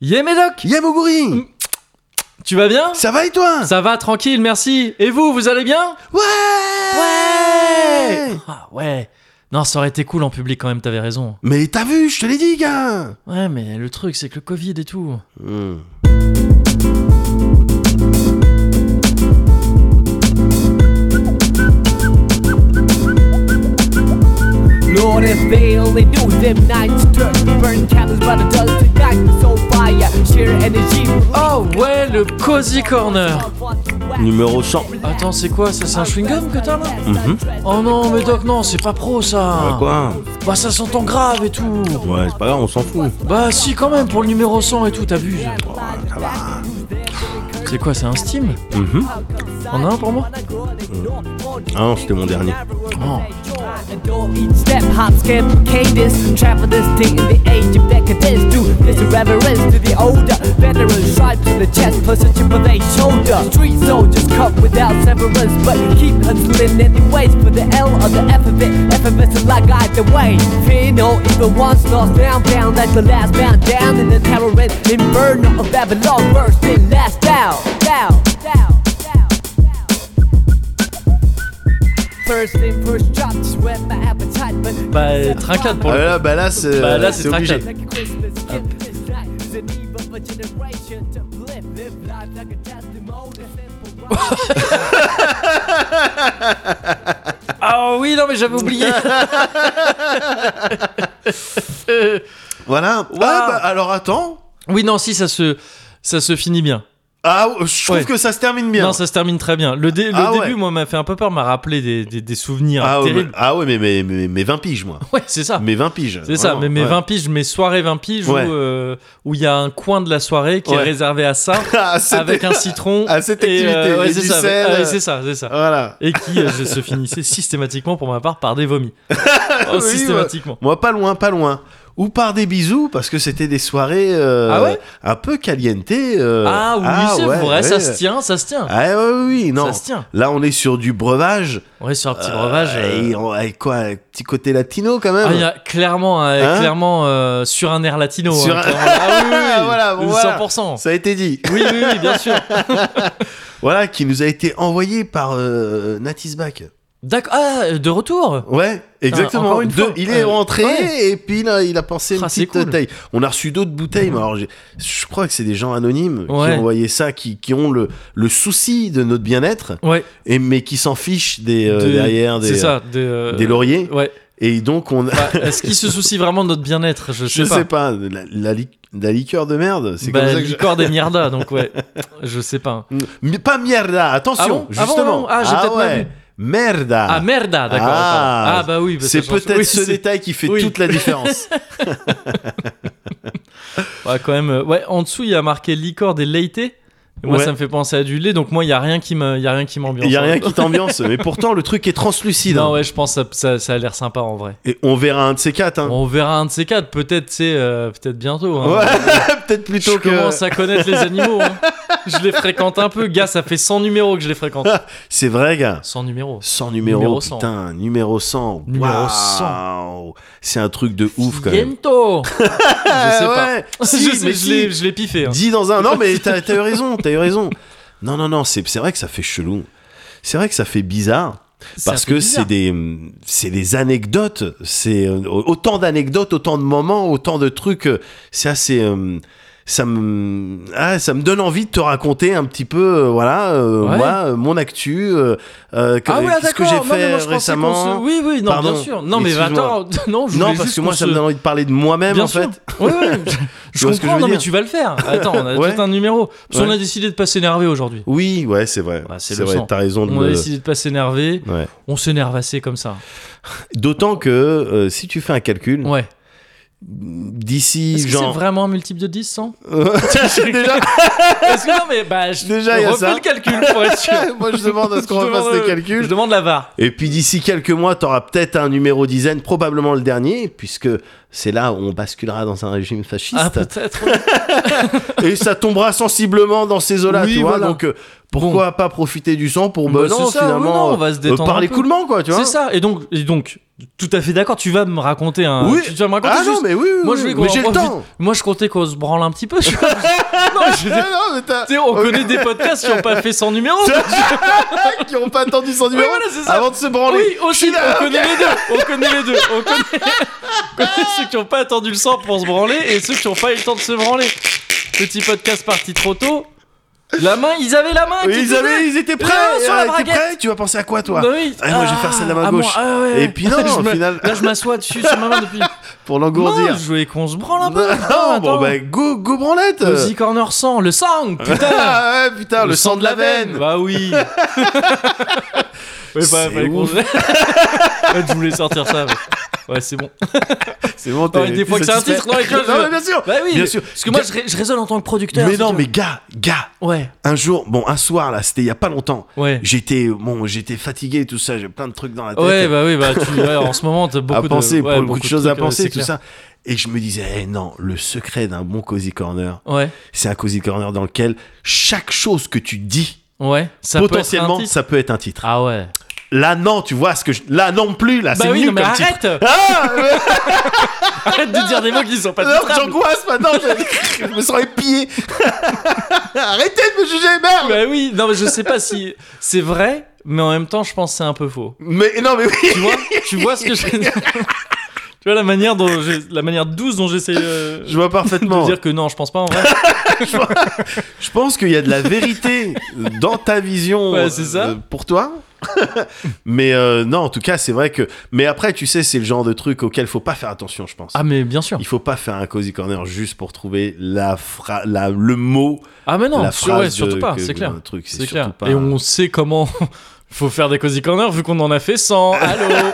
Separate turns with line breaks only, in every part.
Yé Médoc
Yamouguri
Tu vas bien
Ça va et toi
Ça va, tranquille, merci. Et vous, vous allez bien
Ouais
Ah ouais Non, ça aurait été cool en public quand même, t'avais raison.
Mais t'as vu, je te l'ai dit, gars
Ouais, mais le truc, c'est que le Covid et tout. Hmm.
Lord, if fail, they do them nights turn Burn candles by the dozen tonight So fire, sheer energy
Oh ouais, le Cozy Corner
Numéro 100.
Attends, c'est quoi ça C'est un chewing-gum que t'as là
Mhm.
Mm-hmm.
Oh non, Médoc, non, c'est pas pro ça
Quoi
Bah ça s'entend grave et tout
Ouais, c'est pas grave, on s'en fout.
Bah si, quand même, pour le numéro 100 et tout, t'abuses
Ça va.
C'est quoi, c'est un Steam
Mhm.
On a un pour moi
Ah non, c'était mon dernier.
Oh.
Adore each step, hop, skip, cadence Travel this thing in the age of decadence Do this reverence to the older Veterans stripes to the chest for such a they shoulder Street soldiers cut without severance But keep hustling anyways For the L or the F of it Effervescent like either way Fear no evil once lost down, down Like the last man down in the terrorist Inferno of Babylon bursting last down, down, down, down, down First in, first drop, just wet my appetite, but
Bah, trincade pour
Ah
le...
là, bah là, c'est
Bah là, c'est
c'est obligé.
trincade.
Like a Christmas gift, this night is an eve of a generation to flip. Live life like a testimony.
Ah oui, non mais j'avais oublié
Voilà. Ah, bah, alors attends.
Oui, non, si, ça se... Ça se finit bien.
Ah, je trouve
Ouais.
que ça se termine bien.
Non, ça se termine très bien. Le, dé- le
Ah ouais.
début, moi, m'a fait un peu peur, m'a rappelé des, des- des souvenirs
ah, ouais, mais,
terribles.
ah ouais, mais, mais, mais, mais 20 piges, moi.
Ouais, c'est ça.
Mais 20 piges.
C'est ça,
vraiment,
mais mes
ouais.
20 piges, mes soirées 20 piges
Ouais.
où euh, où il y a un coin de la soirée qui est
Ouais.
réservé à ça,
Ah, c'était-
avec un citron.
à cette
et, euh,
activité,
ouais,
et
c'est
du
ça,
sel.
ouais, c'est ça, c'est ça.
Voilà.
Et qui euh, se finissait systématiquement, pour ma part, par des vomis. Oh,
Oui,
systématiquement.
Moi, pas loin, pas loin. Ou par des bisous, parce que c'était des soirées euh,
Ah ouais
un peu caliente. euh,
Ah oui, c'est
ouais,
vrai,
ouais.
ça se tient, ça se tient.
Ah ouais, ouais, oui, non.
Ça se tient.
Là, on est sur du breuvage.
On est sur un petit breuvage.
Euh,
euh,
et on- avec quoi un Petit côté latino quand même
Ah, il y a clairement, euh,
Hein
clairement euh, sur un air latino.
Sur
hein,
un-
clairement. Ah oui, oui, oui,
Voilà, bon, voilà.
100%.
Ça a été dit.
Oui, oui, oui, bien sûr.
Voilà, qui nous a été envoyé par euh, Natisback.
D'accord. Ah, de retour.
Ouais, exactement.
encore une
Deux-
fois.
il est
Euh,
rentré
ouais.
et puis là, il a pensé une
Ah, c'est
petite
cool.
taille. On a reçu d'autres bouteilles, mais alors j'ai- je crois que c'est des gens anonymes qui
Ouais.
ont envoyé ça, qui, qui ont le, le souci de notre bien-être,
Ouais.
et mais qui s'en fichent des, euh,
de-
derrière des,
C'est ça. de, euh,
des lauriers.
Ouais.
Et donc, on a.
Bah, Est-ce qu'il se soucie vraiment de notre bien-être Je sais
je
pas.
sais pas, la, la li- la liqueur de merde, c'est
Bah,
comme ça que je-
Licor des Mierda, donc ouais. Je sais pas.
Mais pas mierda, attention,
Ah bon Ah bon,
justement.
non, ah, j'ai peut-être mal vu.
Merda.
Ah, merda, d'accord.
Ah.
pardon. bah oui. bah, ça
c'est
change-
peut-être
oui,
ce
c'est-
détail qui fait
oui.
toute la différence.
Ouais, quand même. euh, Ouais, en dessous, il y a marqué licor des Leité. Et Moi,
Ouais.
ça me fait penser à du lait, donc moi, il y a rien qui me, il y a rien qui m'ambiance.
Il y a rien
hein.
qui t'ambiance, mais pourtant le truc est translucide.
Non,
hein.
ouais, je pense que ça, ça, ça a l'air sympa en vrai.
Et on verra un de ces quatre. hein.
On verra un de ces quatre, peut-être, c'est peut-être bientôt. hein.
Ouais, peut-être plutôt
je
que
commence à connaître les animaux. hein. Je les fréquente un peu, gars. Ça fait 100 numéros que je les fréquente.
C'est vrai, gars.
100 numéros.
100 numéros,
Numéro 100.
putain, numéro 100.
Numéro
Waouh.
100.
C'est un truc de ouf quand même.
Bientôt. je sais pas.
Ah Ouais.
Je
Si,
sais,
mais
je
si.
l'ai- je l'ai piffé. hein.
Dis dans un. Non, mais t'as t'as eu raison, t'as eu raison. Non, non, non, c'est c'est vrai que ça fait chelou. C'est vrai que ça fait bizarre.
Ça
Parce
fait
que
bizarre.
c'est des, c'est des anecdotes, c'est euh, autant d'anecdotes, autant de moments, autant de trucs. euh, C'est assez, euh, ça me, ah, ça me donne envie de te raconter un petit peu, euh, voilà, euh,
Ouais.
moi, euh, mon actu, euh, euh, que-
Ah ouais,
qu'est-ce que
d'accord.
j'ai
Non, mais moi,
fait
je pensais qu'on
récemment.
se- Oui, oui, non,
Pardon.
bien sûr. Non, mais
Excuse-moi.
attends, non, je voulais
Non, parce
juste
que moi,
qu'on
ça me
se-
donne envie de parler de moi-même,
Bien
en
sûr.
fait.
Oui, oui. Je,
vois ce que je
comprends,
veux
non, mais
dire
tu vas le faire. Attends, on a
Ouais.
tout un numéro. Parce qu'on
Ouais.
a décidé de pas s'énerver aujourd'hui.
Oui, ouais, c'est vrai.
Bah, c'est
c'est
le
vrai,
sang.
t'as raison de
On a
le...
décidé de pas s'énerver.
Ouais.
On s'énerve assez comme ça.
D'autant que euh, si tu fais un calcul,
Ouais.
d'ici
Est-ce que c'est
genre.
vraiment un multiple de 10, 100
Déjà,
Est-ce que non, mais bah, je
Déjà, il y a
refais
ça.
le calcul pour être sûr.
moi je demande à ce qu'on
Je
refasse
demande,
les
euh, Je
calculs.
demande la VAR.
Et puis d'ici quelques mois, t'auras peut-être un numéro dizaine, probablement le dernier, puisque c'est là où on basculera dans un régime fasciste.
Ah, peut-être.
et ça tombera sensiblement dans ces eaux-là,
Oui,
tu vois.
voilà.
Donc euh, pourquoi pas profiter du sang pour
Bah,
ben
c'est
non,
ça,
finalement euh,
oui, non, on va se détendre un
parler
peu.
coolement quoi, tu vois.
C'est ça. Et donc, et donc, tout à fait d'accord. Tu vas me raconter un.
Oui.
Tu vas me raconter
Ah
juste-
non mais oui, oui,
Moi,
oui,
je vais
mais j'ai le
qu'on-
temps.
Moi, je comptais qu'on se branle un petit peu. tu vois. non, je...
Ah non, mais t'as-
tu sais, on connaît des podcasts qui n'ont pas fait 100 numéros.
qui ont pas attendu son numéro
Oui, voilà, c'est ça.
avant de se branler.
Oui, aussi,
Je suis là,
on connaît les deux. On connaît les deux. On connaît, on connaît ceux qui n'ont pas attendu le sang pour se branler et ceux qui n'ont pas eu le temps de se branler. Petit podcast parti trop tôt. La main, ils avaient la main.
Oui,
qui
ils,
disait-
avaient, ils étaient prêts.
Ah, Non, sur la
Ah, t'es
braguette.
prêt Tu vas penser à quoi toi
Bah oui.
Ah, moi, je vais faire celle de la main
à moi.
gauche.
Ah, ouais, ouais.
Et puis non,
Je
au
me-
final-
Là, je m'assois dessus sur ma main depuis.
Pour
Non,
l'engourdir.
je voulais qu'on se branle un peu.
Non, bon
attends.
bah go, go branlette.
Cozy Corner sang, le sang, putain
Ah ouais, putain, le, sang de la veine.
Bah oui Ouais, bah,
C'est
fallait qu'on-
ouf.
Ouais, Je voulais sortir ça, mais- Ouais, c'est bon.
C'est bon,
Non, mais des fois que c'est un titre, non, mais tu vois, je-
mais bien sûr.
Bah oui,
Bien sûr.
parce que moi, je, ré- je raisonne en tant que producteur.
mais
si
non,
tu
mais
veux.
gars, gars,
Ouais,
un jour, bon, un soir là, c'était il y a pas longtemps.
ouais.
J'étais, bon, j'étais fatigué et tout ça, j'ai plein de trucs dans la tête.
Ouais, bah oui, bah tu... ouais, en ce moment, t'as beaucoup
à penser,
de... ouais,
pour beaucoup de choses à
trucs, euh,
penser,
c'est
tout
clair.
ça. Et je me disais, eh non, le secret d'un bon cozy corner,
Ouais,
c'est un cozy corner dans lequel chaque chose que tu dis,
ouais. Ça peut être un
potentiellement,
titre.
ça peut être un titre.
Ah ouais.
Là, non, tu vois ce que je... là non plus, là,
bah
c'est
oui,
nul
non, mais
comme titre.
arrête
Ah, mais-
Arrête de dire des mots qui sont pas
non,
titrables.
j'angoisse maintenant, je... je me serais pillé. Arrêtez de me juger, merde.
Bah oui, non, mais je sais pas si c'est vrai, mais en même temps, je pense que c'est un peu faux.
Mais non, mais oui.
tu vois tu vois ce que je tu vois la manière dont j'ai- la manière douce dont j'essaie euh,
Je vois
de
parfaitement.
dire que non je pense pas en vrai
Je pense qu'il y a de la vérité dans ta vision
Ouais, c'est ça.
euh, pour toi. mais euh, non, en tout cas, c'est vrai que. Mais après, tu sais, c'est le genre de truc auquel faut pas faire attention, je pense.
ah mais bien sûr
Il faut pas faire un cozy corner juste pour trouver la phra- la, le mot,
ah mais non
la
sur-
phrase.
ouais, surtout
de-
pas
que-
c'est clair
un truc, c'est
c'est
surtout
clair
pas-
et on sait comment faut faire des cozy corners vu qu'on en a fait 100 allô on en a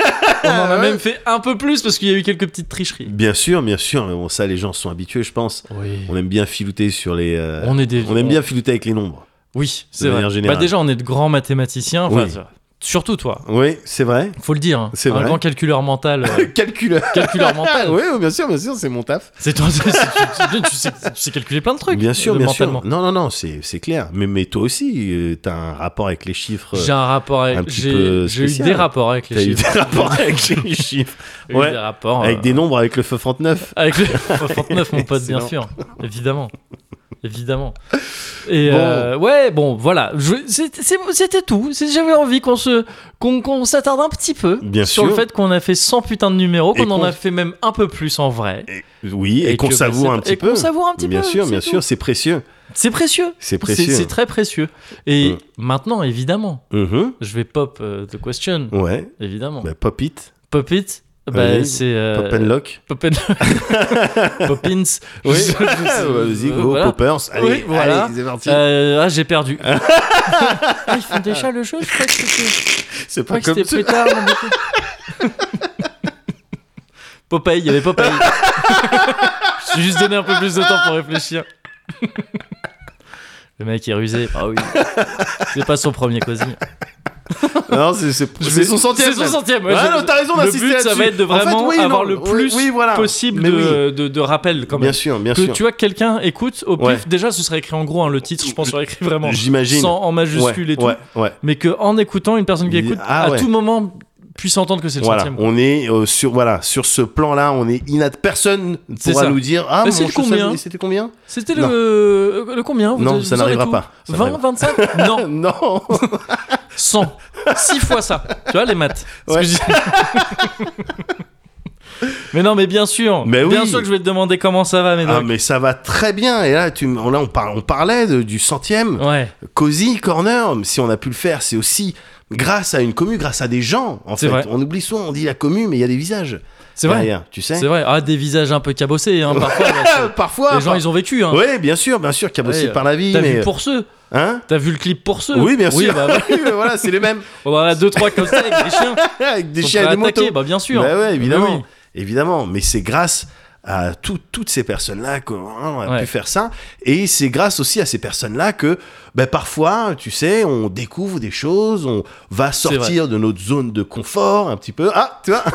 Ah Ouais.
même fait un peu plus parce qu'il y a eu quelques petites tricheries
Bien sûr, bien sûr. mais bon, ça, les gens sont habitués, je pense.
oui
On aime bien filouter sur les. euh,
on est des
on aime bien filouter avec les nombres.
oui c'est
manière
vrai
générale.
bah déjà on est de grands mathématiciens enfin,
Oui.
surtout toi
Oui, c'est vrai.
faut le dire hein.
C'est
un
vrai.
grand calculeur mental euh,
Calculeur.
calculeur mental
oui, oui, bien sûr, bien sûr, c'est mon taf.
C'est toi, tu, tu- tu sais, tu sais calculer plein de trucs.
Bien sûr,
euh,
bien
mentalement.
sûr. Non, non, non, c'est c'est clair. Mais, mais toi aussi, euh, t'as un rapport avec les chiffres.
J'ai un rapport
Un
avec.
petit
J'ai
peu
j'ai eu
spécial.
des rapports avec
T'as
les
eu
chiffres.
des rapports avec les chiffres.
J'ai eu
ouais.
des rapports.
Avec
euh,
des nombres, avec le feu 39.
Avec le 39, mon pote, bien
Excellent.
sûr. Évidemment. Évidemment. Et
Bon.
euh, ouais, bon, voilà. Je- c'est- c'est- C'était tout. C'est- J'avais envie qu'on se qu'on qu'on s'attarde un petit peu
Bien
sur
sûr.
le fait qu'on a fait 100 putains de numéros,
Et
qu'on en
qu'on-
a fait même un peu plus en vrai.
Et- oui, et,
Et
qu'on
que-
savoure
c'est-
un petit
et
peu.
qu'on savoure un petit
bien
peu,
sûr,
c'est
bien
tout.
sûr, c'est précieux.
C'est précieux.
C'est
C'est
précieux.
c'est très précieux. Et
Mm.
maintenant, évidemment,
Mhm.
je vais pop euh, the question,
Ouais,
évidemment.
Mm. bah, pop it,
Pop it, bah,
Oui.
c'est. euh,
pop and lock.
Pop and- Poppins.
Oui,
Je- je-
vas-y, go,
voilà.
poppers. Allez,
Oui, voilà.
allez, c'est parti.
Euh, ah, j'ai perdu. ah, ils font déjà le jeu, je crois que c'était.
c'est
Je crois
pas
que
comme
c'était
ça.
plus tard. mon Dieu. Popeye, il y avait Popeye. je suis juste donné un peu plus de temps pour réfléchir. le mec est rusé. Ah oui. C'est pas son premier cosy.
Non, c'est c'est-
Je
c'est
vais-
son centième.
C'est son
même.
centième. ouais,
Ouais,
je-
non, t'as raison
le
d'insister
but, ça
là-dessus.
va être de
En fait,
vraiment
oui, non,
avoir le
oui,
plus
oui, voilà.
possible
Mais
de,
oui.
de, de rappel quand même.
Bien sûr, bien
que
sûr.
tu vois quelqu'un écoute au pif
Ouais.
déjà ce serait écrit en gros hein, le titre je pense serait écrit vraiment
J'imagine.
sans en majuscule
ouais,
et tout
ouais, ouais.
mais que en écoutant une personne qui
Il-
écoute
ah
à
ouais.
tout moment puisse entendre que c'est le
Voilà,
centième
on est euh, sur voilà sur ce plan-là, on est inat. Personne ne
C'est
pourra
ça.
nous dire ah
Mais
mon
c'est
je
combien
savais- c'était combien
c'était le euh, le combien vous-
Non,
vous
ça
aurez
n'arrivera
tout
pas. Ça
20
n'arrivera
25 non
Non,
100 6 fois ça tu vois les maths C'est ce
Ouais.
que je dis. mais non mais bien sûr
Mais
bien
oui.
sûr que je vais te demander comment ça va
ah,
Médoc
mais ça va très bien. Et là, tu, m- là on, par- on parlait de- du centième
ouais
cozy corner. Si on a pu le faire, c'est aussi grâce à une commu, grâce à des gens. En
C'est
fait,
vrai.
on oublie souvent, on dit la commu, mais il y a des visages.
c'est vrai
derrière, tu sais.
c'est vrai ah des visages un peu cabossés hein, parfois là,
Euh,
ça-
Parfois.
les gens ils ont vécu hein.
Oui, bien sûr, bien sûr, qui a bossé
Ouais,
par la vie,
T'as
mais
vu pour ceux
hein
T'as vu le clip pour ceux
Oui, bien sûr.
bah, ouais.
Oui, mais voilà, c'est les mêmes
on en a deux trois comme ça avec des chiens.
avec des
sont
chiens et
prêts à
des motos.
attaquer, Bah bien sûr.
Bah ouais, évidemment.
oui.
Évidemment, mais c'est grâce à tout- toutes ces personnes-là qu'on a
Ouais.
pu faire ça. Et c'est grâce aussi à ces personnes-là que ben, parfois, tu sais, on découvre des choses, on va sortir de notre zone de confort un petit peu. Ah, tu vois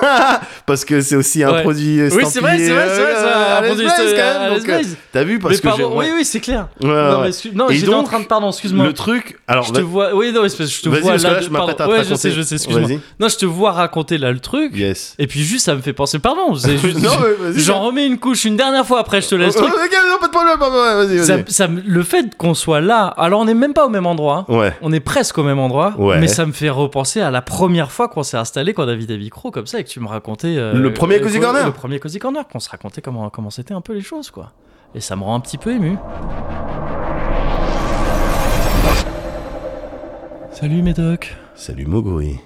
Parce que c'est aussi un
Ouais.
produit
Oui, c'est vrai, c'est vrai, c'est vrai, c'est
euh,
un
à
produit
l'espace,
estampillé,
quand même,
à
donc, euh,
l'espace.
T'as vu parce
Mais
que j'ai-
pardon,
ouais.
oui, oui, c'est clair.
Ouais, ouais,
non,
ouais.
mais excuse- non,
Et
j'étais
donc,
en train de. Pardon, excuse-moi.
le truc, alors
Je
là-
te vois. Oui, non, mais c'est parce que je te
Vas-y,
vois
parce que
là.
là,
de-
je m'apprête
pardon.
à te
Ouais, je sais,
raconter.
je sais, excuse-moi.
Vas-y.
Non, je te vois raconter là le truc.
yes.
Et puis juste, ça me fait penser. Pardon, c'est juste.
Non, mais vas-y.
J'en remets une couche une dernière fois après, je te laisse le
Oh,
truc.
ok, non, pas de problème, ouais, ouais, vas-y,
Ça-
vas-y.
ça me- le fait qu'on soit là, alors on n'est même pas au même endroit, hein.
Ouais.
on est presque au même endroit,
Ouais.
mais ça me fait repenser à la première fois qu'on s'est installé quand David a micro comme ça et que tu me racontais euh,
Le premier
euh,
Cozy
co-
Corner.
le premier cozy corner, qu'on se racontait comment comment c'était un peu les choses quoi. Et ça me rend un petit peu ému. Salut Médoc,
Salut Moguri,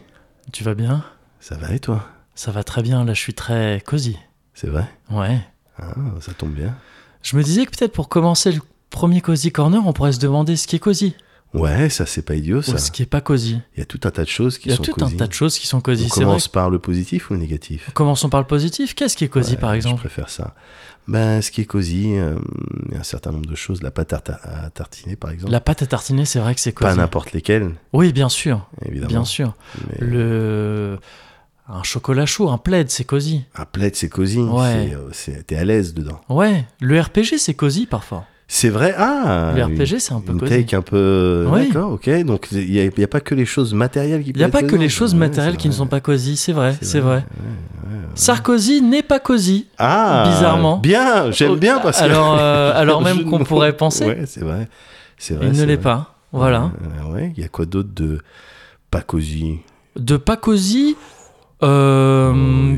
tu vas bien
ça va et toi
Ça va très bien, là je suis très cosy.
C'est vrai
Ouais.
Ah, ça tombe bien.
Je me disais que peut-être pour commencer le premier cozy corner, on pourrait se demander ce qui est cosy
Ouais, ça c'est pas idiot ça.
ou ce qui est pas cosy.
Il y a tout un tas de choses qui
Il y a
sont
tout
cosy.
un tas de choses qui sont
On
cosy, c'est vrai.
commence par le positif ou le négatif
Commençons par le positif. Qu'est-ce qui est cosy, par
Je
exemple
préfère ça. Ben, ce qui est cosy, euh, il y a un certain nombre de choses. La pâte à, tar- à tartiner, par exemple.
La pâte à tartiner, c'est vrai que c'est
Pas
cosy.
n'importe lesquelles,
oui, bien sûr,
évidemment.
bien sûr.
Mais
Le un chocolat chaud, un plaid, c'est cosy.
Un plaid, c'est cosy.
Ouais.
C'est, euh, c'est- T'es à l'aise dedans.
Ouais, le RPG, c'est cosy parfois.
C'est vrai. Ah
le
une-
RPG, c'est un peu
Une
cosy.
take un peu. euh,
Oui.
D'accord, ok. Donc il n'y a, il y a pas que les choses matérielles qui
Il n'y a pas que les choses matérielles qui ne sont pas cosy, c'est vrai,
C'est
c'est vrai. Sarkozy n'est pas cosy.
Ah
bizarrement. Oh,
Bien, j'aime bien parce que.
alors, euh, alors
Jeu
même
de
qu'on
mots.
pourrait penser,
Ouais, c'est vrai. C'est vrai.
il ne
c'est
l'est
vrai.
pas. Voilà.
Euh, ouais, il y a quoi d'autre de pas cosy
De pas cosy. euh,
Euh,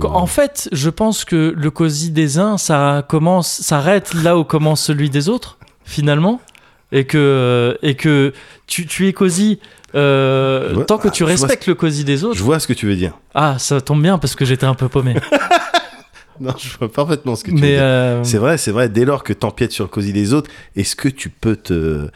Qu- En fait, je pense que le cosy des uns, ça commence, s'arrête là où commence celui des autres, finalement, et que et que tu, tu es cosy euh,
Ouais,
tant que
ah,
tu
je vois
respectes le cosy des autres.
Je vois ce que tu veux dire.
Ah, ça tombe bien parce que j'étais un peu paumé.
Non, je vois parfaitement ce que tu veux
Mais
dire.
euh,
C'est vrai, c'est vrai. Dès lors que t'empiètes sur le cosy des autres, est-ce que tu peux te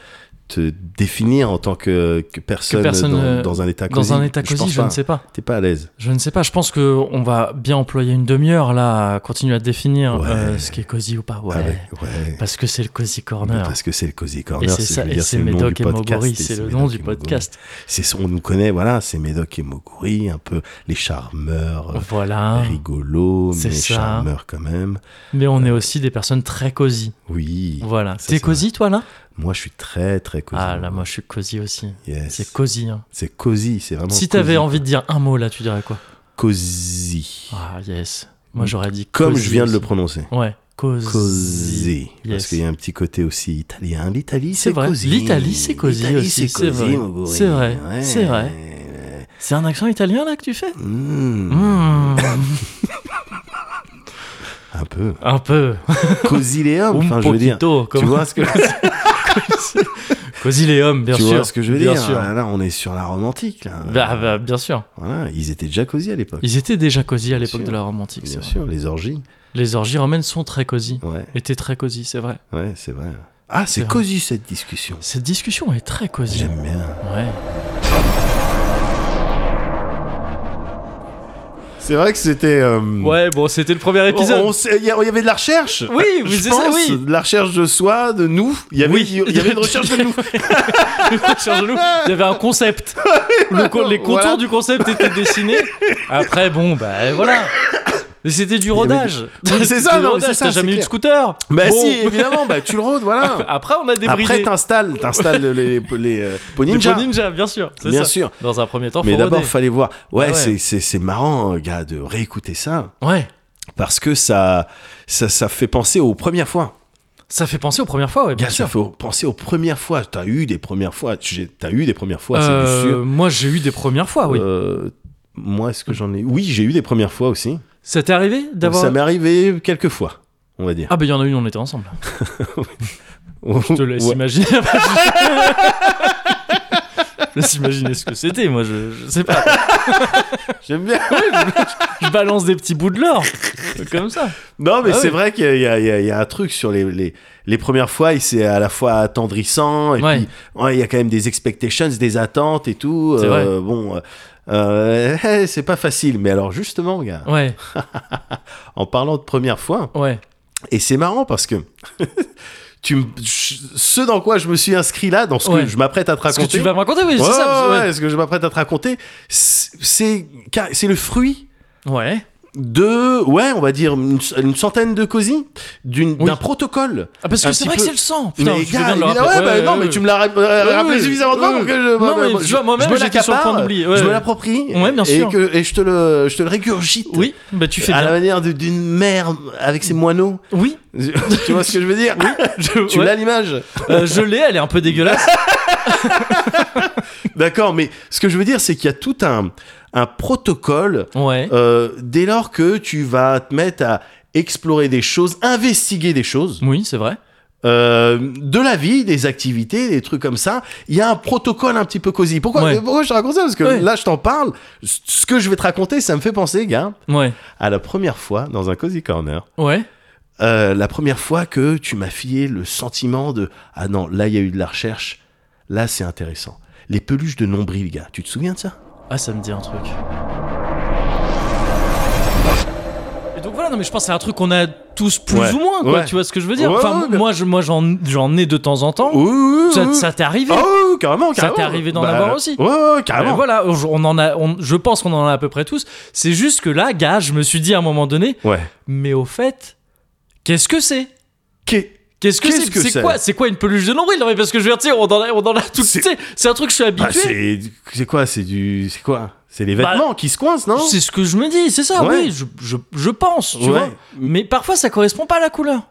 te définir en tant que, que personne,
personne,
dans,
euh,
dans un état
dans
cosy
un état
pense
cosy, je
pas.
ne sais pas.
T'es pas à l'aise.
Je ne sais pas. Je pense que on va bien employer une demi-heure là à continuer à définir
Ouais.
euh, ce qui est cosy ou pas. Ouais.
Ah ouais, ouais.
Parce que c'est le cosy
Mais
corner.
Parce que c'est le Cozy
Et
Corner,
c'est
je
ça,
veux
et
dire,
c'est
le nom
Médoc
du
et
podcast,
Mogori,
et
c'est le
Médoc
nom
et
du
Mogori.
podcast.
C'est son- on nous connaît, voilà, c'est Médoc et Mogori, un peu les charmeurs, euh,
Voilà.
rigolos,
C'est
mais
ça.
charmeurs quand même.
Mais on est aussi des personnes très cosy.
Oui.
Voilà.
Ça,
T'es
c'est
cosy, toi, là
Moi, je suis très très cosy.
Ah, là, moi, je suis cosy aussi.
Yes.
C'est cosy. hein.
C'est cosy, c'est vraiment.
Si
cosy.
t'avais envie de dire un mot, là, tu dirais quoi
Cosy.
Ah, yes. Moi, j'aurais dit
Comme
cosy
je viens de le
aussi.
prononcer.
Ouais, cosy.
Cosy.
Yes.
Parce qu'il y a un petit côté aussi italien. L'Italie,
C'est
c'est
vrai.
cosy.
L'Italie, c'est cosy
L'Italie,
aussi,
c'est
c'est
cosy,
vrai.
Mogori.
C'est vrai,
Ouais.
c'est vrai. C'est un accent italien, là, que tu fais
Mmh.
Mmh.
Un peu.
Un peu.
Cosiléum, Ah, enfin,
Un
je veux dire.
poquito,
Tu
comme-
vois ce que.
Cosy les hommes, bien
tu
sûr.
vois ce que je veux
bien
dire
sûr.
Ah, Là, on est sur la romantique. Là.
Bah, bah, bien sûr.
Voilà, ils étaient déjà cosy à l'époque.
Ils étaient déjà cosy à l'époque
sûr.
de la romantique, c'est
Bien
vrai.
sûr, les orgies.
Les orgies romaines sont très cosy.
Ouais,
Étaient très cosy, c'est vrai.
ouais, c'est vrai. Ah,
C'est
c'est
vrai.
cosy cette discussion.
Cette discussion est très cosy.
J'aime bien.
Ouais.
C'est vrai que c'était. euh,
Ouais, bon, c'était le premier
on-
épisode.
on s'est- Il y, a- il y avait de la recherche.
Oui, oui,
Je
c'est ça,
pense,
oui.
De la recherche de soi, de nous. Il y avait,
Oui.
il y avait une recherche de nous.
Cher Gelou, il y avait un concept. Le con- les contours
Voilà.
du concept étaient dessinés. Après, bon, bah voilà. Mais c'était du rodage.
Il y avait du- C'est ça,
C'était du
non, mais
rodage.
c'est ça,
T'as
c'est
jamais eu de
clair.
scooter
Bah
Bon.
si, évidemment, bah tu le rôdes, voilà.
Après, on a débridé.
Après, t'installes, t'installes les, les euh, Pau
Des
Ninja.
Pau ninja, bien sûr. c'est
Bien
ça.
sûr.
Dans un premier temps,
Mais
faut
d'abord,
roder.
fallait voir. Ouais,
Ah ouais.
c'est- c'est c'est marrant, euh, gars, de réécouter ça.
Ouais.
Parce que ça, ça, ça fait penser aux premières fois.
Ça fait penser aux premières fois, ouais, bien
Gars,
sûr.
ça fait penser aux premières fois. T'as eu des premières fois. Tu- T'as eu des premières fois,
Euh,
c'est du sûr.
moi, j'ai eu des premières fois, oui.
Euh, moi, est-ce que j'en ai Oui, j'ai eu des premières fois aussi.
Ça t'est arrivé d'avoir.
Ça m'est arrivé quelques fois, on va dire.
Ah, bah, il y en a une, on était ensemble. Ah, Je te laisse
Ouais.
imaginer. je laisse imaginer ce que c'était, moi, je, je sais pas.
J'aime bien.
Je balance des petits bouts de l'or. Comme ça.
Non, mais
Ah
c'est
oui.
vrai qu'il y, a- il y a- il y a- il y a un truc sur les, les, les premières fois, et c'est à la fois attendrissant, et
Ouais.
puis ouais, il y a quand même des expectations, des attentes et tout.
C'est
Euh, Bon, euh, Euh, hey, c'est pas facile. Mais alors, justement, gars,
Ouais,
en parlant de première fois,
ouais.
et c'est marrant parce que. Tu me- ce dans quoi je me suis inscrit là, dans ce
Ouais.
que je m'apprête à te
Ce que
raconter,
tu vas me raconter, oui,
Ouais,
c'est ça. parce-
ouais,
ouais.
ouais, ce que je m'apprête à te raconter, c'est c'est- c'est le fruit
Ouais.
de, ouais, on va dire une, une centaine de cosy, d'une-
Oui.
d'un protocole.
Ah, parce
Un
que c'est
petit
vrai
peu.
que c'est le sang. Putain,
mais
je
gars,
viens de le
évidemment,
rappeler. Ouais,
ouais, bah, non,
ouais,
mais
ouais.
tu me l'as ra- euh,
Ouais,
rappelé
ouais.
suffisamment de fois
Ouais,
pour que je.
Non, mais
moi,
tu vois, moi-même,
je me
j'étais sur le point
l'accapare,
d'oublier, ouais,
Je me
ouais.
l'approprie.
Ouais, bien
et
sûr.
que- Et, je, te le, je te le régurgite.
Oui, bah tu fais
À la
bien.
manière de- d'une mère avec ses moineaux.
Oui,
tu vois ce que je veux dire Tu
ouais.
l'as l'image
Euh, je l'ai, elle est un peu dégueulasse.
D'accord, mais ce que je veux dire, c'est qu'il y a tout un, un protocole
Ouais.
Euh, dès lors que tu vas te mettre à explorer des choses, investiguer des choses,
Oui, c'est vrai.
euh, de la vie, des activités, des trucs comme ça, il y a un protocole un petit peu cosy. Pourquoi,
Ouais.
pourquoi je te raconte ça Parce que
Ouais.
là, je t'en parle, c- ce que je vais te raconter, ça me fait penser, gars,
Ouais.
à la première fois dans un Cozy Corner,
Ouais.
euh, la première fois que tu m'as filé le sentiment de « Ah non, là, il y a eu de la recherche, là, c'est intéressant. » Les peluches de nombril, gars, tu te souviens de ça
Ah, ça me dit un truc. Et donc voilà, non mais je pense que c'est un truc qu'on a tous plus
Ouais.
ou moins, quoi.
Ouais.
Tu vois ce que je veux dire
Ouais,
Enfin,
ouais, ouais.
moi, je, moi, j'en, j'en ai de temps en temps.
Oui, oui,
Ça,
oui.
ça t'est arrivé
Ah oui, oui, carrément,
Ça
carrément. Bah,
t'est arrivé d'en avoir aussi
Ouais, ouais, ouais,
Euh,
carrément.
Voilà, on en a, on- je pense qu'on en a à peu près tous. C'est juste que là, gars, je me suis dit à un moment donné,
Ouais.
mais au fait, qu'est-ce que c'est
Qu'est-
Qu'est-ce que
Qu'est-ce
c'est
que
C'est
c'est
quoi C'est quoi une peluche de nombril Non mais parce que je veux dire, tu sais, on en a, on en a tout.
C'est-
tu sais, C'est un truc que je suis
Bah,
habitué.
c'est c'est quoi C'est du c'est quoi C'est les
Bah,
vêtements qui se coincent, non
c'est ce que je me dis, c'est ça.
hein Ouais.
Oui, je, je, je pense, tu
Ouais.
vois. Mais parfois, ça correspond pas à la couleur.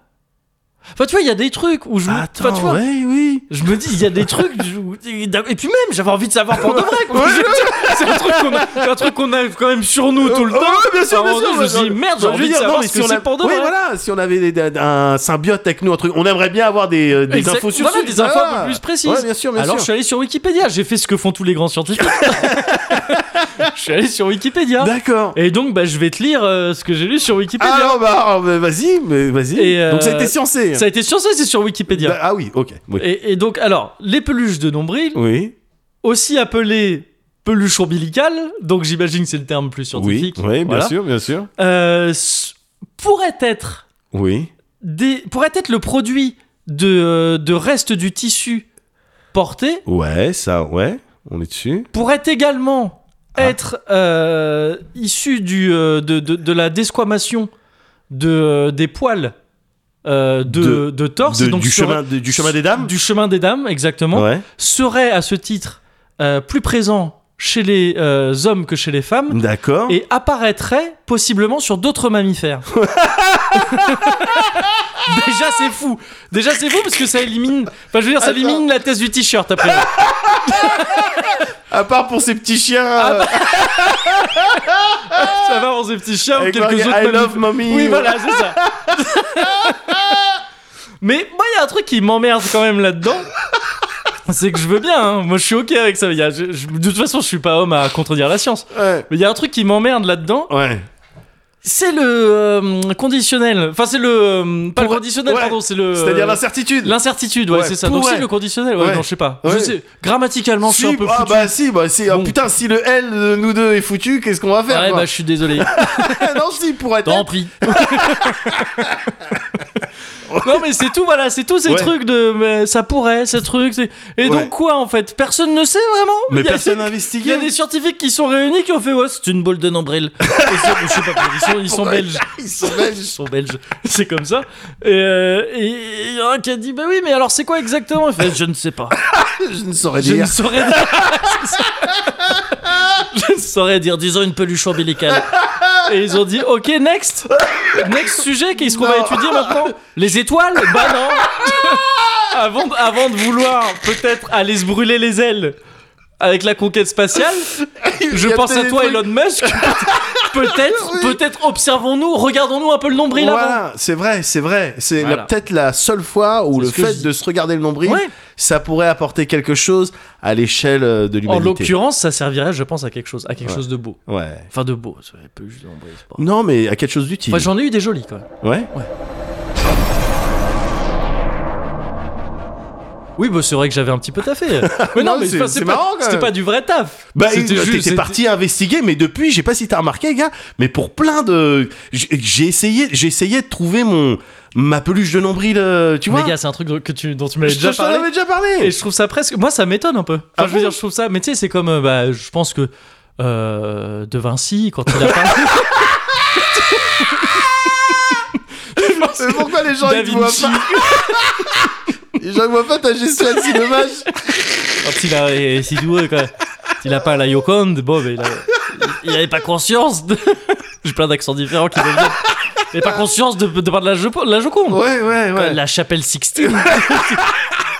Enfin, tu vois, il y a des trucs où je, me-
Attends,
Mmh. enfin, tu vois,
ouais, oui.
je me dis, il y a des trucs. où- et puis même, j'avais envie de savoir pour de vrai. quoi.
Ouais,
Je veux dire, c'est un truc qu'on a, c'est un truc qu'on a quand même sur nous tout le
Euh,
temps.
ouais, bien
À un
sûr, bien
moment
sûr.
donné, je me dis, merde, j'ai
je veux
envie de
dire, non,
savoir
mais
ce que
on
c'est
a-
pour de
oui,
vrai.
voilà, si on avait des- des- un symbiote avec nous, un truc, on aimerait bien avoir des, euh, des
Exact-
infos sur
voilà,
ce-
des infos un
voilà.
peu plus précises.
Ouais, bien sûr, bien
Alors je
sûr.
suis allé sur Wikipédia, j'ai fait ce que font tous les grands scientifiques. je suis allé sur Wikipédia.
D'accord.
Et donc bah je vais te lire euh, ce que j'ai lu sur Wikipédia.
Alors bah, oh, bah, vas-y, mais vas-y.
Et, euh,
Donc ça a été sciencé.
ça a été censé, c'est sur Wikipédia.
Bah, Ah oui, OK. Oui.
Et, et donc alors, les peluches de nombril,
Oui.
aussi appelées peluches ombilicales, donc j'imagine que c'est le terme plus
Oui,
scientifique.
oui, bien
Voilà.
sûr, bien sûr.
Euh, s- pourraient être
Oui.
des pourrait être le produit de de restes du tissu porté
Ouais, ça, ouais, on est dessus.
pourrait également
Ah.
être euh, issu du, euh, de, de- de la desquamation de, des poils euh, de,
De-
de torse,
De-
et donc
du,
serait-
chemin, de- du chemin des dames
du chemin des dames, exactement,
Ouais.
serait à ce titre euh, plus présent chez les euh, hommes que chez les femmes
D'accord.
et apparaîtrait possiblement sur d'autres mammifères. Déjà c'est fou. Déjà c'est fou parce que ça élimine. Enfin je veux dire ça
Attends.
élimine la thèse du t-shirt après.
À part pour ces petits chiens.
Ah,
euh,
ça va pour ces petits chiens ou
avec
quelques
marqué
autres
I
mammifères.
love mommy.
Oui, voilà, c'est ça. Mais moi, il y a un truc qui m'emmerde quand même là-dedans. C'est que je veux bien, hein. moi je suis ok avec ça. Il y a- je- je- de toute façon, je suis pas homme à contredire la science.
Ouais.
Mais il y a un truc qui m'emmerde là-dedans,
Ouais.
c'est le euh, conditionnel. Enfin, c'est le. euh, pas le
Pour-
conditionnel,
ouais.
pardon, c'est le.
C'est-à-dire l'incertitude.
L'incertitude, ouais,
Ouais,
c'est ça. Donc,
pourrait.
si le conditionnel, ouais,
Ouais.
non, je sais pas. Je
Ouais.
sais, grammaticalement, je
Si,
suis un peu
ah
foutu.
bah si, bah si. ah,
Bon.
putain, si le L de nous deux est foutu, qu'est-ce qu'on va faire
ouais,
quoi Ah,
bah, je suis désolé.
Non, si, pour être.
Tant pis. non mais c'est tout, voilà, c'est tous ces
Ouais.
trucs de mais ça pourrait, ces trucs. c'est- Et
Ouais.
donc quoi en fait Personne ne sait vraiment.
Mais
Il y a-
personne n'a
Il y
investigué.
a des scientifiques qui sont réunis qui ont fait ouais c'est une boule de nombril. Et c'est- je sais pas, ils sont, ils sont
Pourquoi
belges.
Ils sont
Ils
belges.
sont belges, c'est comme ça. Et euh, et- et il y en a un qui a dit bah oui mais alors c'est quoi exactement Il fait je ne sais pas.
Je ne saurais
Je ne
dire.
saurais dire. je ne saurais dire. Disons une peluche ombilicale. Et ils ont dit, ok, next. Next sujet, qu'est-ce qu'on va
Non.
étudier maintenant Les étoiles Bah non. avant, de- avant de vouloir peut-être aller se brûler les ailes avec la conquête spatiale, je
Il y a
pense à
peut-être
toi,
des
Elon
trucs-
Musk. Peut-être, peut-être observons-nous, regardons-nous un peu le nombril avant.
Voilà, c'est vrai, c'est vrai. C'est la-
Voilà.
peut-être la seule fois où
C'est
le
ce que je
fait
dis.
de se regarder le nombril,
Ouais.
ça pourrait apporter quelque chose à l'échelle euh, de
En
l'humanité.
l'occurrence, ça servirait, je pense, à quelque chose, à quelque
Ouais.
chose de beau.
Ouais.
Enfin, de beau. c'est pas juste de nombril, c'est pas-
Non, mais à quelque chose d'utile.
Enfin, j'en ai eu des jolies, quand même.
Ouais.
Oui, bah c'est vrai que j'avais un petit peu taffé. Mais non,
Non,
mais
c'est-
enfin,
c'est
pas-
marrant, quand
C'était
même.
pas du vrai taf.
Bah,
C'était juste-
t'étais
c'était-
parti investiguer, mais depuis, je sais pas si t'as remarqué, gars, mais pour plein de, j'ai- j'ai essayé, j'ai essayé de trouver mon ma peluche de nombril, euh, tu vois.
Les gars, c'est un truc que tu, dont tu m'avais
je
déjà
je t'en
parlé.
avais déjà parlé.
Et je trouve ça presque. Moi, ça m'étonne un peu. Enfin,
Ah
je veux
bon
dire, je trouve ça. Mais tu sais, c'est comme. euh, bah, je pense que. euh, de Vinci, quand il a parlé. Je pense
C'est
que
pourquoi les gens
Da
ils te voient
Vinci,
pas. Les gens ils voient pas ta gestuelle, c'est dommage.
quand il a. et si tu veux, quand il a peint la Yoconde, bon, mais il, a- il avait pas conscience de. J'ai plein d'accents différents qui me viennent. Il avait pas conscience de, de parler de la, Jopo- la Joconde.
Ouais, ouais,
Quand
ouais.
La chapelle Sixtine.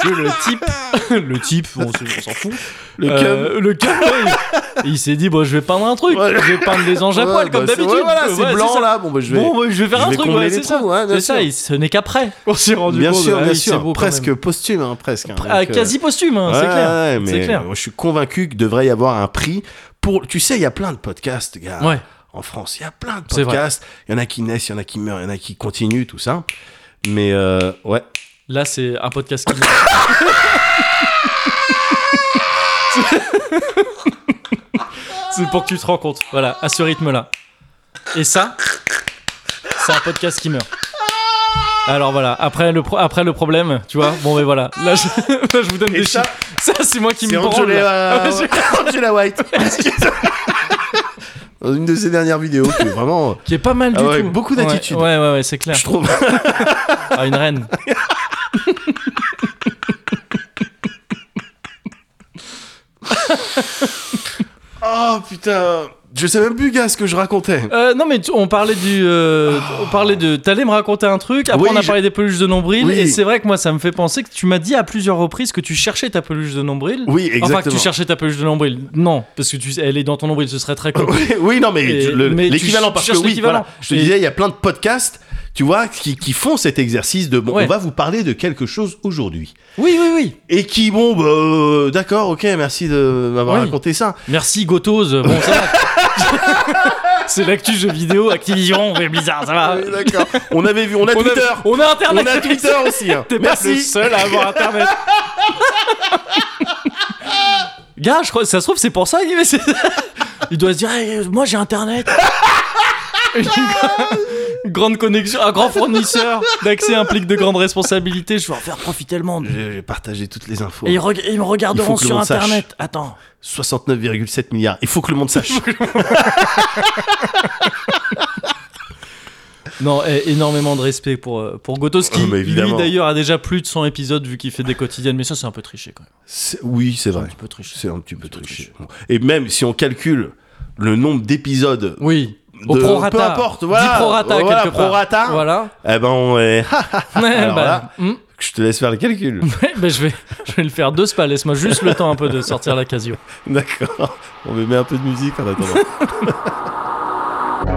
Que le type, le type, on s- on s'en fout.
Le
Euh, le cum, ouais. Et il s'est dit, bon, je vais peindre un truc.
Ouais.
Je vais peindre des anges à
Ouais,
poil,
bah,
comme
c'est-
d'habitude.
ouais, voilà,
Ouais,
c'est blanc
ça.
là. Bon, bah, je vais.
Bon, ouais, je vais faire
je
un
vais
truc,
combler
ouais,
les
c'est ça.
trous, ouais, bien
c'est ça,
sûr.
et ce n'est qu'après qu'on s'est rendu
Bien
compte.
sûr,
Ah
bien
oui, c'est
sûr.
beau quand
presque
même.
posthume, hein, presque. hein,
Ah,
donc, euh,
quasi posthume, hein, c'est
ouais,
clair.
ouais,
c'est
mais
clair.
Je suis convaincu qu'il devrait y avoir un prix pour. Tu sais, il y a plein de podcasts, gars.
Ouais.
En France, il y a plein de
C'est vrai.
podcasts. Il y en a qui naissent, il y en a qui meurent, il y en a qui continuent, tout ça. Mais euh, ouais.
Là, c'est un podcast qui. c'est pour que tu te rends compte. Voilà, à ce rythme-là. Et ça, c'est un podcast qui meurt. Alors voilà, après le, pro- après le problème, tu vois, bon mais voilà, là je, là, je vous donne
Et
des
ça,
chiffres. Ça, c'est moi qui
C'est euh,
me branle.
Angela,
Ah, ouais, je-
Angela White. Dans une de ses dernières vidéos, qui est vraiment,
Qui est pas mal du
Ah ouais,
tout.
beaucoup
Ouais,
d'attitude.
Ouais, ouais, ouais, c'est clair.
je trouve.
Ah, une reine.
Oh putain, je sais même plus, gars, ce que je racontais.
Euh, non mais tu- on parlait du, euh, on parlait de, t'allais me raconter un truc. Après
Oui,
on a
je-
parlé des peluches de nombril
Oui.
et c'est vrai que moi ça me fait penser que tu m'as dit à plusieurs reprises que tu cherchais ta peluche de nombril.
Oui, exactement.
Enfin que tu cherchais ta peluche de nombril. Non parce que tu, elle est dans ton nombril, ce serait très con.
oui, oui, non, mais
Et-
le-
mais tu
l'équivalent,
ch-
parce que
cherches
oui,
l'équivalent.
voilà, je te
Et-
disais, il y a plein de podcasts, tu vois, qui, qui font cet exercice de bon,
Ouais.
on va vous parler de quelque chose aujourd'hui.
Oui oui oui.
Et qui, bon, bah, euh, d'accord, ok, merci de m'avoir
Oui.
raconté ça.
Merci Gotose. Bon ça. va. c'est l'actu jeu vidéo, Activision, et Blizzard, ça va.
Oui, Euh, d'accord. on avait vu, on a
Ah. On a-
Twitter.
on a internet.
On a Twitter aussi. hein.
T'es pas le
Merci.
seul à avoir internet. Gars, je crois, ça se trouve, c'est pour ça. Il, mais c'est- il doit se dire, Eh, moi j'ai internet. Une gra- une grande connexion, un grand fournisseur d'accès implique de grandes responsabilités. Je vais en faire profiter le monde.
J'ai j'ai partagé toutes les infos.
Et ils, reg- ils me regarderont
Il faut que le
sur
monde sache.
internet. Attends.
69,7 milliards. Il faut que le monde sache.
Non, eh, énormément de respect pour, euh, pour Gotos qui,
Ah, mais
lui
évidemment.
d'ailleurs, a déjà plus de 100 épisodes vu qu'il fait des quotidiennes. Mais ça, c'est un peu triché quand même.
C'est- Oui, c'est vrai.
Un peu triché.
C'est un petit peu triché. Et même si on calcule le nombre d'épisodes,
Oui. Au
De-
prorata.
peu importe, voilà.
Du prorata,
Voilà,
quelque part.
prorata.
Voilà.
eh ben, on est- Alors
bah,
là-
hmm.
je te laisse faire le calcul.
Ouais, bah, je, vais, je vais le faire deux spas. Laisse-moi juste le temps un peu de sortir la casio.
D'accord. On me met un peu de musique en attendant.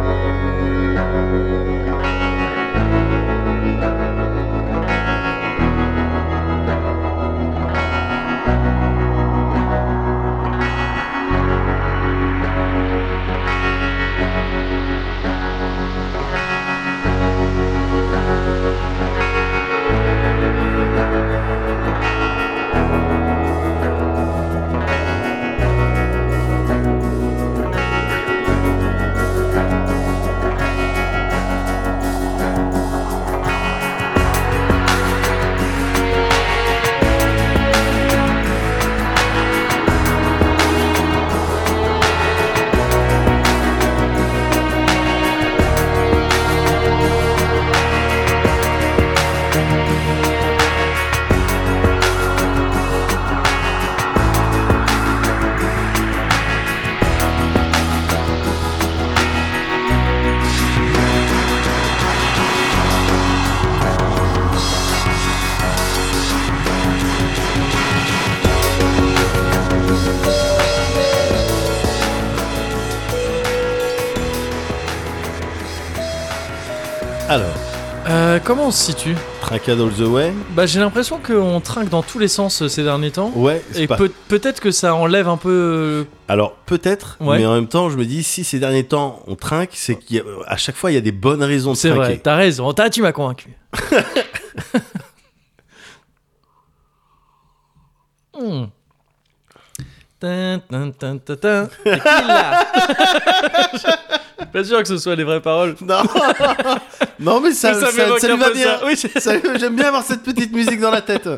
Alors,
Euh, comment on se situe
Tracade All the Way.
bah, J'ai l'impression qu'on trinque dans tous les sens euh, ces derniers temps.
Ouais, Oh, c'est
Et
pas-
peut- peut-être que ça enlève un peu. euh,
Alors, peut-être,
Ouais.
mais en même temps, je me dis, si ces derniers temps on trinque, c'est qu'à chaque fois, il y a des bonnes raisons
euh,
de
C'est
trinquer.
vrai, t'as raison. T'as- tu m'as convaincu. Hmm. Tin, tin, tin, tin, tin. Et qui l'a Je suis pas sûr que ce soit les vraies paroles.
Non, non mais ça,
Mais
ça,
m'évoque
ça
un
lui va
peu
bien.
ça. Oui, c'est-
Ça- J'aime bien avoir cette petite musique dans la tête.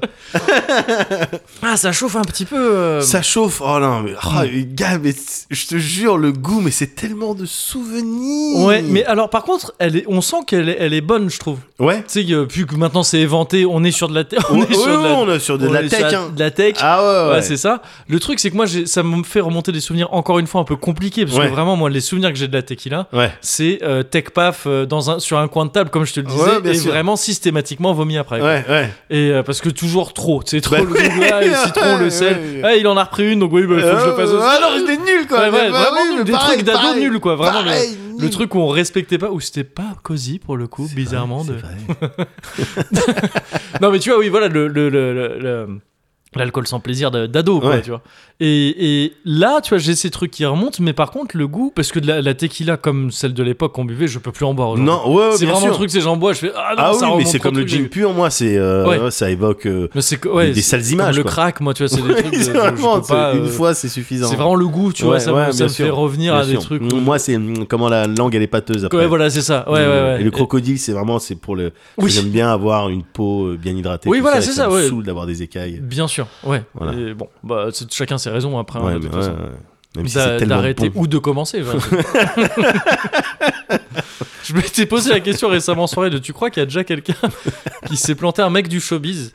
Ah, ça chauffe un petit peu. euh.
Ça chauffe. Oh non, mais
Hum.
oh, gars, mais c- je te jure, le goût, mais c'est tellement de souvenirs.
Ouais, mais alors par contre, elle est, on sent qu'elle est, elle est bonne, je trouve.
ouais.
Tu sais, euh, puis que maintenant c'est éventé, on est sur de la tech.
On,
On est sur de la-
on est sur de
on
la
est sur
tech.
la-
hein.
de la tech.
Ah ouais,
Ouais,
ouais.
c'est ça. Le truc, c'est que moi, j'ai- ça me fait remonter des souvenirs encore une fois un peu compliqués. Parce
Ouais.
que vraiment, moi, les souvenirs que j'ai de la tequila,
ouais.
c'est euh, tech paf euh, dans un, sur un coin de table, comme je te le disais,
Ouais, bien
et
sûr.
vraiment systématiquement vomi après.
Ouais, ouais.
Et euh, parce que toujours trop, tu sais, trop
Bah
le
oui.
goût, le citron, le
Ouais,
sel.
ouais.
Ah, il en a repris une, donc oui, bah, il faut que je le fasse
Euh,
aussi.
alors, j'étais nul, quoi.
Ouais, ouais,
Bah
vraiment
oui, mais
des
pareil,
trucs d'ado
pareil.
nuls, quoi, vraiment, le-
Pareil,
Le
nul.
truc où on respectait pas, où c'était pas cosy pour le coup,
C'est
bizarrement.
vrai,
de-
c'est vrai.
Non mais tu vois, oui, voilà, le, le, le- le- le- l'alcool sans plaisir de- d'ado, quoi,
Ouais.
tu vois. Et, et là, tu vois, j'ai ces trucs qui remontent, mais par contre, le goût, parce que de la, la tequila comme celle de l'époque qu'on buvait, je peux plus en boire. aujourd'hui.
Non, ouais, ouais,
c'est
bien
vraiment
sûr.
le truc, c'est j'en bois, je fais ah non, ça
Ah oui, mais
remonte
c'est
trop
comme le
truc, j'ai
gin
eu.
pur, moi, c'est euh,
Ouais.
ouais, ça évoque euh,
Mais c'est que- ouais,
des, des
c'est
sales
comme
images.
le
quoi.
crack, moi, tu vois, c'est des
Oui,
trucs. de-
c'est
je peux
vraiment, c'est-
pas,
une
euh,
fois, c'est suffisant.
C'est vraiment le goût, tu vois,
Ouais,
ça,
ouais,
me- ça
bien
me fait
sûr,
revenir
bien
à des
sûr.
trucs.
Mm,
où-
Moi, c'est mm, comment la langue, elle est pâteuse après.
Ouais, voilà, c'est ça. Ouais, ouais, ouais.
Et le crocodile, c'est vraiment, c'est pour le.
Oui.
J'aime bien avoir une peau euh, bien hydratée.
Oui,
tout
voilà,
et
c'est
ça.
ça,
me
ouais.
saoule d'avoir des écailles.
Bien sûr, ouais.
Voilà.
Et bon, bah, c'est- chacun ses raisons après, hein,
Ouais,
de toute
mais ouais,
façon.
ouais. Même si
D'a-
c'est tellement
d'arrêter
bon.
ou de commencer. genre. je m'étais posé la question récemment en soirée de tu crois qu'il y a déjà quelqu'un qui s'est planté un mec du showbiz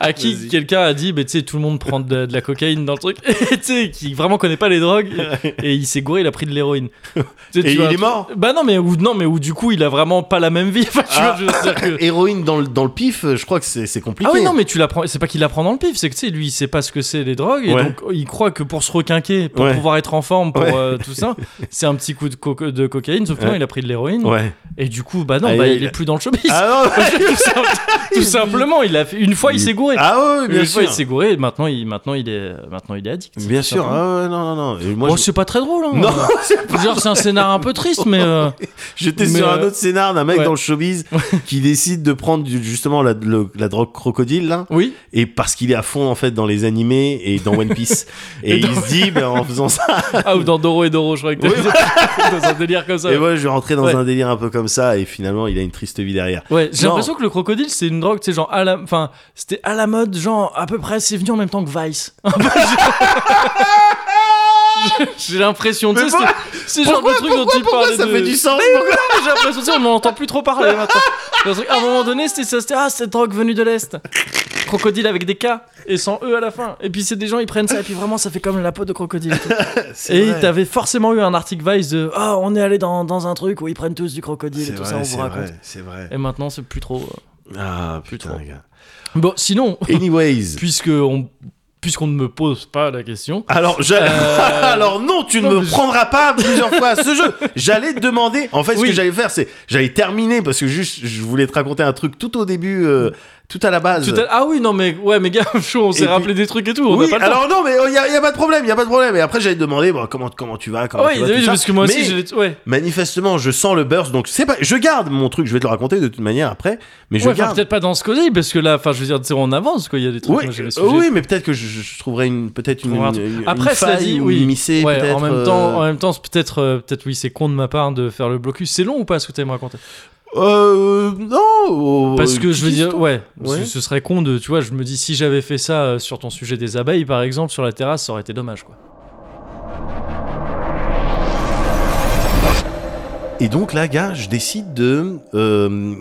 à qui
Vas-y.
quelqu'un a dit bah, tu sais tout le monde prend de, de la cocaïne dans le truc et tu sais qui vraiment connaît pas les drogues et, et il s'est gouré il a pris de l'héroïne. Tu sais, tu
Et il
vois,
est mort.
Bah non mais ou non mais ou du coup il a vraiment pas la même vie. Enfin, tu vois,
Ah.
je veux dire que-
Héroïne dans le, dans le pif, euh, je crois que c'est c'est compliqué.
Ah oui non mais tu la prends c'est pas qu'il la prend dans le pif c'est que tu sais lui il sait pas ce que c'est les drogues et
Ouais.
donc il croit que pour se requinquer pour
Ouais.
pouvoir être en forme pour
Ouais.
euh, tout ça c'est un petit coup de, coca- de cocaïne sauf que non
Ouais.
il a pris de l'héroïne
Ouais.
et du coup bah non
Ah,
bah,
il-
il est plus dans le showbiz
Ah non, ouais.
tout, sim- tout simplement il a fait une fois il,
Il-
s'est gouré
Ah ouais, bien
une fois il
sûr.
s'est gouré et maintenant il maintenant il est maintenant il est addict
Bien
tout
sûr.
simplement.
Ah ouais, non, non, non. Et Moi,
Bon,
je-
c'est pas très drôle hein.
Non, c'est pas-
genre c'est un scénar un peu triste mais euh,
j'étais
Mais,
sur un
euh,
autre scénar d'un mec
ouais.
dans le showbiz qui décide de prendre du- justement la, le- la drogue crocodile là.
oui
et parce qu'il est à fond en fait dans les animés et dans One Piece et,
Et dans-
il se dit bah, en faisant ça
ah ou dans Doro et Doro je crois que t'as
Oui.
dit. dans un délire comme ça
et voilà je vais rentrer dans
Ouais.
un délire un peu comme ça et finalement il a une triste vie derrière
Ouais, j'ai
Non.
l'impression que le crocodile c'est une drogue, tu sais, genre à la, enfin, c'était à la mode, genre à peu près, c'est venu en même temps que Vice. Un peu, j'ai- J'ai l'impression, tu sais,
Mais
c'est- c'est genre le truc dont tu parlais. de-
sens
J'ai l'impression, tu sais, on n'en entend plus trop parler maintenant. Parce que, à un moment donné, c'était ça, c'était ah cette drogue venue de l'est, crocodile avec des K et sans E à la fin. Et puis c'est des gens ils prennent ça et puis vraiment ça fait comme la peau de crocodile. Et t'avais forcément eu un article Vice de ah on est allé dans, dans un truc où ils prennent tous du crocodile et tout ça on vous raconte.
c'est vrai
Et maintenant c'est plus trop. euh.
ah
Plus
putain
trop.
les gars.
Bon sinon
anyways
puisque on puisqu'on ne me pose pas la question.
alors je- alors non tu ne
Euh, non,
me
mais je-
prendras pas plusieurs fois à ce jeu j'allais te demander en fait ce
Oui.
que j'allais faire c'est j'allais terminer parce que juste je voulais te raconter un truc tout au début euh, tout à la base
Tout à- Ah oui, non mais ouais, mais gars, chaud, on s'est
euh. puis-
rappelé des trucs et tout, on
oui,
n'a pas le temps.
alors non, mais il n'y a, y a pas de problème, il a pas de problème. Et après, j'allais te demander bon, comment, comment tu vas, comment
Ah ouais,
tu vas,
oui,
tout ça.
parce que moi aussi,
Mais
je l'ai- ouais.
Manifestement, je sens le burst, donc c'est pas. Je garde mon truc, je vais te le raconter de toute manière après, mais je
Ouais, enfin,
garde.
peut-être pas dans ce cosy, parce que là, enfin, je veux dire, tu sais, on avance, quoi, il y a des trucs,
Oui,
moi, j'ai les
euh,
sujets.
oui, mais peut-être que je, je- je trouverai une peut-être une,
On verra.
une- une
Après, cela
faille
dit,
ou
oui.
une missée,
Ouais,
peut-être.
en même
euh,
temps, en même temps, c'est peut-être, euh, peut-être, oui, c'est con de ma part de faire le blocus. C'est long ou pas ce que t'allais me raconter
euh, non. euh,
Parce que je veux dire,
Christo-
ouais, parce
Ouais.
que ce serait con de, tu vois, je me dis, si j'avais fait ça euh, sur ton sujet des abeilles, par exemple, sur la terrasse, ça aurait été dommage, quoi.
Et donc là, gars, je décide de euh, euh,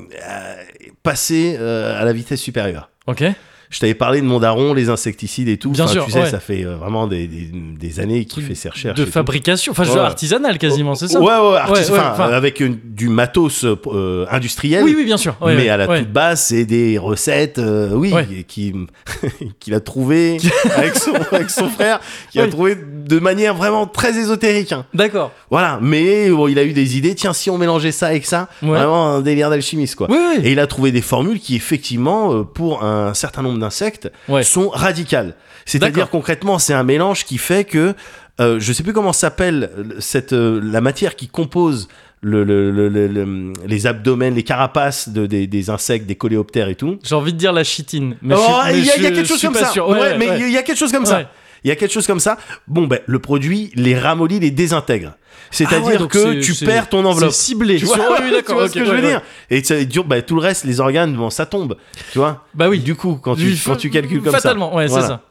passer euh, à la vitesse supérieure.
Ok
Je t'avais parlé de mon daron, les insecticides et tout.
Bien
Enfin,
sûr,
tu sais,
ouais.
ça fait euh, vraiment des, des, des années qu'il fait ses recherches.
De
et tout.
fabrication, enfin, je veux
Ouais.
dire, artisanale quasiment, c'est ça
Ouais, ouais, artis-
Ouais, ouais,
enfin,
enfin-
euh, avec une- du matos euh, euh, industriel.
Oui, oui, bien sûr. Ouais,
mais
ouais,
à la
ouais.
toute base, c'est des recettes, euh, oui,
Ouais.
qui qu'il a trouvé avec son, avec son frère, qu'il a
Oui.
trouvé de manière vraiment très ésotérique. hein.
D'accord.
Voilà, mais bon, il a eu des idées. Tiens, si on mélangeait ça avec ça,
Ouais.
vraiment un délire d'alchimiste, quoi.
Oui, oui.
Et il a trouvé des formules qui, effectivement, euh, pour un certain nombre d'insectes,
Ouais.
sont radicales. C'est-à-dire
D'accord.
concrètement, c'est un mélange qui fait que euh, je sais plus comment s'appelle euh, cette euh, la matière qui compose le, le- le- le- le- les abdomens, les carapaces de- des, des insectes, des coléoptères et tout.
J'ai envie de dire la chitine. Mais
Oh,
je suis- mais
il y, a-
je-
il y a quelque
je
chose
suis
comme
pas
ça.
sûr.
Ouais,
Ouais,
mais
ouais.
il y a quelque chose comme
Ouais.
ça. Il y a quelque chose comme ça. Bon, ben, le produit les ramollit, les désintègre.
Ah ouais,
C'est-à-dire
donc
que
c'est-
tu
c'est-
perds ton enveloppe.
C'est ciblé.
Tu vois,
Sur- oui,
tu vois
d'accord.
ce que
ok,
je veux
ouais, ouais.
dire Et ça dure, bah, tout le reste, les organes, bon, ça tombe. Tu vois
Bah oui.
Du coup, quand tu,
Du-
quand tu calcules comme ça.
Fatalement, ouais,
Voilà.
c'est ça.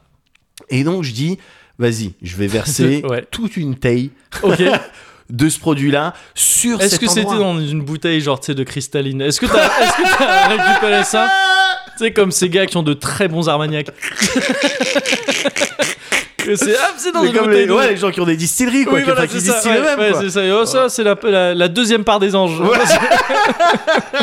Et donc, je dis, vas-y, je vais verser
Ouais.
toute une taille
Ok.
de ce produit-là sur
Est-ce
cet
que c'était
endroit.
dans une bouteille genre tu sais de cristalline Est-ce que t'as est-ce que t'as récupéré ça Tu sais comme ces gars qui ont de très bons armagnacs. Que c'est ah, c'est dans
Mais
une
comme
bouteille.
les,
de-
ouais, les gens qui ont des distilleries, quoi,
oui,
qui,
voilà,
enfin, qui
c'est ça.
distillent
ouais,
eux-mêmes.
ouais,
quoi.
c'est ça. Et, oh, ça, c'est la, la- la deuxième part des anges.
Ouais.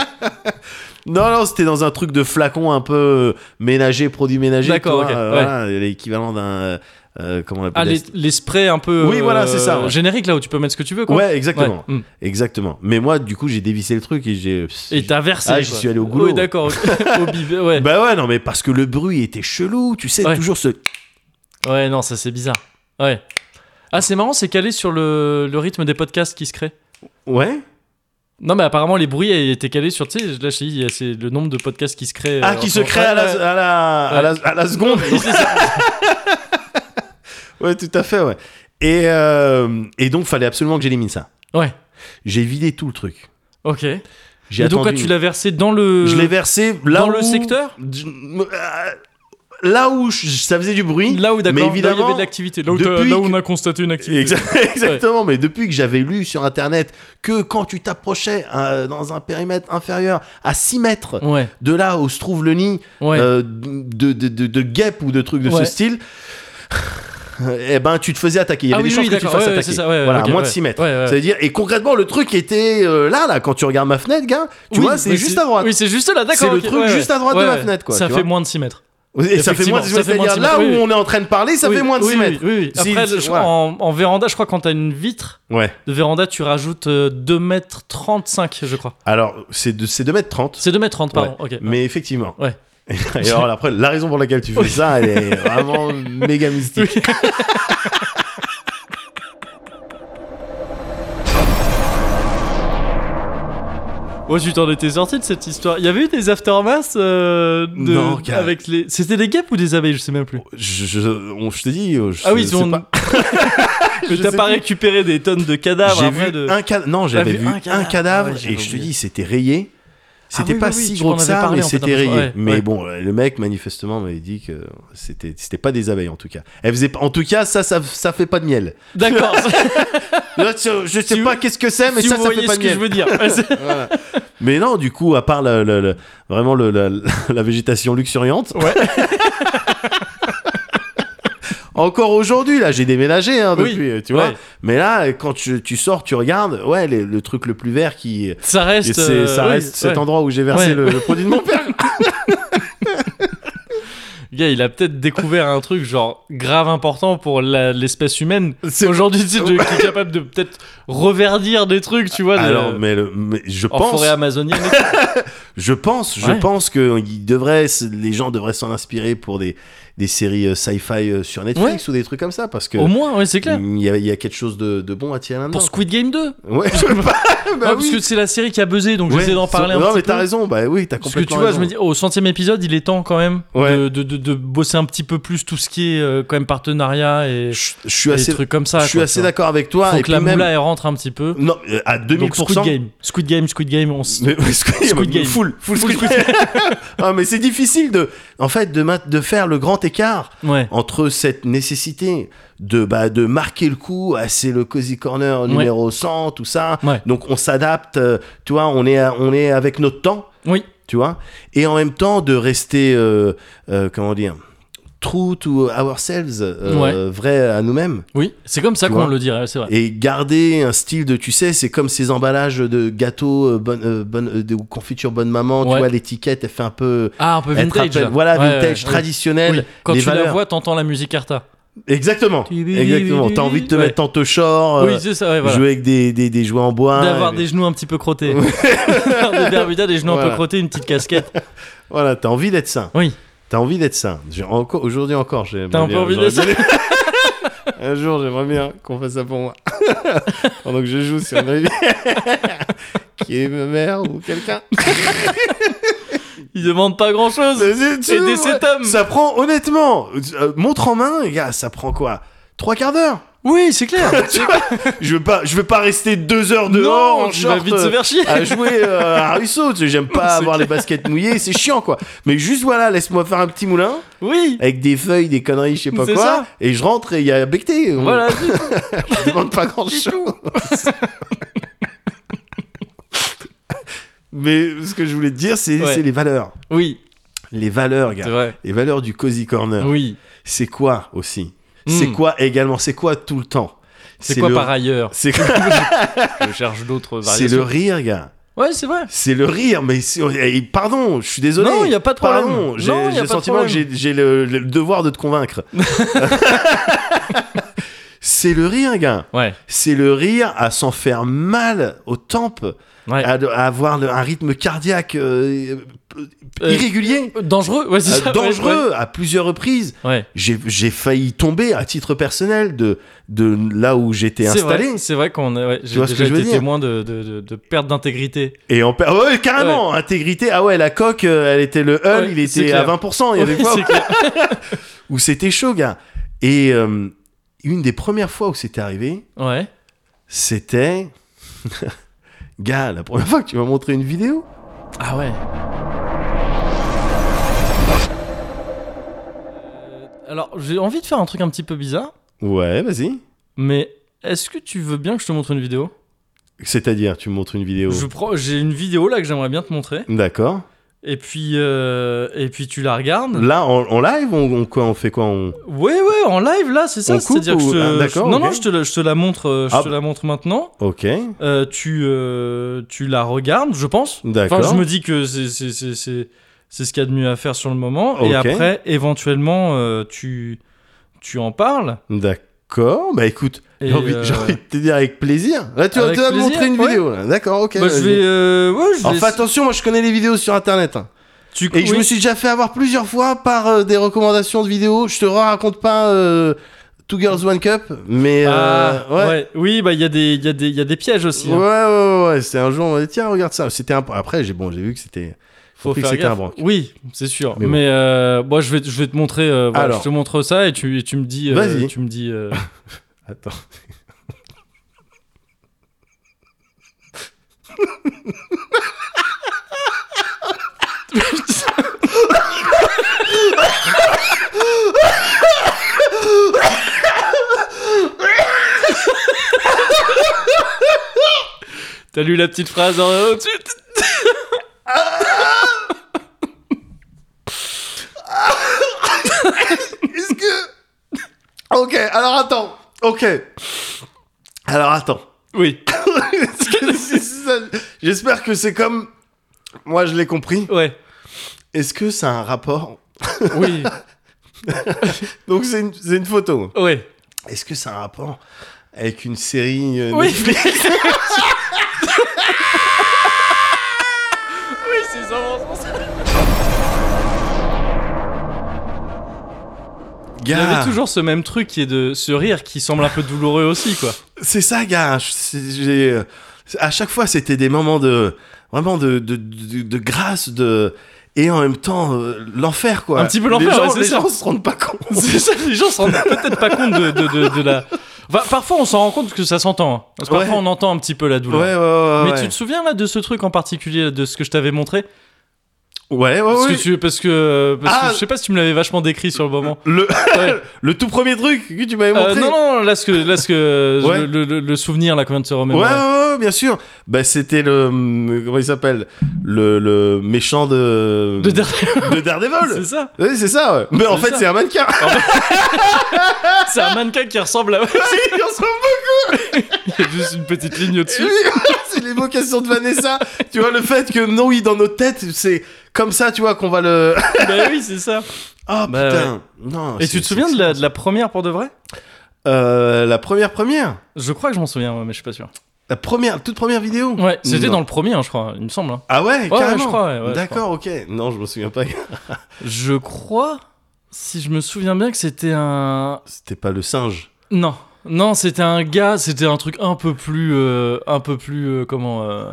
Non, non, c'était dans un truc de flacon un peu euh, ménager, produit ménager.
D'accord,
tu vois,
ok,
euh,
ouais.
voilà, l'équivalent d'un. euh, euh, comment on appelle
Ah, les, les sprays un peu.
Oui, voilà, c'est ça, ouais.
Générique là où tu peux mettre ce que tu veux. Quoi.
Ouais, exactement.
Ouais, mm.
Exactement. Mais moi, du coup, j'ai dévissé le truc et j'ai.
Et t'as versé.
Ah, j'y
quoi.
suis allé au goulot.
Oui, d'accord. ok. au bivet, ouais.
Bah ouais, non, mais parce que le bruit était chelou, tu sais,
Ouais.
toujours ce.
Ouais, non, ça c'est bizarre. Ouais. Ah, c'est marrant, c'est calé sur le, le rythme des podcasts qui se créent.
Ouais.
Non, mais apparemment, les bruits étaient calés sur. Tu sais, là, je t'ai dit, il y a- c'est le nombre de podcasts qui se créent.
Ah,
euh,
qui
en
se
ce
crée
moment.
à la,
Ouais,
à la, à la, à la seconde.
ouais. C'est ça.
ouais, tout à fait, ouais. Et, euh, et donc, fallait absolument que j'élimine ça.
Ouais,
J'ai vidé tout le truc.
ok. Et
J'ai
donc,
attendu
quoi, tu
une-
l'as versé dans le.
Je l'ai versé là
Euh, Dans
où-
le secteur
Je- euh, Là où je- ça faisait du bruit.
Là où, d'accord,
mais
là où il y
évidemment,
avait de l'activité. Là où, t'as-
depuis
là où on
que-
a constaté une activité.
Exact- Exactement, mais depuis que j'avais lu sur internet que quand tu t'approchais euh, dans un périmètre inférieur à 6 mètres
Ouais,
de là où se trouve le nid
ouais.
euh, de, de, de, de guêpe ou de trucs de
Ouais.
ce style, eh ben tu te faisais attaquer. Il y
Ah
avait
oui,
des
oui,
chances que tu te
d'accord,
fasses
ouais, ouais,
attaquer.
c'est ça, ouais,
voilà,
ok,
à moins de
ouais.
6 mètres.
Ouais, ouais.
Ça veut dire, et concrètement, le truc était euh, là, là, quand tu regardes ma fenêtre, gars, tu
Oui,
vois, c'est
mais
juste à droite.
Oui, c'est juste là, d'accord.
C'est le
ok,
truc
ouais,
juste à droite de
ouais,
ma
ouais.
fenêtre, quoi,
Ça
tu
fait
vois.
moins de 6 mètres.
Et ça fait moins de
Effectivement, ça fait moins de
c'est-à-dire
six
là où
mètres, oui,
on est en train de parler, ça
Oui,
fait moins de
oui,
6
oui,
mètres.
Oui, oui.
Si-
Après, je
si-
crois, en, en véranda, je crois, quand t'as une vitre
Ouais.
de véranda, tu rajoutes 2 mètres 35, je crois.
Alors, c'est de, c'est 2m30.
C'est 2 mètres 30, pardon. ok.
Mais effectivement.
Ouais.
Et alors, après, la raison pour laquelle tu fais ça, elle est vraiment méga mystique.
Ouais, tu t'en étais sorti de cette histoire. Il y avait eu des aftermaths euh, de-
Non, gars.
avec les. C'était des guêpes ou des abeilles, je sais même plus.
Je, je, on- je te dis, je
ah oui,
sais
ils ont.
pas.
Mais
Je
t'as
sais
pas
plus.
récupéré des tonnes de cadavres
J'ai
après
vu
de.
un cadavre. Non, j'avais
vu
vu
un
un cadavre,
cadavre. Ah ouais, j'avais
et je te
oublié. Ah
dis, c'était rayé. C'était
oui,
pas
oui, oui,
si
tu
gros
m'en
que
avais
ça,
parlé,
mais
en fait,
c'était
un peu.
rayé.
Ouais,
mais
ouais.
bon, le mec, manifestement, m'avait dit que c'était c'était pas des abeilles, en tout cas. Elle faisait, pas- en tout cas, ça, ça, ça fait pas de miel.
D'accord.
Là, je, je sais
Si
pas qu'est-ce que c'est, Ah, mais
si
ça,
vous
ça
voyez
fait pas
ce
de
que je
miel.
veux dire. Ouais, c'est-
Voilà. Mais non, du coup, à part le- le- le- vraiment le- la, la végétation luxuriante.
Ouais.
Encore aujourd'hui, là, j'ai déménagé hein,
Oui.
depuis, tu vois.
Ouais.
Mais là, quand tu, tu sors, tu regardes, ouais, les- le truc le plus vert qui.
Ça
et
reste.
c'est-
euh,
ça
oui,
reste cet
ouais.
endroit où j'ai versé
Ouais.
le, le produit de mon père.
Le Gars, il a peut-être découvert un truc genre grave important pour la- l'espèce humaine.
C'est-
Aujourd'hui, tu sais, de- qui est capable de peut-être reverdir des trucs, tu vois. de-
Alors, mais, le- mais je
en
pense,
forêt amazonienne. et
je pense, je
Ouais.
pense que il devrait, les gens devraient s'en inspirer pour des, des séries euh, sci-fi euh, sur Netflix ou des trucs comme ça, parce que
tout. Au moins, ouais, c'est clair.
il y, a- il y a quelque chose de, de bon à tirer là-dedans.
Pour Squid Game 2.
Ouais, je veux pas.
Ouais,
bah
Parce que
oui.
c'est la série qui a buzzé, donc
Ouais,
j'essaie d'en parler un
non,
petit
mais
peu.
t'as raison, bah oui, t'as
Parce que
complètement
tu vois, je me dis, au centième épisode, il est temps quand même
Ouais.
de, de, de- de bosser un petit peu plus tout ce qui est euh, quand même partenariat et,
raison. je, je suis
et
assez,
trucs comme ça.
je suis
quoi,
assez
tu vois.
d'accord avec toi.
Faut
et
que la
puis même,
moula elle rentre un petit peu.
non, euh, à 2000%.
Donc Squid Game, Squid Game, Squid Game, on s-
Mais, mais Squid,
Squid Game.
Full, full,
Full
Squid Ah, mais c'est difficile de, en fait, de, ma- de faire le grand écart
ouais.
entre cette nécessité de, bah, de marquer le coup, ah, c'est le Cozy Corner numéro 100, tout ça.
Ouais.
Donc on s'adapte, euh, tu vois, on est, à- on est avec notre temps.
Oui.
tu vois et en même temps de rester euh, euh, comment dire true to ourselves euh, vrai à nous-mêmes
Oui, c'est comme ça
Tu
qu'on
vois.
le dirait, c'est vrai.
et garder un style de tu sais c'est comme ces emballages de gâteaux euh, bonne euh, bonne euh, de ou confiture bonne maman tu
Ouais.
vois l'étiquette elle fait un peu
Ah, un peu
elle te
vintage.
rappelle-
là.
voilà
Ouais,
vintage
ouais, ouais.
traditionnel
Oui. Quand
les
tu
valeurs
la vois, t'entends la musique Arta.
exactement exactement t'as envie de te
Ouais.
mettre en te short euh,
oui, c'est ça, ouais, voilà.
jouer avec des, des, des jouets en bois
D'avoir
et-
des genoux un petit peu crottés. des Bermudas, des genoux un peu
Voilà.
crottés, une petite casquette.
voilà t'as envie d'être ça
Oui.
t'as envie d'être ça J'ai encore aujourd'hui encore j'ai
T'as un peu envie de ça.
Un jour, j'aimerais bien qu'on fasse ça pour moi. Pendant que je joue sur une rivière. Qui est ma mère ou quelqu'un.
Il demande pas grand chose.
C'est
des
vrai.
septums.
Ça prend, honnêtement, euh, montre en main, les gars, ça prend quoi Trois quarts d'heure
Oui, c'est clair.
Tu vois, je veux pas, je veux pas rester deux heures dehors
Non,
en
tu
short,
vas vite se faire chier.
à jouer euh, à Russo. Tu sais, J'aime pas
C'est
avoir les baskets mouillées, c'est chiant quoi. Mais juste voilà, laisse-moi faire un petit moulin
oui.
avec des feuilles, des conneries, je sais pas
C'est
quoi,
ça.
et je rentre et il y a becté. On-
Voilà.
je demande pas grand chose. Mais ce que je voulais te dire, c'est
Ouais.
c'est les valeurs,
Oui,
les valeurs,
c'est
gars,
vrai.
les valeurs du cozy corner.
Oui.
C'est quoi aussi
Mm.
C'est quoi également C'est quoi tout le temps
C'est quoi
le-
par ailleurs
C'est
Je cherche d'autres
C'est le
variations.
rire, gars.
Ouais, c'est vrai.
C'est le rire, mais c'est- eh, pardon, je suis désolé.
Non, y a pas de problème.
Pardon, j'ai
Non, y a
j'ai
pas
le
de
sentiment que
problème.
j'ai j'ai le, le devoir de te convaincre. c'est le rire, gars.
Ouais.
C'est le rire à s'en faire mal aux tempes,
Ouais.
à, de- à avoir le- un rythme cardiaque euh,
Euh,
irrégulier,
Dangereux. Ouais, c'est
euh,
ça. ouais,
dangereux à plusieurs reprises.
Ouais. Ouais.
J'ai j'ai failli tomber à titre personnel de, de là où j'étais
C'est
installé.
vrai, c'est vrai qu'on a, ouais, j'ai
vois ce que
déjà
je veux
été
dire
témoin de, de, de, de perte d'intégrité.
Et en per- ah ouais, carrément, intégrité. Ah ouais, la coque, euh, elle était le hull,
Ouais,
il
c'est
était à
clair.
20%. Il y avait
Oui,
pas
c'est clair.
où c'était chaud, gars. Et euh, une des premières fois où c'était arrivé,
Ouais.
c'était. gars, la première fois que tu m'as montré une vidéo.
Ah ouais. Euh, Alors, j'ai envie de faire un truc un petit peu bizarre,
Ouais, vas-y.
mais est-ce que tu veux bien que je te montre une vidéo
C'est-à-dire, tu me montres une vidéo.
Je prends, j'ai une vidéo là que j'aimerais bien te montrer,
D'accord.
et puis euh, et puis tu la regardes.
Là, en, en live, on, on- quoi, on fait quoi on...
Ouais ouais, en live là, c'est ça.
On coupe
C'est-à-dire que je
ou-
te,
ah,
je-
d'accord,
non non,
ok.
je te la, je te la montre, euh, je
Ah.
te la montre maintenant.
Ok.
Euh, tu euh, tu la regardes, je pense.
D'accord.
Enfin, je me dis que c'est c'est- c'est- c'est- c'est ce qu'il y a de mieux à faire sur le moment.
Ok.
Et après, éventuellement, euh, tu, tu en parles.
D'accord. Bah écoute,
Et,
j'ai envie,
euh,
j'ai envie de te dire avec plaisir. Là, tu vas
Avec
tu vas me
plaisir,
montrer une
ouais.
vidéo. là. D'accord, ok.
bah, je
vas-y.
vais. euh, ouais, je
Alors,
vais-
fais attention, moi je connais les vidéos sur internet. hein.
tu,
Et je
oui.
me suis déjà fait avoir plusieurs fois par euh, des recommandations de vidéos. Je te raconte pas euh, Two Girls One Cup, mais euh,
Ah,
ouais.
ouais. Oui, bah, il y, a des- il y, a des- il y a des pièges aussi.
Ouais,
hein.
ouais, ouais, ouais. C'était un jour, on m'a dit, tiens, regarde ça. C'était un... Après, j'ai bon, j'ai vu que c'était.
Faut
compris que
faire
c'était un
gaffe.
branque.
Oui, c'est sûr.
Mais
Mais,
bon.
euh, moi, je vais, te- je vais te montrer. euh, voilà,
Alors.
je te montre ça et tu, et tu me dis. euh,
Vas-y.
Tu me dis. euh,
Attends.
T'as lu la petite phrase en haut dessus
Est-ce que. Ok, alors attends. Ok. Alors attends.
Oui.
C'est ça. J'espère que c'est comme. Moi, je l'ai compris.
Ouais.
Est-ce que ça a un rapport
Oui.
Donc, c'est une, c'est une photo.
Ouais.
Est-ce que ça a un rapport avec une série euh,
Oui.
Netflix
Oui, c'est ça. Il
Gars,
avait toujours ce même truc qui est de ce rire qui semble un peu douloureux aussi, quoi.
c'est ça, gars. Je- c'est- j'ai, euh, à chaque fois, c'était des moments de vraiment de, de, de- de grâce, de et en même temps euh, l'enfer, quoi.
Un petit peu
Les
l'enfer,
gens-
ouais, c'est
Les
ça.
gens se rendent pas compte.
C'est ça, les gens se rendent peut-être pas compte de, de, de- de la. Enfin, parfois, on s'en rend compte que ça s'entend. hein. Parce que
Ouais.
parfois, on entend un petit peu la
Ouais, ouais,
douleur.
ouais. ouais,
Mais
ouais.
tu te souviens là de ce truc en particulier, de ce que je t'avais montré
Ouais, ouais,
Parce
ouais.
que tu, parce que, parce que
Ah.
je sais pas si tu me l'avais vachement décrit sur le moment.
Le,
Ouais.
le tout premier truc que tu m'avais
Euh,
montré.
non, non, là ce que, là ce que,
Ouais.
le, le- le souvenir là qu'on vient de se
Ouais,
remémorer.
ouais, ouais, bien sûr. Bah, c'était le. hum, Comment il s'appelle le, le méchant de.
De dernier-
de Daredevil.
c'est ça.
Oui, c'est ça, ouais. Mais en
C'est
fait,
ça.
c'est un mannequin.
C'est un mannequin qui ressemble à.
Il ressemble
Il y a juste une petite ligne
Et
au-dessus.
oui, c'est l'évocation de Vanessa. tu vois, le fait que, non, oui, dans nos têtes, c'est comme ça, tu vois, qu'on va le.
bah oui, c'est ça.
Ah
Bah
putain.
Et
Non. Ah, c'est-
tu te souviens
c'est-
de la, de la première pour de vrai
Euh, la première première
Je crois que je m'en souviens, ouais, mais je suis pas sûr.
La première, toute première vidéo
Ouais, c'était
Non.
dans le premier, hein, je crois, il me semble. hein.
Ah ouais, carrément.
ouais, je crois, ouais, ouais, je
D'accord, ok. Non, je me souviens pas.
Je crois, si je me souviens bien, que c'était un.
C'était pas le singe.
Non, non, c'était un gars, c'était un truc un peu plus. euh, un peu plus. euh, comment. euh,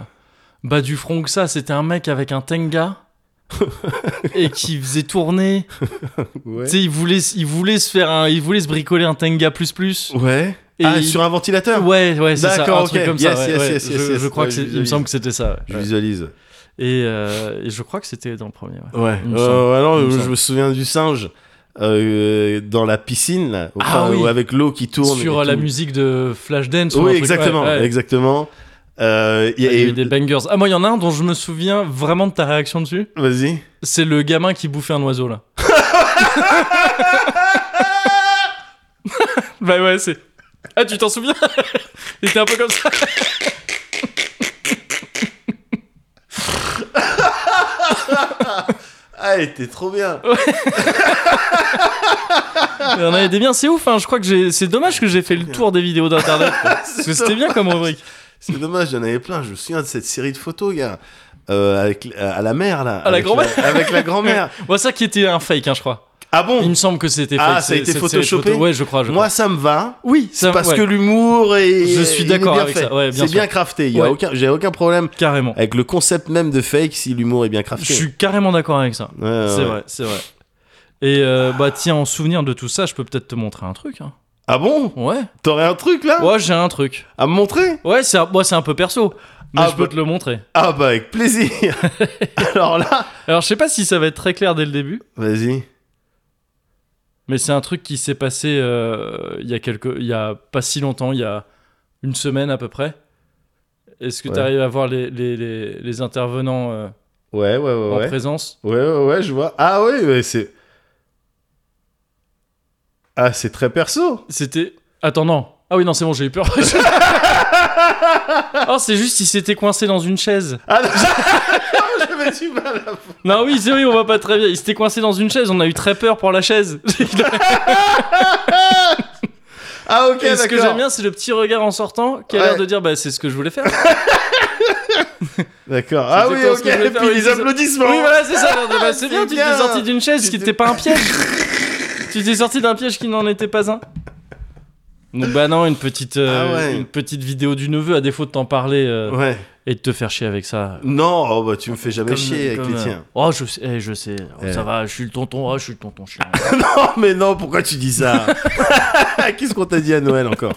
bas du front que ça. C'était un mec avec un tenga. et qui faisait tourner. Tu sais, il voulait, il voulait se faire un, il voulait se bricoler un Tenga plus plus.
Ouais.
Et
ah,
il-
sur un ventilateur
Ouais, ouais, c'est ça.
D'accord,
un
ok.
truc comme
Yes,
ça. ouais,
yes,
ouais.
yes, yes,
je,
yes.
je crois
Ouais,
que c'est-
je
il me semble que c'était ça. ouais.
Je visualise.
Et, euh, et je crois que c'était dans le premier. ouais.
Ouais.
Il me
Euh,
semble.
alors,
Il me
je
semble.
me souviens du singe euh, dans la piscine, là, au-
Ah
enfin,
oui.
ou avec l'eau qui tourne.
Sur
et
euh, la
tout.
musique de Flashdance. ou un
Oui,
truc,
exactement,
ouais, ouais.
exactement. Euh, il y a-
Il y a eu des bangers. Ah, moi, il y en a un dont je me souviens vraiment de ta réaction dessus.
Vas-y.
C'est le gamin qui bouffait un oiseau, là. bah ouais, c'est. Ah, tu t'en souviens Il était un peu comme ça.
Ah, elle était trop bien.
Il y en a des biens, c'est ouf, hein. Je crois que j'ai- c'est dommage que j'ai fait le tour des vidéos d'internet. quoi. Parce que c'était bien comme rubrique.
C'est dommage, il y en avait plein. Je me souviens de cette série de photos, gars. Euh, avec, à la mère, là.
la
Avec
grand-mère.
Avec la grand-mère.
Moi, ça qui était un fake, hein, je crois.
Ah
Il
bon
me semble que c'était fake.
Ah, ça a
c'est-
été
cette série de
photoshopé
photos. Ouais, je crois. je
Moi,
crois.
ça me va.
oui, ça,
Parce
ouais,
que l'humour est.
Je suis
il est
d'accord
bien
avec
fait.
ça, ouais, bien
C'est
sûr.
bien crafté. Il y a
Ouais.
aucun, j'ai aucun problème
Carrément.
avec le concept même de fake si l'humour est bien crafté.
Je suis carrément d'accord avec ça.
Ouais, ouais,
c'est
ouais.
vrai, c'est vrai. Et euh, bah tiens, en souvenir de tout ça, je peux peut-être te montrer un truc. hein.
Ah bon
Ouais.
T'aurais un truc là
Ouais, j'ai un truc.
À me montrer
Ouais, c'est un, moi, c'est un peu perso, mais
Ah
je peux
bah-
te le montrer.
Ah bah avec plaisir Alors là
Alors, je sais pas si ça va être très clair dès le début,
Vas-y.
mais c'est un truc qui s'est passé euh, il y a quelques, il y a pas si longtemps, il y a une semaine à peu près. Est-ce que
Ouais.
tu arrives à voir les, les, les- les intervenants euh,
Ouais, ouais, ouais,
en
ouais.
présence
Ouais, ouais, ouais, je vois. Ah ouais, ouais, c'est. Ah, c'est très perso
C'était. Attends, non. Ah oui, non, c'est bon, j'ai eu peur. oh, c'est juste, il s'était coincé dans une chaise.
Ah non, je me suis mal à fond.
Non, oui, c'est oui, on va pas très bien. Il s'était coincé dans une chaise, on a eu très peur pour la chaise.
Ah ok,
Et
d'accord.
ce que j'aime bien, c'est le petit regard en sortant qui a
Ouais.
l'air de dire bah, c'est ce que je voulais faire.
D'accord. Ah oui,
exactement ce
ok,
que je voulais
et
faire,
puis
oui,
les
c'est ça.
applaudissements
oui, voilà, c'est ça. Bah, c'est
C'est
bien, tu t'es
bien.
sorti d'une chaise qui
C'était-
n'était pas un piège. tu t'es sorti d'un piège qui n'en était pas un. Donc, bah non, une petite, euh,
Ah ouais.
une petite vidéo du neveu à défaut de t'en parler euh,
Ouais.
et de te faire chier avec ça.
Non, oh, bah tu me fais jamais
Comme-
chier avec
comme,
les
euh,
tiens.
Oh, je sais, eh, je sais. Oh,
Eh.
Ça va, je suis le tonton. Oh, je suis le tonton chiant.
Non, Oh, mais non, pourquoi tu dis ça Qu'est-ce qu'on t'a dit à Noël encore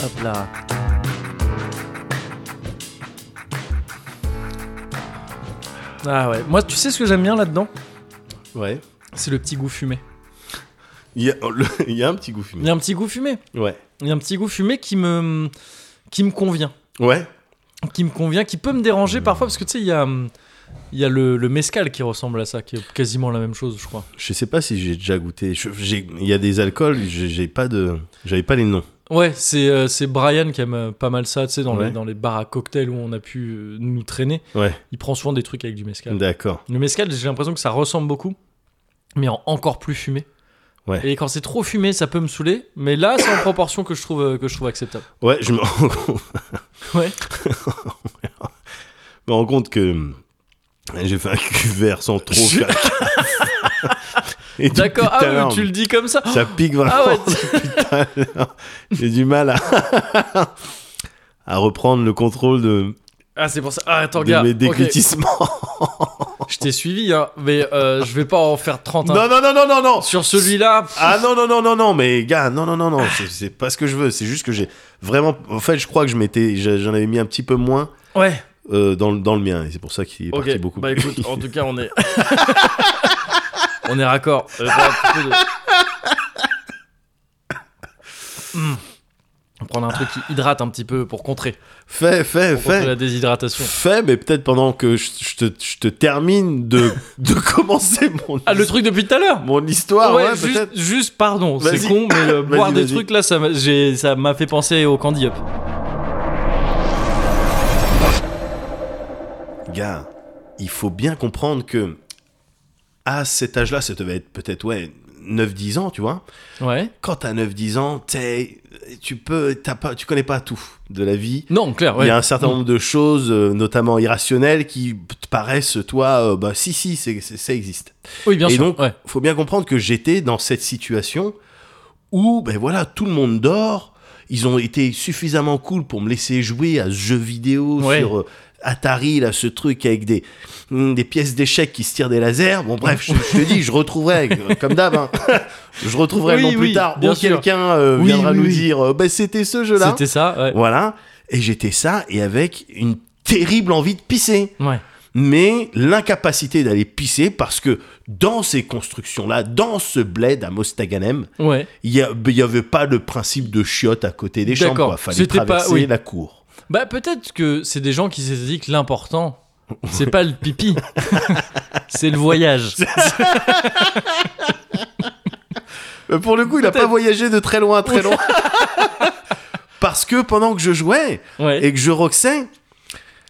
Hop là. Ah ouais. Moi, tu sais ce que j'aime bien là-dedans
Ouais.
C'est le petit goût fumé.
Il y, a, le- il y a un petit goût
Il y
fumé.
a un petit goût fumé.
Ouais.
Il y a un petit goût fumé qui me, qui me convient.
Ouais.
Qui me convient, qui peut me
Mm.
déranger parfois parce que tu sais, il y a, hum, il y a le, le mescal qui ressemble à ça, qui est quasiment la même chose, je crois.
Je sais pas si j'ai déjà goûté. Je- j'ai- Il y a des alcools, j'ai j'ai pas de, j'avais pas les noms.
Ouais, c'est euh, c'est Brian qui aime euh, pas mal ça, tu sais, dans, les,
Ouais.
dans les bars à cocktails où on a pu euh, nous traîner.
Ouais. Mm.
Il prend souvent des trucs avec du mescal.
D'accord.
Le mescal, j'ai l'impression que ça ressemble beaucoup, mais en encore plus fumé.
Ouais.
Et quand c'est trop fumé, ça peut me saouler, mais là, c'est en proportion que je trouve, euh, que je trouve acceptable.
Ouais, je me rends compte,
Ouais.
je me rends compte que hum, j'ai fait un cuvert sans trop.
Je-
faire Et depuis
D'accord,
tout à
ah,
l'heure,
oui, tu le dis comme ça.
Ça pique vraiment.
Ah ouais.
depuis tout à l'heure. j'ai du mal à, à reprendre le contrôle de,
Ah, c'est pour ça. Ah, attends,
de
gars.
mes
ok,
déglutissements.
Je t'ai suivi, hein, mais euh, je vais pas en faire 30. hein.
Non, non, non, non, non, non.
Sur celui-là, pff,
Ah non, non, non, non, non, mais gars, non, non, non, non, c'est- c'est pas ce que je veux. C'est juste que j'ai vraiment. En fait, je crois que je m'étais, j'a- j'en avais mis un petit peu moins
ouais.
euh, dans, le- dans le mien. Et c'est pour ça qu'il est
Ok,
parti beaucoup
bah
plus.
écoute, en tout cas, on est. on est raccord. Euh, bah, un petit peu de- Hmm. prendre un truc qui hydrate un petit peu pour contrer,
Fais, fais,
pour contrer
fais.
la déshydratation.
Fais, mais peut-être pendant que je, je te, je te termine de, de commencer mon,
Ah, le truc depuis tout à l'heure
mon histoire, ouais,
Ouais, juste,
peut-être.
juste pardon, c'est
Vas-y.
con, mais le
Vas-y,
boire des
vas-y.
trucs là, ça m'a j'ai- ça m'a fait penser au Candy Up.
Gars, il faut bien comprendre que à cet âge-là, ça devait être peut-être, ouais, 9-10 ans, tu vois.
Ouais.
Quand t'as 9-10 ans, t'es- tu peux, t'as pas, tu connais pas tout de la vie.
Non, clair, ouais.
Il y a un certain nombre de choses, euh, notamment irrationnelles, qui te paraissent, toi, euh, bah si, si, c'est- c'est- ça existe.
Oui, bien
Et
sûr.
donc,
ouais.
faut bien comprendre que j'étais dans cette situation où, ben voilà, tout le monde dort. Ils ont été suffisamment cool pour me laisser jouer à ce jeu vidéo
Ouais.
sur euh, Atari, là, ce truc avec des, hum, des pièces d'échecs qui se tirent des lasers. Bon, bref, je, je te dis, je retrouverai, euh, comme d'hab, hein. je retrouverai
Oui,
le nom plus
oui,
tard
bien
où
sûr.
quelqu'un euh,
Oui,
viendra
oui,
nous
oui.
dire, euh, ben c'était ce jeu-là.
C'était ça, ouais.
Voilà. Et j'étais ça, et avec une terrible envie de pisser
Ouais.
mais l'incapacité d'aller pisser parce que dans ces constructions-là, dans ce bled à Mostaganem,
Ouais.
il n'y avait pas le principe de chiotte à côté des chambres.
D'accord.
Quoi. Fallait
C'était pas-
traverser
oui.
la cour.
Bah, peut-être que c'est des gens qui se sont dit que l'important, c'est pas le pipi, c'est le voyage.
Euh, Pour le coup, il n'a pas voyagé de très loin, à très loin. parce que pendant que je jouais
Ouais.
et que je roxais,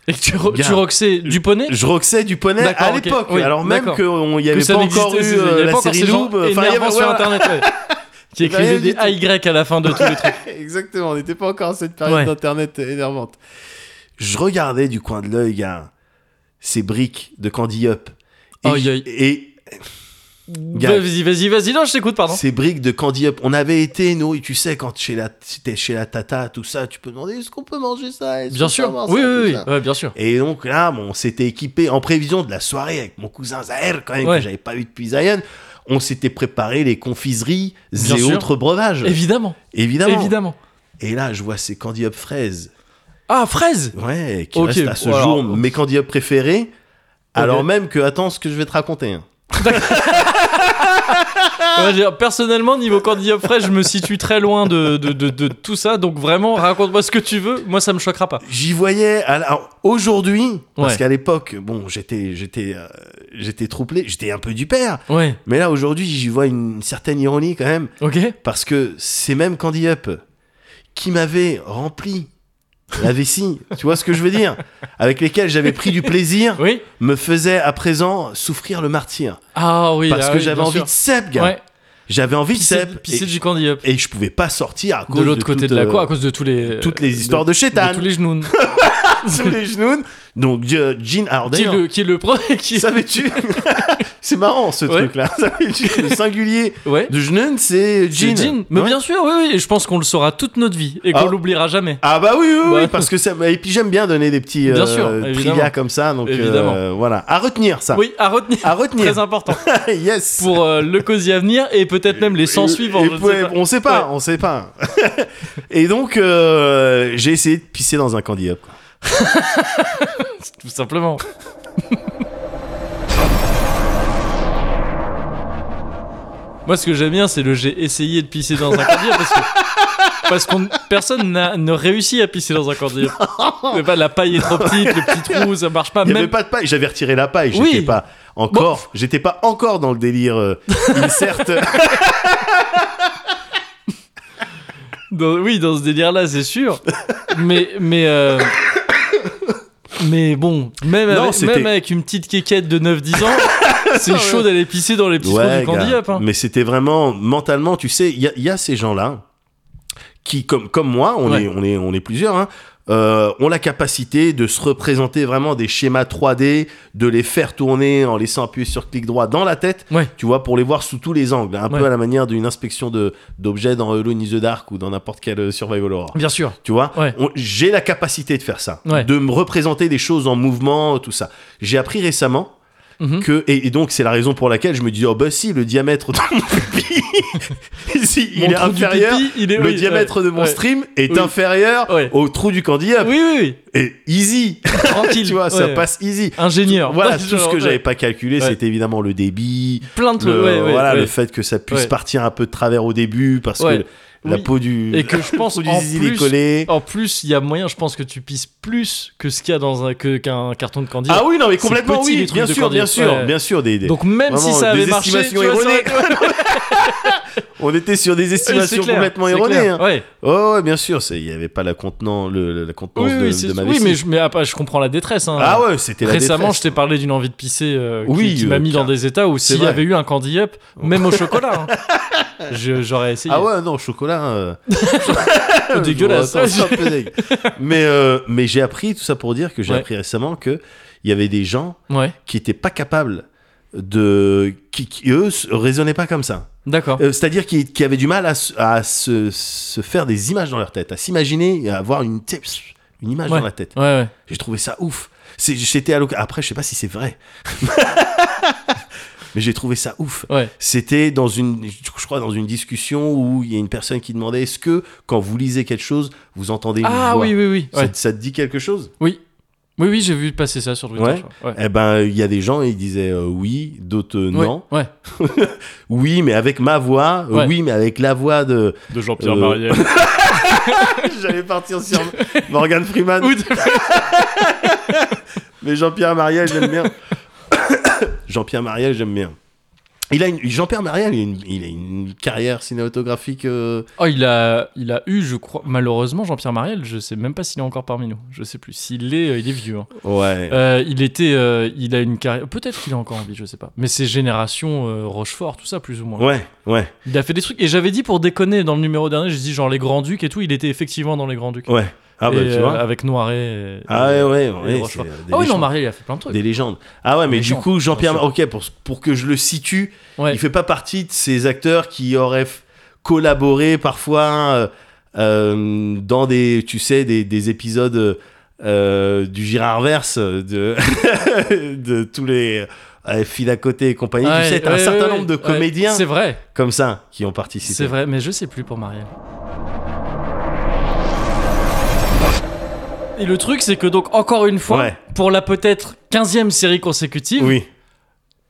Et que tu, ro-
Gars.
tu roxais du poney
je roxais du poney
D'accord,
à
ok.
l'époque.
Oui,
alors même
d'accord.
qu'il n'y avait
que ça
pas
n'existait,
encore eu
c'est- il y
euh,
avait
la
pas encore
série
ces gens
Noob. Enfin, il y
énervants sur
avait- voilà.
Internet, ouais. qui
Il y avait
écrivaient des
rien du
AY à la fin de tous les trucs.
Exactement, on n'était pas encore à cette période
Ouais.
d'internet énervante. Je regardais du coin de l'œil, gars, ces briques de Candy Up. Et,
Aïe, aïe.
et Gars.
Bah, Vas-y, vas-y, vas-y, non, je t'écoute, pardon.
ces briques de Candy Up, on avait été, nous, et tu sais, quand chez la, t'es chez la tata, tout ça, tu peux demander est-ce qu'on peut manger ça Est-ce
Bien
qu'on peut
sûr.
avoir ça
Oui,
Tout
oui, oui.
ça.
Ouais, bien sûr.
Et donc là, bon, on s'était équipé en prévision de la soirée avec mon cousin Zahir, quand même,
Ouais.
que j'avais pas vu depuis Zion. On s'était préparé les confiseries
Bien
et
sûr.
autres breuvages.
Évidemment.
évidemment.
Évidemment.
Et là, je vois ces Candy Up fraises.
Ah, fraise
Ouais, qui
Ok,
reste à ce
bon,
jour
alors-
mes candidats préférés. Alors même que, attends, ce que je vais te raconter. hein. Ah.
Ouais, je veux dire, Personnellement, niveau candy up fraise, je me situe très loin de, de, de, de tout ça. Donc vraiment, raconte-moi ce que tu veux. Moi, ça me choquera pas.
J'y voyais, alors aujourd'hui, parce
Ouais.
qu'à l'époque, bon, j'étais, j'étais, euh, j'étais troublé, j'étais un peu du père.
Ouais.
Mais là, aujourd'hui, j'y vois une certaine ironie quand même,
Ok.
parce que ces mêmes Candy Up qui m'avaient rempli la vessie, tu vois ce que je veux dire, avec lesquels j'avais pris du plaisir,
Oui.
me faisaient à présent souffrir le martyr,
Ah oui.
parce
ah
que
oui,
j'avais
bien
envie
sûr.
de cèpe, gars.
Ouais.
J'avais envie de
Pisser,
cèpe.
pisser
et-
du candy up.
et je pouvais pas sortir à cause
De l'autre côté
toute,
de la
euh,
cour, à cause de tous les euh,
toutes les histoires de,
de,
chétane
tous les genoux.
sous les genoux. Donc euh, Jean, alors
qui est
d'ailleurs,
le qui est le premier qui.
savais-tu C'est marrant ce
Ouais.
truc-là. Savais-tu que le singulier
Ouais.
de genoux c'est Jean.
C'est Jean. Mais
Ouais.
bien sûr, oui, oui. Et je pense qu'on le saura toute notre vie et qu'on
Ah.
l'oubliera jamais.
Ah bah oui, oui, oui,
Bah.
parce que ça. Et puis j'aime bien donner des petits
Bien
euh,
sûr, évidemment.
trivia comme ça. Donc euh,
Évidemment.
voilà, à retenir ça.
Oui, à retenir.
Ah. À retenir.
Très important
yes.
pour euh, le cosy avenir et peut-être même les 100
Et-
suivants.
et
je ne
ouais,
sais pas.
On sait pas,
Ouais.
on sait pas. et donc euh, j'ai essayé de pisser dans un candy up. quoi.
Tout simplement. Moi, ce que j'aime bien, c'est le j'ai essayé de pisser dans un cordier parce que. Parce qu'on personne n'a- ne réussit à pisser dans un cordier. Mais pas la paille est trop petite, le petit trou, ça marche pas.
Il n'y avait
Même
pas de paille, j'avais retiré la paille, j'étais
Oui.
pas encore, j'étais pas encore dans le délire euh, insert.
Dans- oui, dans ce délire-là, c'est sûr. mais mais euh, mais bon, même,
Non,
avec,
c'était-
même avec une petite quéquette de 9-10 ans, c'est chaud d'aller pisser dans les petits
Ouais,
trous du candy
gars,
up. hein.
mais c'était vraiment mentalement, tu sais, il y, a- il y a ces gens-là qui, comme, comme moi, on,
Ouais.
est, on, est, on est plusieurs, hein, euh, ont la capacité de se représenter vraiment des schémas 3D, de les faire tourner en laissant appuyer sur clic droit dans la tête,
Ouais.
tu vois, pour les voir sous tous les angles, un peu
Ouais.
à la manière d'une inspection de- d'objets dans Alone in the Dark ou dans n'importe quel euh, survival horror.
Bien sûr.
Tu vois,
Ouais.
On- j'ai la capacité de faire ça,
Ouais.
de me représenter des choses en mouvement, tout ça. J'ai appris récemment
Mhm.
que, et, et donc c'est la raison pour laquelle je me dis, oh bah si, le diamètre de mon pipi, si,
Mon
il est
trou du
inférieur,
pipi, il est-
le
oui,
diamètre
ouais,
de mon
ouais.
stream est
Oui.
inférieur
Ouais.
au trou du candy up.
Oui, oui, oui.
Et easy,
Tranquille.
tu vois, ça
ouais.
passe easy.
Ingénieur.
Voilà,
Ouais,
tout
genre,
ce que
ouais.
j'avais pas calculé,
Ouais.
c'était évidemment le débit,
Plein de trucs.
le,
ouais, ouais,
voilà,
ouais.
le fait que ça puisse
Ouais.
partir un peu de travers au début parce
Ouais.
que la
Oui.
peau du.
Et que je pense
la peau du
en
zizi est
plus-
collée.
En plus, il y a moyen, je pense que tu pisses plus que ce qu'il y a dans un que- qu'un carton de candy.
Ah oui, non, mais complètement,
petit, les
oui,
trucs
bien
de
sûr, bien
cordier.
sûr,
Ouais.
bien sûr, des, des-
Donc même si
vraiment,
ça
des
avait marché, tu
estimations
vois, ça aurait-
erronées. On était sur des
Oui, c'est
estimations
clair,
complètement
c'est
erronées.
clair.
hein.
Ouais.
Oh, ouais, bien sûr, c'est- il n'y avait pas la, contenant, le- le- la contenance
Oui,
de,
oui, c'est-
de ma
oui,
vessie.
mais, je, mais après, je comprends la détresse. hein.
Ah ouais, c'était la
Récemment,
détresse.
je t'ai parlé d'une envie de pisser euh, qui-
Oui,
qui, m'a
euh,
mis dans des états où
c'est
s'il y
vrai.
avait eu un candy up, même au chocolat, hein, je- j'aurais essayé.
Ah ouais, non, chocolat. euh,
Dégueulasse.
Ouais, c'est un peu dégueu. mais euh, mais j'ai appris, tout ça pour dire que j'ai
Ouais.
appris récemment que il y avait des gens
Ouais,
qui étaient pas capables de. qui, qui, eux, s- raisonnaient pas comme ça.
d'accord.
Euh, C'est-à-dire qui, qui avaient du mal à, se- à se, se faire des images dans leur tête, à s'imaginer, à avoir une, tu sais, une image
ouais.
dans la tête.
Ouais, ouais.
J'ai trouvé ça ouf. C'est- J'étais à l'oc- Après, je sais pas si c'est vrai. Mais j'ai trouvé ça ouf.
Ouais.
C'était dans une, je crois, dans une discussion où il y a une personne qui demandait est-ce que quand vous lisez quelque chose, vous entendez une
Ah
voix
oui, oui, oui.
ça,
ouais.
te- ça te dit quelque chose
Oui, oui, oui j'ai vu passer ça sur Twitter.
Ouais.
je crois.
Eh ben, il y a des gens ils disaient euh, oui, d'autres euh,
Ouais.
non.
Ouais.
Oui, mais avec ma voix. euh,
Ouais.
Oui, mais avec la voix de.
De Jean-Pierre
Euh,
Mariel.
J'allais partir sur Morgan Freeman. Mais Jean-Pierre Mariel, j'aime bien. Jean-Pierre Mariel, j'aime bien. Il a une, Jean-Pierre Mariel, il a une, il a une carrière cinématographique. euh,
Oh, il a, il a eu, je crois, malheureusement, Jean-Pierre Mariel, je sais même pas s'il est encore parmi nous. Je sais plus. S'il est, euh, il est vieux. hein.
Ouais.
Euh, il était, euh, il a une carrière. Peut-être qu'il est encore en vie, je sais pas. Mais c'est Génération euh, Rochefort, tout ça, plus ou moins.
Ouais, ouais,
Il a fait des trucs. Et j'avais dit pour déconner dans le numéro dernier, j'ai dit genre Les Grands Ducs et tout. Il était effectivement dans Les Grands Ducs.
ouais. Ah bah,
Et,
tu
euh,
vois.
Avec Noiret. et-
ah ouais, ouais,
et
ouais.
Rochefort.
c'est, euh, des
Ah oui, non,
légendes.
Mariel, il a fait plein de trucs.
Des légendes. Ah ouais, mais
Des
du
légendes,
coup, Jean-Pierre,
bien
ok, pour, pour que je le situe,
Ouais.
il fait pas partie de ces acteurs qui auraient f- collaboré parfois euh, euh, dans des, tu sais, des, des épisodes euh, du Girardverse de, de tous les euh, fil à côté et compagnie.
Ouais,
tu sais, t'as
ouais,
un certain
ouais,
nombre de
ouais.
comédiens
C'est vrai,
comme ça qui ont participé.
c'est vrai, mais je sais plus pour Marielle. Et le truc, c'est que donc, encore une fois,
Ouais.
pour la peut-être 15 e série consécutive, il
Oui.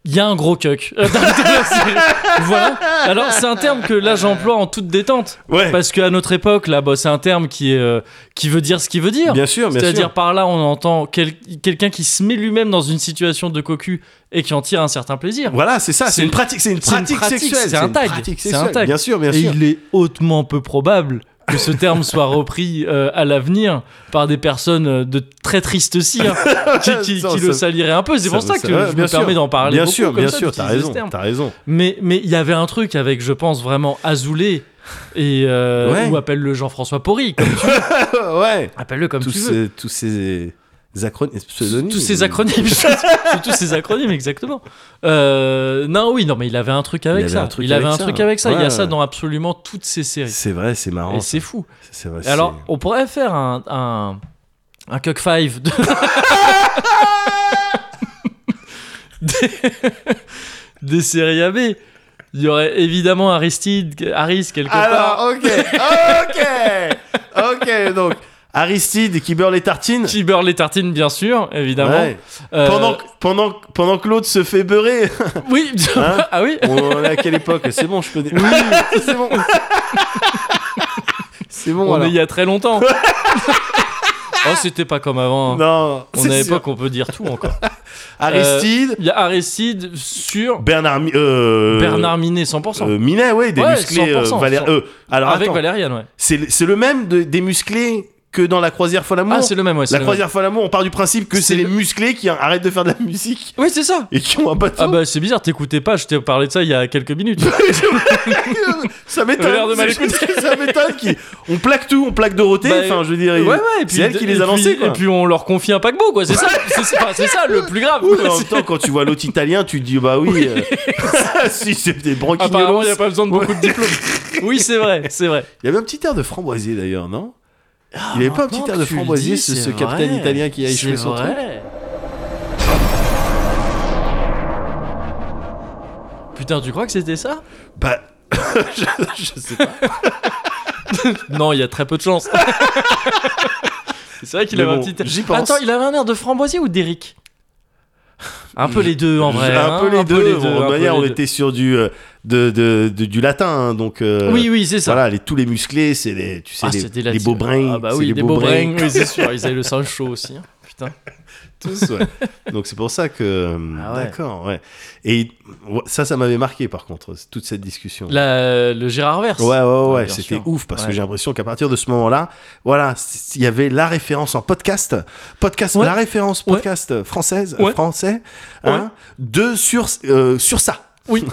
y a un gros cuck. Euh, dans la série. voilà. Alors, c'est un terme que là, j'emploie en toute détente.
Ouais.
Parce qu'à notre époque, là, bah, c'est un terme qui, est, euh, qui veut dire ce qu'il veut dire.
Bien sûr, bien sûr.
C'est-à-dire par là, on entend quel- quelqu'un qui se met lui-même dans une situation de cocu et qui en tire un certain plaisir.
Voilà, c'est ça.
C'est
C'est une pratique, c'est une
c'est une
pratique
pratique,
sexuelle.
c'est un
une
tag,
pratique
c'est un
sexuelle.
tag.
Bien sûr, bien
Et
sûr.
il est hautement peu probable que ce terme soit repris euh, à l'avenir par des personnes euh, de très triste cire qui, qui-
Ça,
qui le
ça-
saliraient un peu. C'est pour ça, que
ouais,
je
bien
me
sûr.
permets d'en parler.
Bien
beaucoup,
sûr,
comme
bien
ça,
sûr, t'as
d'utiliser ce
raison,
terme.
t'as raison.
Mais mais il y avait un truc avec, je pense, vraiment Azoulay et euh,
Ouais.
ou appelle-le Jean-François Porry, comme tu-
ouais.
appelle-le comme
Tous
tu veux.
ces, tous ces acronymes, pseudonymes.
Tous ces acronymes, je- c'est tous ces acronymes exactement. Euh, non, oui, non, mais il avait un truc avec
avait
ça.
un truc
il avait
avec
un
ça.
truc avec ça. il y a
Ouais,
ça
ouais.
dans absolument toutes ces séries.
C'est vrai, c'est marrant.
Et c'est fou.
C'est vrai,
Et
c'est-
Alors, on pourrait faire un un, un cuck five de... des... des séries AB. Il y aurait évidemment Aristide, Aris quelque part,
Alors, ok, ok, ok. Donc, Aristide qui beurre les tartines.
qui beurre les tartines bien sûr, évidemment.
Ouais.
Euh,
Pendant, que- pendant, que- pendant que l'autre se fait beurrer.
oui,
Hein
ah oui,
On est à quelle époque C'est bon, je connais. c'est bon. c'est bon,
on est
alors.
il y a très longtemps. oh, c'était pas comme avant.
Non,
On
c'est
à
sûr.
l'époque, euh, on peut dire tout encore.
Aristide,
Il y a Aristide sur
Bernard, Mi- euh,
Bernard Minet 100%.
euh, Minet, ouais, des
Ouais,
musclés. euh,
100%,
Valé-
cent-
euh, alors,
avec
attends.
Valériane, ouais.
C'est le- c'est le même de- des musclés que dans la croisière folle amour.
Ah, c'est le même, ouais. c'est
la
le même.
croisière folle amour, on part du principe que
C'est
c'est
le-
les musclés qui arrêtent de faire de la musique
Oui, c'est ça.
et qui ont un bateau.
Ah bah c'est bizarre, t'écoutais pas, je t'ai parlé de ça il y a quelques minutes. T'as
ça
l'air
m'étonne.
de mal
C'est juste que ça m'étonne qui on plaque tout, on plaque Dorothée.
Bah,
Enfin, je veux dire,
Ouais,
il-
ouais, et puis,
c'est elle qui les
et
a
puis-
lancés. quoi.
Et puis on leur confie un paquebot, quoi, c'est ça, c'est, c'est- enfin, c'est ça le plus grave.
Oui,
quoi.
mais en
C'est-
même temps, quand tu vois l'autre italien, tu te dis bah oui, euh, si c'est des
Apparemment,
branquignolos.
il n'y a pas besoin de beaucoup de diplômes. oui, c'est vrai, c'est vrai.
Il y avait un petit air de framboisier d'ailleurs, non
Ah,
Il y avait pas un petit air de framboisier, ce, ce capitaine italien qui a échoué son truc.
Putain, tu crois que c'était ça
Bah, je, je sais pas.
Non, il y a très peu de chance. c'est vrai qu'il
Mais
avait
bon,
un petit air.
j'y pense.
Attends, il avait un air de framboisier ou d'Eric Un peu les deux en vrai.
un
hein,
peu les deux.
un
on,
peu
manière,
les
on
deux.
était sur du euh, de, de- de- du latin. hein, donc, euh,
oui, oui, c'est ça.
Voilà, les, tous les musclés, c'est les, tu sais,
Ah,
les,
c'était
les
là-dessus.
beaux brins.
Ah, bah
c'est
oui,
les
des
beaux
beaux
brins.
brins, oui, c'est sûr. Ils avaient le sein chaud aussi. hein. Putain.
tous, ouais. Donc c'est pour ça que.
Ah ouais.
D'accord, ouais. Et ça, ça m'avait marqué par contre, toute cette discussion.
La- le Gérard Verse.
Ouais, ouais, ouais,
bien
c'était
sûr.
ouf parce que
Ouais.
j'ai l'impression qu'à partir de ce moment-là, voilà, c- il y avait la référence en podcast, podcast,
Ouais.
la référence
Ouais.
podcast euh, française,
Ouais.
français, hein, de sur, euh, sur ça.
Oui.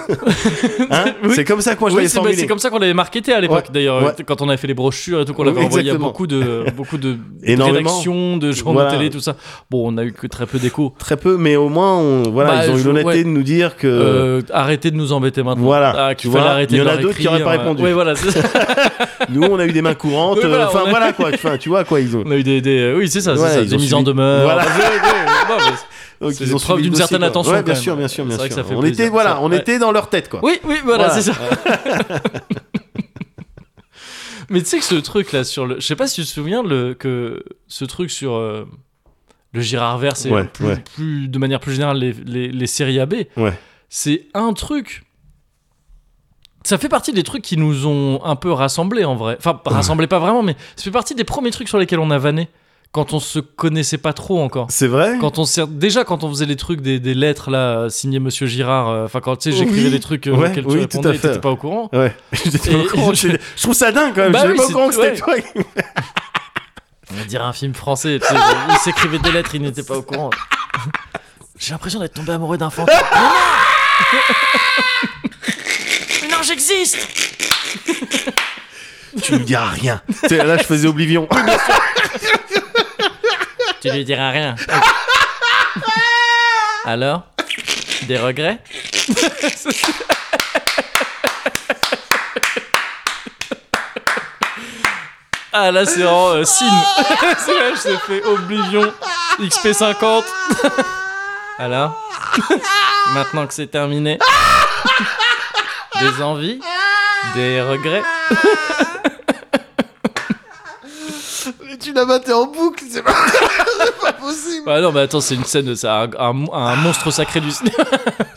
Hein
Oui.
C'est comme ça que moi je
Oui,
l'avais
c'est bah,
formulé.
c'est comme ça qu'on l'avait marketé à l'époque
Ouais,
d'ailleurs
ouais.
quand on avait fait les brochures et tout qu'on l'avait
Oui,
envoyé à
exactement.
beaucoup de beaucoup de
Énormément.
rédactions de gens
Voilà.
de télé tout ça bon on a eu que très peu d'écho
Très peu, mais au moins, on- voilà,
Bah,
ils ont eu
je-
l'honnêteté
ouais.
de nous dire que.
Euh, arrêtez de nous embêter maintenant
Voilà,
Ah,
tu
qu'il
vois,
fallait arrêter
il y
de
en a
leur
d'autres qui auraient pas
écrire, euh,
répondu.
ouais voilà c'est ça.
Nous, on a eu des mains courantes.
Oui,
euh,
voilà,
Enfin,
on a-
voilà quoi. Enfin, tu vois quoi, ils ont.
on a eu des, des- oui c'est ça, c'est
Voilà,
ça,
ils ont
des mises
suivi.
en demeure
Voilà.
Bah, ouais, ouais, ouais, ouais.
Donc,
C'est
ils ont
preuve
suivi le
d'une
dossier,
certaine
quoi.
attention,
Ouais,
quand
bien
même.
sûr, bien sûr, bien
C'est vrai
sûr.
que ça fait
on
plaisir,
était, voilà,
ça.
on
Ouais.
était dans leur tête quoi.
Oui, oui, voilà,
Voilà.
c'est ça. Mais tu sais que ce truc là sur le, je sais pas si tu te souviens le que ce truc sur euh, le Girard vert, c'est
Ouais,
plus,
ouais.
plus- de manière plus générale les, les, les séries AB.
Ouais.
C'est un truc. Ça fait partie des trucs qui nous ont un peu rassemblés en vrai. Enfin, rassemblés pas vraiment, mais ça fait partie des premiers trucs sur lesquels on a vanné quand on se connaissait pas trop encore.
C'est vrai.
Quand on s'est- déjà quand on faisait les trucs des, des lettres là euh, signées Monsieur Girard, euh, enfin quand tu sais j'écrivais
Oui.
des trucs euh,
Ouais,
auxquels tu
oui, tout à
répondais, et
fait.
t'étais pas au courant.
Ouais. J'étais
Et-
pas au courant,
je-
j'étais- je trouve ça dingue quand même.
Bah
J'étais
oui,
pas au
c'est-
courant que c'était
ouais.
toi. qui-
On dirait un film français. Tu sais, il s'écrivait des lettres, il n'était pas au courant. J'ai l'impression d'être tombé amoureux d'un fantôme. Mais non Mais non, j'existe
Tu me diras rien. Tu sais, Là, je faisais Oblivion.
Tu lui diras rien. Alors Des regrets Ah là, c'est en euh, signe. c'est là, je t'ai fait Oblivion XP50. Alors Maintenant que c'est terminé, des envies, des regrets.
Mais tu l'as battu en boucle. C'est pas, c'est pas possible.
Bah non, mais attends, c'est une scène de ça, un, un- un monstre sacré du cinéma.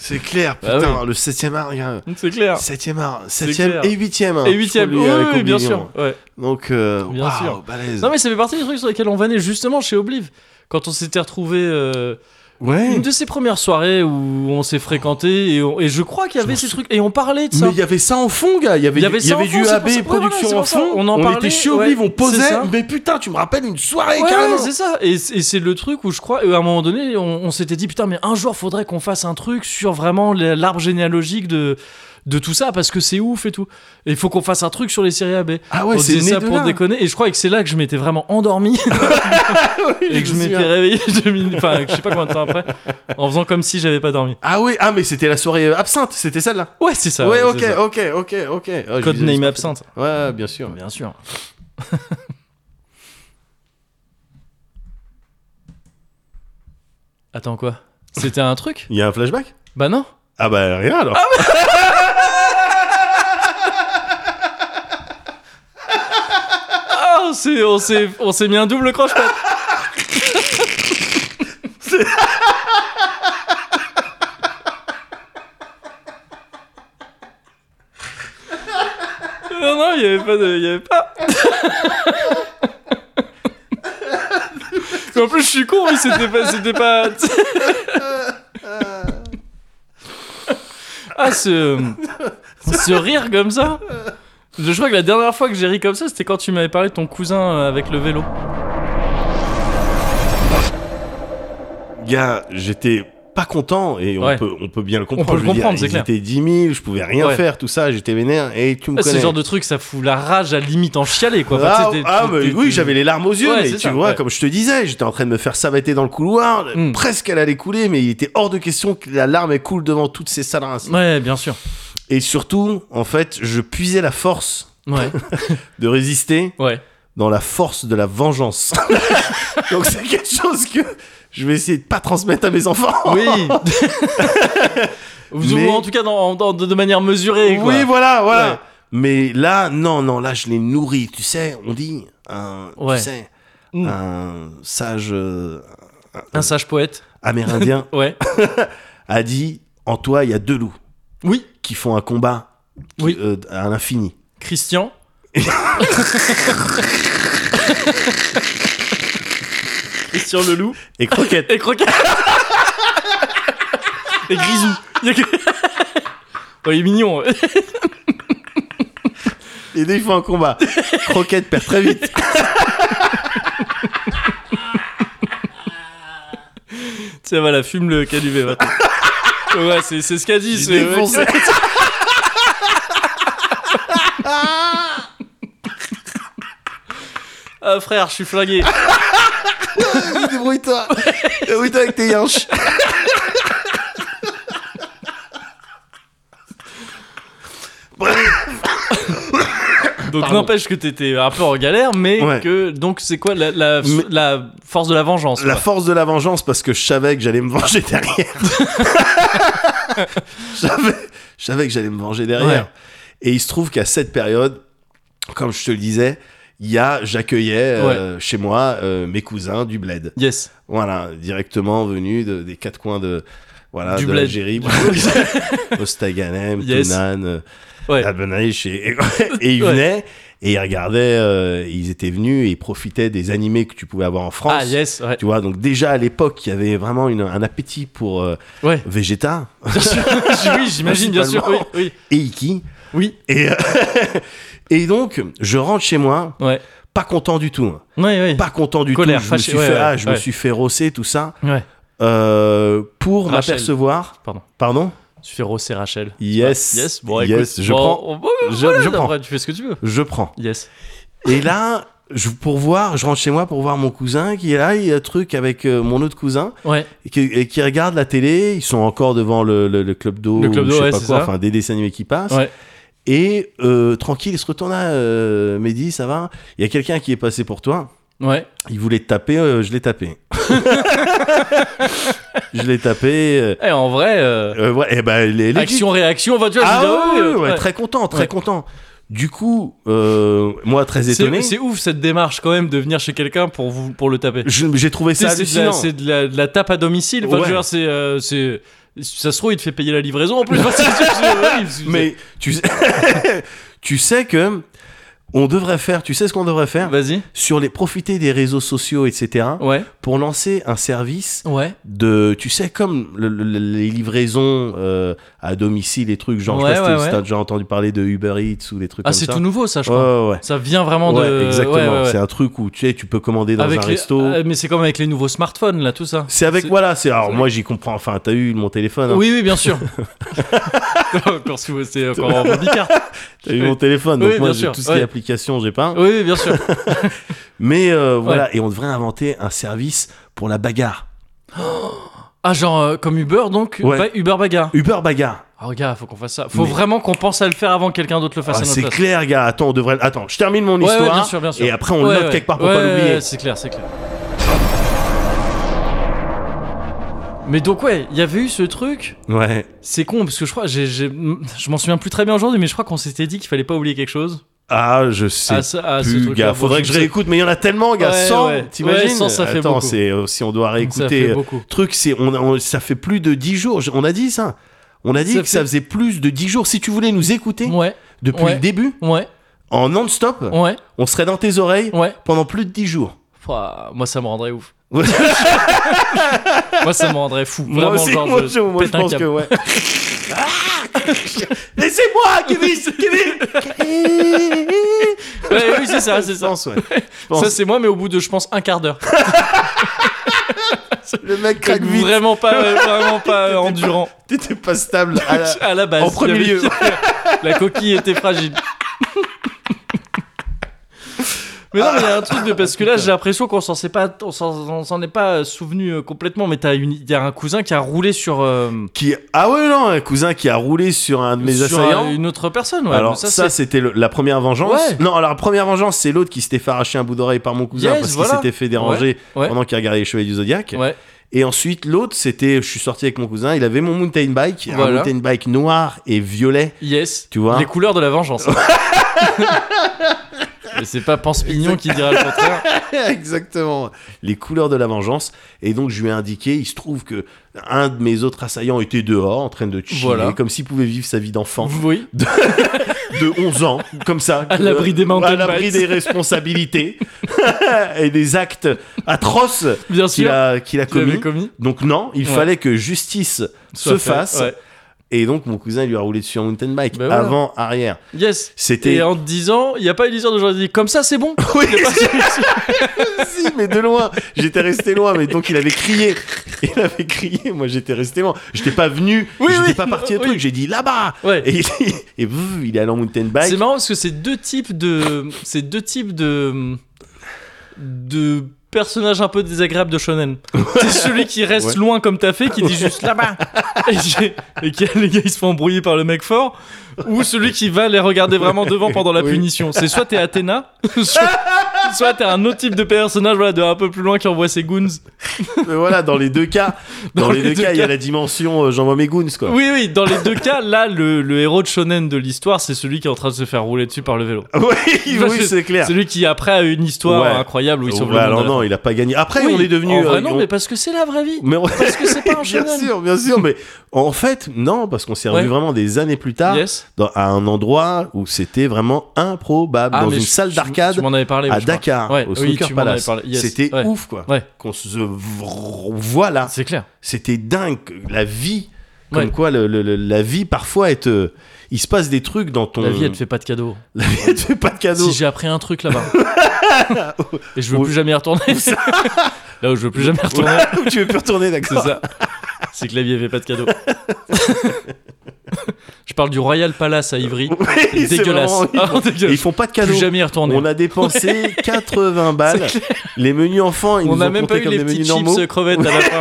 C'est clair.
Bah
Putain, le septième art. regarde.
c'est clair.
Septième art. Septième
Ah. clair.
et huitième. hein,
Et huitième,
faut
oui,
lui- avec
oui, oui, bien
Oblivion.
sûr. ouais.
Donc, euh,
Bien
waouh,
sûr.
balèze.
Non mais ça fait partie des trucs sur lesquels on vanait justement chez Obliv. Quand on s'était retrouvé euh,
Ouais.
une de ces premières soirées où on s'est fréquenté et, on- et je crois qu'il y avait ces trucs et on parlait de ça.
Mais il y avait ça en fond, gars. Il y avait,
Il y avait
du-
ça en fond,
du
c'est
AB
pour ça- ouais, voilà,
production
c'est
en
pour ça,
fond.
on en
était
parlait,
chez Obliv,
ouais,
on posait.
c'est ça.
Mais putain, tu me rappelles une soirée
Ouais,
carrément.
ouais, c'est ça. Et, c- et c'est le truc où je crois, et à un moment donné, on, on s'était dit putain, mais un jour faudrait qu'on fasse un truc sur vraiment la- l'arbre généalogique de de tout ça parce que c'est ouf et tout. Et il faut qu'on fasse un truc sur les séries AB.
Ah ouais,
on
c'est
disait
né
ça
de
pour
là.
déconner. Et je crois que c'est là que je m'étais vraiment endormi. et que je
me
m'étais
souviens.
réveillé deux minutes, enfin, je sais pas combien de temps après, en faisant comme si j'avais pas dormi.
Ah oui, ah mais c'était la soirée euh, absinthe, c'était celle-là.
Ouais, c'est ça.
ouais,
c'est
ok,
ça.
ok, ok, ok. Ah, je disais,
Codename
c'est-
absinthe.
Ouais, bien sûr.
Bien sûr. Attends quoi C'était un truc
Il y a un flashback
Bah non.
Ah bah rien alors.
Ah, on s'est, on s'est, on s'est mis un double croche-patte. Non, non, il n'y avait pas de. Il y avait pas. en plus, je suis con, mais c'était pas. C'était pas... ah, ce. Ce rire comme ça. Je crois que la dernière fois que j'ai ri comme ça, c'était quand tu m'avais parlé de ton cousin euh, avec le vélo.
Gars, j'étais pas content et on,
Ouais.
peut, on peut bien le comprendre.
peut le
je veux dire,
comprendre, c'est
ils
clair.
étaient 10 000, je pouvais rien
Ouais.
faire, tout ça, j'étais vénère et tu me
Ah,
connais.
ce genre de truc, ça fout la rage à limite en chialer quoi. Enfin,
Ah,
tu sais, t'es-
ah,
t'es-
mais
t'es-
oui,
t'es-
j'avais les larmes aux yeux,
Ouais,
mais
c'est
tu
ça,
vois,
ouais.
comme je te disais, j'étais en train de me faire savater dans le couloir,
Mm.
presque elle allait couler, mais il était hors de question que la larme elle coule devant toutes ces salles rinces.
Ouais, bien sûr.
Et surtout, en fait, je puisais la force
Ouais,
de résister
ouais.
dans la force de la vengeance. Donc c'est quelque chose que je vais essayer de pas transmettre à mes enfants.
Oui. Vous-
Mais-
En tout cas, dans, dans- de de manière mesurée. Quoi.
Oui, voilà, voilà.
Ouais.
Mais là, non, non, là, je l'ai nourri. Tu sais, on dit, un,
Ouais.
tu sais,
Mm.
un sage euh,
Un sage poète.
amérindien
Ouais.
a dit, en toi, il y a deux loups.
Oui,
qui font un combat qui-
Oui.
euh, à l'infini.
Christian. Christian le loup
Et Croquette.
et Croquette. et Grisou. Il, y a que- Oh, il est mignon.
Les deux, ils font un combat. Croquette perd très vite.
Tiens, voilà, fume le calumet maintenant. Ouais, c'est c'est ce qu'a dit.
Il
c'est-
défonce.
Ah frère, je suis flingué.
Débrouille-toi. Débrouille-toi avec tes hanches.
Donc
Pardon.
n'empêche que t'étais un peu en galère, mais
Ouais.
que donc c'est quoi la, la,
Mais-
la force de la vengeance
La
quoi.
force de la vengeance parce que je savais que j'allais me venger derrière. je, savais, je savais que j'allais me venger derrière.
Ouais.
Et il se trouve qu'à cette période, comme je te le disais, il y a, j'accueillais euh, chez moi euh, mes cousins du bled.
Yes.
Voilà, directement venus de- des quatre coins de voilà
Du
de
bled.
l'Algérie, Ostaganem,
Yes.
Tounan, euh,
Ouais.
Abenaïch et, et ils
Ouais.
venaient et ils regardaient, euh, ils étaient venus et ils profitaient des animés que tu pouvais avoir en France.
Ah yes. Ouais.
Tu vois, donc déjà à l'époque, il y avait vraiment une- un appétit pour euh,
Ouais.
Vegeta
oui, j'imagine bien sûr. Oui. Oui.
et Iki.
oui.
Et, euh, et donc, je rentre chez moi,
Ouais.
pas content du tout. hein.
Ouais. Ouais.
Pas content du
Colère,
tout. Je, me
fâché,
suis,
ouais,
fait,
ouais,
ah, je me
ouais.
suis fait rosser, tout ça.
ouais.
euh, pour
Rachel.
m'apercevoir.
Pardon.
Pardon
Tu fais Ross et Rachel. Ah,
Yes.
Yes. Bon, écoute,
yes, je
bon,
prends.
on- on-
Je-
voilà,
je prends.
après, tu fais ce que tu veux.
Je prends.
Yes.
Et là, je, pour voir, je rentre chez moi pour voir mon cousin qui est là, il y a un truc avec euh, mon autre cousin
Ouais.
et qui, et qui regarde la télé. Ils sont encore devant le, le- le club d'eau,
Le Club
ou je
d'eau,
sais
ouais,
pas
c'est
quoi,
ça.
enfin des dessins animés qui passent.
Ouais.
Et euh, tranquille, il se retourne à euh, Mehdi, ça va Il y a quelqu'un qui est passé pour toi.
Ouais.
Il voulait te taper, euh, je l'ai tapé. je l'ai tapé. euh,
Et en vrai, euh,
euh, ouais, et ben, les, les-
action réaction, va tu vois.
Ah
je dis,
ouais,
oui,
ouais, ouais,
ouais.
très content, très
Ouais.
content. Du coup, euh, moi très étonné,
C'est c'est ouf cette démarche quand même de venir chez quelqu'un pour vous pour le taper.
je- j'ai trouvé
C'est
ça
c'est de,
hallucinant.
la- c'est de la, de la tape à domicile. Enfin, je
Ouais.
veux dire, c'est, euh, c'est- ça se trouve, il te fait payer la livraison en plus. Enfin, c'est- c'est- c'est- c'est-
Mais tu sais, tu sais que on devrait faire, tu sais ce qu'on devrait faire
vas-y.
sur les profiter des réseaux sociaux, etc.
Ouais.
pour lancer un service
Ouais.
de, tu sais, comme le- le- les livraisons euh, à domicile, les trucs genre,
Ouais,
je sais pas si
ouais,
t'as- si
ouais.
t'as déjà entendu parler de Uber Eats ou des trucs
Ah,
comme
c'est
ça.
tout nouveau, ça, je
Ouais,
crois.
ouais, ouais.
Ça vient vraiment
Ouais,
de.
exactement.
ouais, ouais, ouais.
C'est un truc où tu sais, tu peux commander dans
Avec
un
les-
resto.
euh, mais c'est comme avec les nouveaux smartphones, là, tout ça.
C'est avec
c'est-
voilà, c'est alors
c'est-
moi j'y comprends. Enfin, t'as eu mon téléphone. hein.
Oui, oui, bien sûr. encore sous, c'est encore en bobicard.
T'as eu mon téléphone. Donc
Oui,
moi
bien
j'ai
sûr,
tout ce qui est
ouais.
application, j'ai pas.
Oui, oui, bien sûr.
Mais euh, voilà, et on devrait inventer un service pour la bagarre.
Ah, genre euh, comme Uber, donc
Ouais.
bah, Uber bagarre.
Uber bagarre.
Ah, regarde, faut qu'on fasse ça. Faut
Mais-
vraiment qu'on pense à le faire avant que quelqu'un d'autre le fasse
Ah,
à notre
c'est
place.
clair, gars. Attends, on devrait. Attends, je termine mon
Ouais, ouais,
histoire.
bien sûr, bien sûr.
Et après on
Ouais,
le note
ouais.
quelque part pour
Ouais,
pas l'oublier.
ouais, c'est clair, c'est clair. Mais donc ouais, il y avait eu ce truc.
Ouais.
C'est con parce que je crois, j'ai, j'ai- je m'en souviens plus très bien aujourd'hui, mais je crois qu'on s'était dit qu'il fallait pas oublier quelque chose.
Ah, je sais.
à ce- à ce
plus,
truc-là.
gars.
Bon,
Faudrait
je
que
sais
je réécoute, mais il y en a tellement, gars.
Ouais,
100,
ouais.
t'imagines
Ouais, 100, ça fait
Attends,
beaucoup.
c'est euh, si on doit
Ça fait
réécouter. euh,
beaucoup.
Truc, c'est on, a- on- ça fait plus de 10 jours. Je- On a dit ça. On a dit
Ça
que ça
fait-
faisait plus de 10 jours. Si tu voulais nous écouter
Ouais,
depuis
ouais.
le début,
ouais,
en non-stop,
ouais,
on serait dans tes oreilles
ouais.
pendant plus de 10 jours.
Pouah, moi ça me rendrait ouf.
moi
Moi ça me rendrait fou. Vraiment,
aussi,
genre,
moi,
je
je, moi, je
pète un
pense
câble.
que ouais. Ah Laissez-moi, Kevin, Kevin.
Ouais, oui, c'est ça, c'est
Je
ça.
pense, ouais. Je pense.
Ça c'est moi, mais au bout de, je pense, un quart d'heure.
le mec craque vite.
Vraiment pas, euh, vraiment pas euh, endurant.
T'étais pas stable. à la-
à la base.
en premier
Il Ah, y avait-
lieu.
la coquille était fragile. Mais non, mais il y a un truc de parce que là, j'ai l'impression qu'on s'en s'est pas, on s'en on s'en est pas souvenu euh, complètement. Mais t'as une, il y a un cousin qui a roulé sur, euh,
qui ah ouais non un cousin qui a roulé sur un de mes
sur,
assaillants
euh, une autre personne. Ouais,
alors
mais
ça,
ça, c'est-
c'était le- la première vengeance
Ouais.
non alors la première vengeance c'est l'autre qui s'était fait arracher un bout d'oreille par mon cousin
Yes,
parce
voilà.
qu'il s'était fait déranger
Ouais, ouais.
pendant qu'il regardait les chevaliers du zodiaque
ouais,
et ensuite l'autre c'était je suis sorti avec mon cousin il avait mon mountain bike un
Voilà.
mountain bike noir et violet
yes.
Tu vois
les couleurs de la vengeance. Et c'est pas Pense Pignon qui dira le contraire.
Exactement. Les couleurs de la vengeance. Et donc, je lui ai indiqué, il se trouve que un de mes autres assaillants était dehors, en train de chiller,
Voilà.
comme s'il pouvait vivre sa vie d'enfant
Oui.
de 11 ans, comme ça. Euh,
À l'abri des mountain
À l'abri
bikes.
des responsabilités et des actes atroces
Bien
qu'il
sûr.
a, qu'il a
Tu l'avais
commis.
commis.
Donc non, il
Ouais.
fallait que justice se
Soit fait,
fasse.
ouais.
Et donc, mon cousin, il lui a roulé dessus en mountain bike,
Bah voilà.
avant, arrière.
Yes.
C'était...
Et en te disant, il n'y a pas eu l'illusion d'aujourd'hui. Comme ça, c'est bon.
Oui, si, mais de loin. J'étais resté loin, mais donc il avait crié. Il avait crié. Moi, j'étais resté loin. J'étais pas venu.
Oui,
j'étais
oui,
pas parti au
oui.
truc. J'ai dit là-bas.
Ouais.
Et, il, et bouh, il est allé en mountain bike.
C'est marrant parce que c'est deux types de. C'est deux types de. De personnages un peu désagréables de shonen. C'est celui qui reste
Ouais.
loin comme t'as fait, qui dit juste là-bas. Et, j'ai- et qui- les gars ils se font embrouiller par le mec fort. Ou celui qui va les regarder vraiment devant pendant la
Oui.
punition. C'est soit t'es Athéna, soit soit t'es un autre type de personnage voilà, de un peu plus loin qui envoie ses goons.
Mais Euh, voilà, dans les deux cas, dans, les, deux, cas, il y a la dimension euh, j'envoie mes goons quoi.
Oui, oui, dans les deux cas, là, le, le héros de shonen de l'histoire, c'est celui qui est en train de se faire rouler dessus par le vélo.
Oui,
Bah,
Ah oui, c'est clair.
Celui qui après a une histoire
Ouais.
incroyable où il
Oh,
sauve
bah,
le monde.
alors non, il a pas gagné. Après, on est devenu.
En vrai,
euh,
non,
on-
mais parce que c'est la vraie vie.
mais on-
Parce que c'est pas un
Bien
shonen.
sûr, bien sûr, mais en fait, non, parce qu'on s'est revu
Ouais.
vraiment des années plus tard
Yes.
dans- à un endroit où c'était vraiment improbable,
Ah,
dans
mais
une
je-
salle
tu-
d'arcade.
Tu m'en avais parlé. oui,
à
je crois.
Dakar,
Ouais,
au
oui,
Snooker
tu m'en avais
Palace.
parlé, yes.
C'était
Ouais.
ouf, quoi.
Ouais.
Qu'on se vr- voilà,
C'est clair.
c'était dingue. La vie, comme
Ouais.
quoi le- le- le- la vie parfois est, euh, il se passe des trucs dans ton.
La vie, elle te fait pas de cadeaux.
La vie, elle te fait pas de cadeau.
Si j'ai appris un truc là-bas. Et je veux plus jamais y retourner. là où je veux plus jamais retourner.
Où tu veux plus retourner,
C'est
d'accord.
ça. C'est que la vie avait pas de cadeaux. je parle du Royal Palace à Ivry.
Oui, c'est
dégueulasse.
vraiment-
Ah,
Et ils
dégueulasse.
font pas de cadeaux.
Plus jamais y retourner.
On a dépensé 80 balles. Les menus enfants, ils
On
nous
a
ont
même pas
comptés
eu
comme
les
des
petites
menus
chips
normaux.
crevettes à la fin.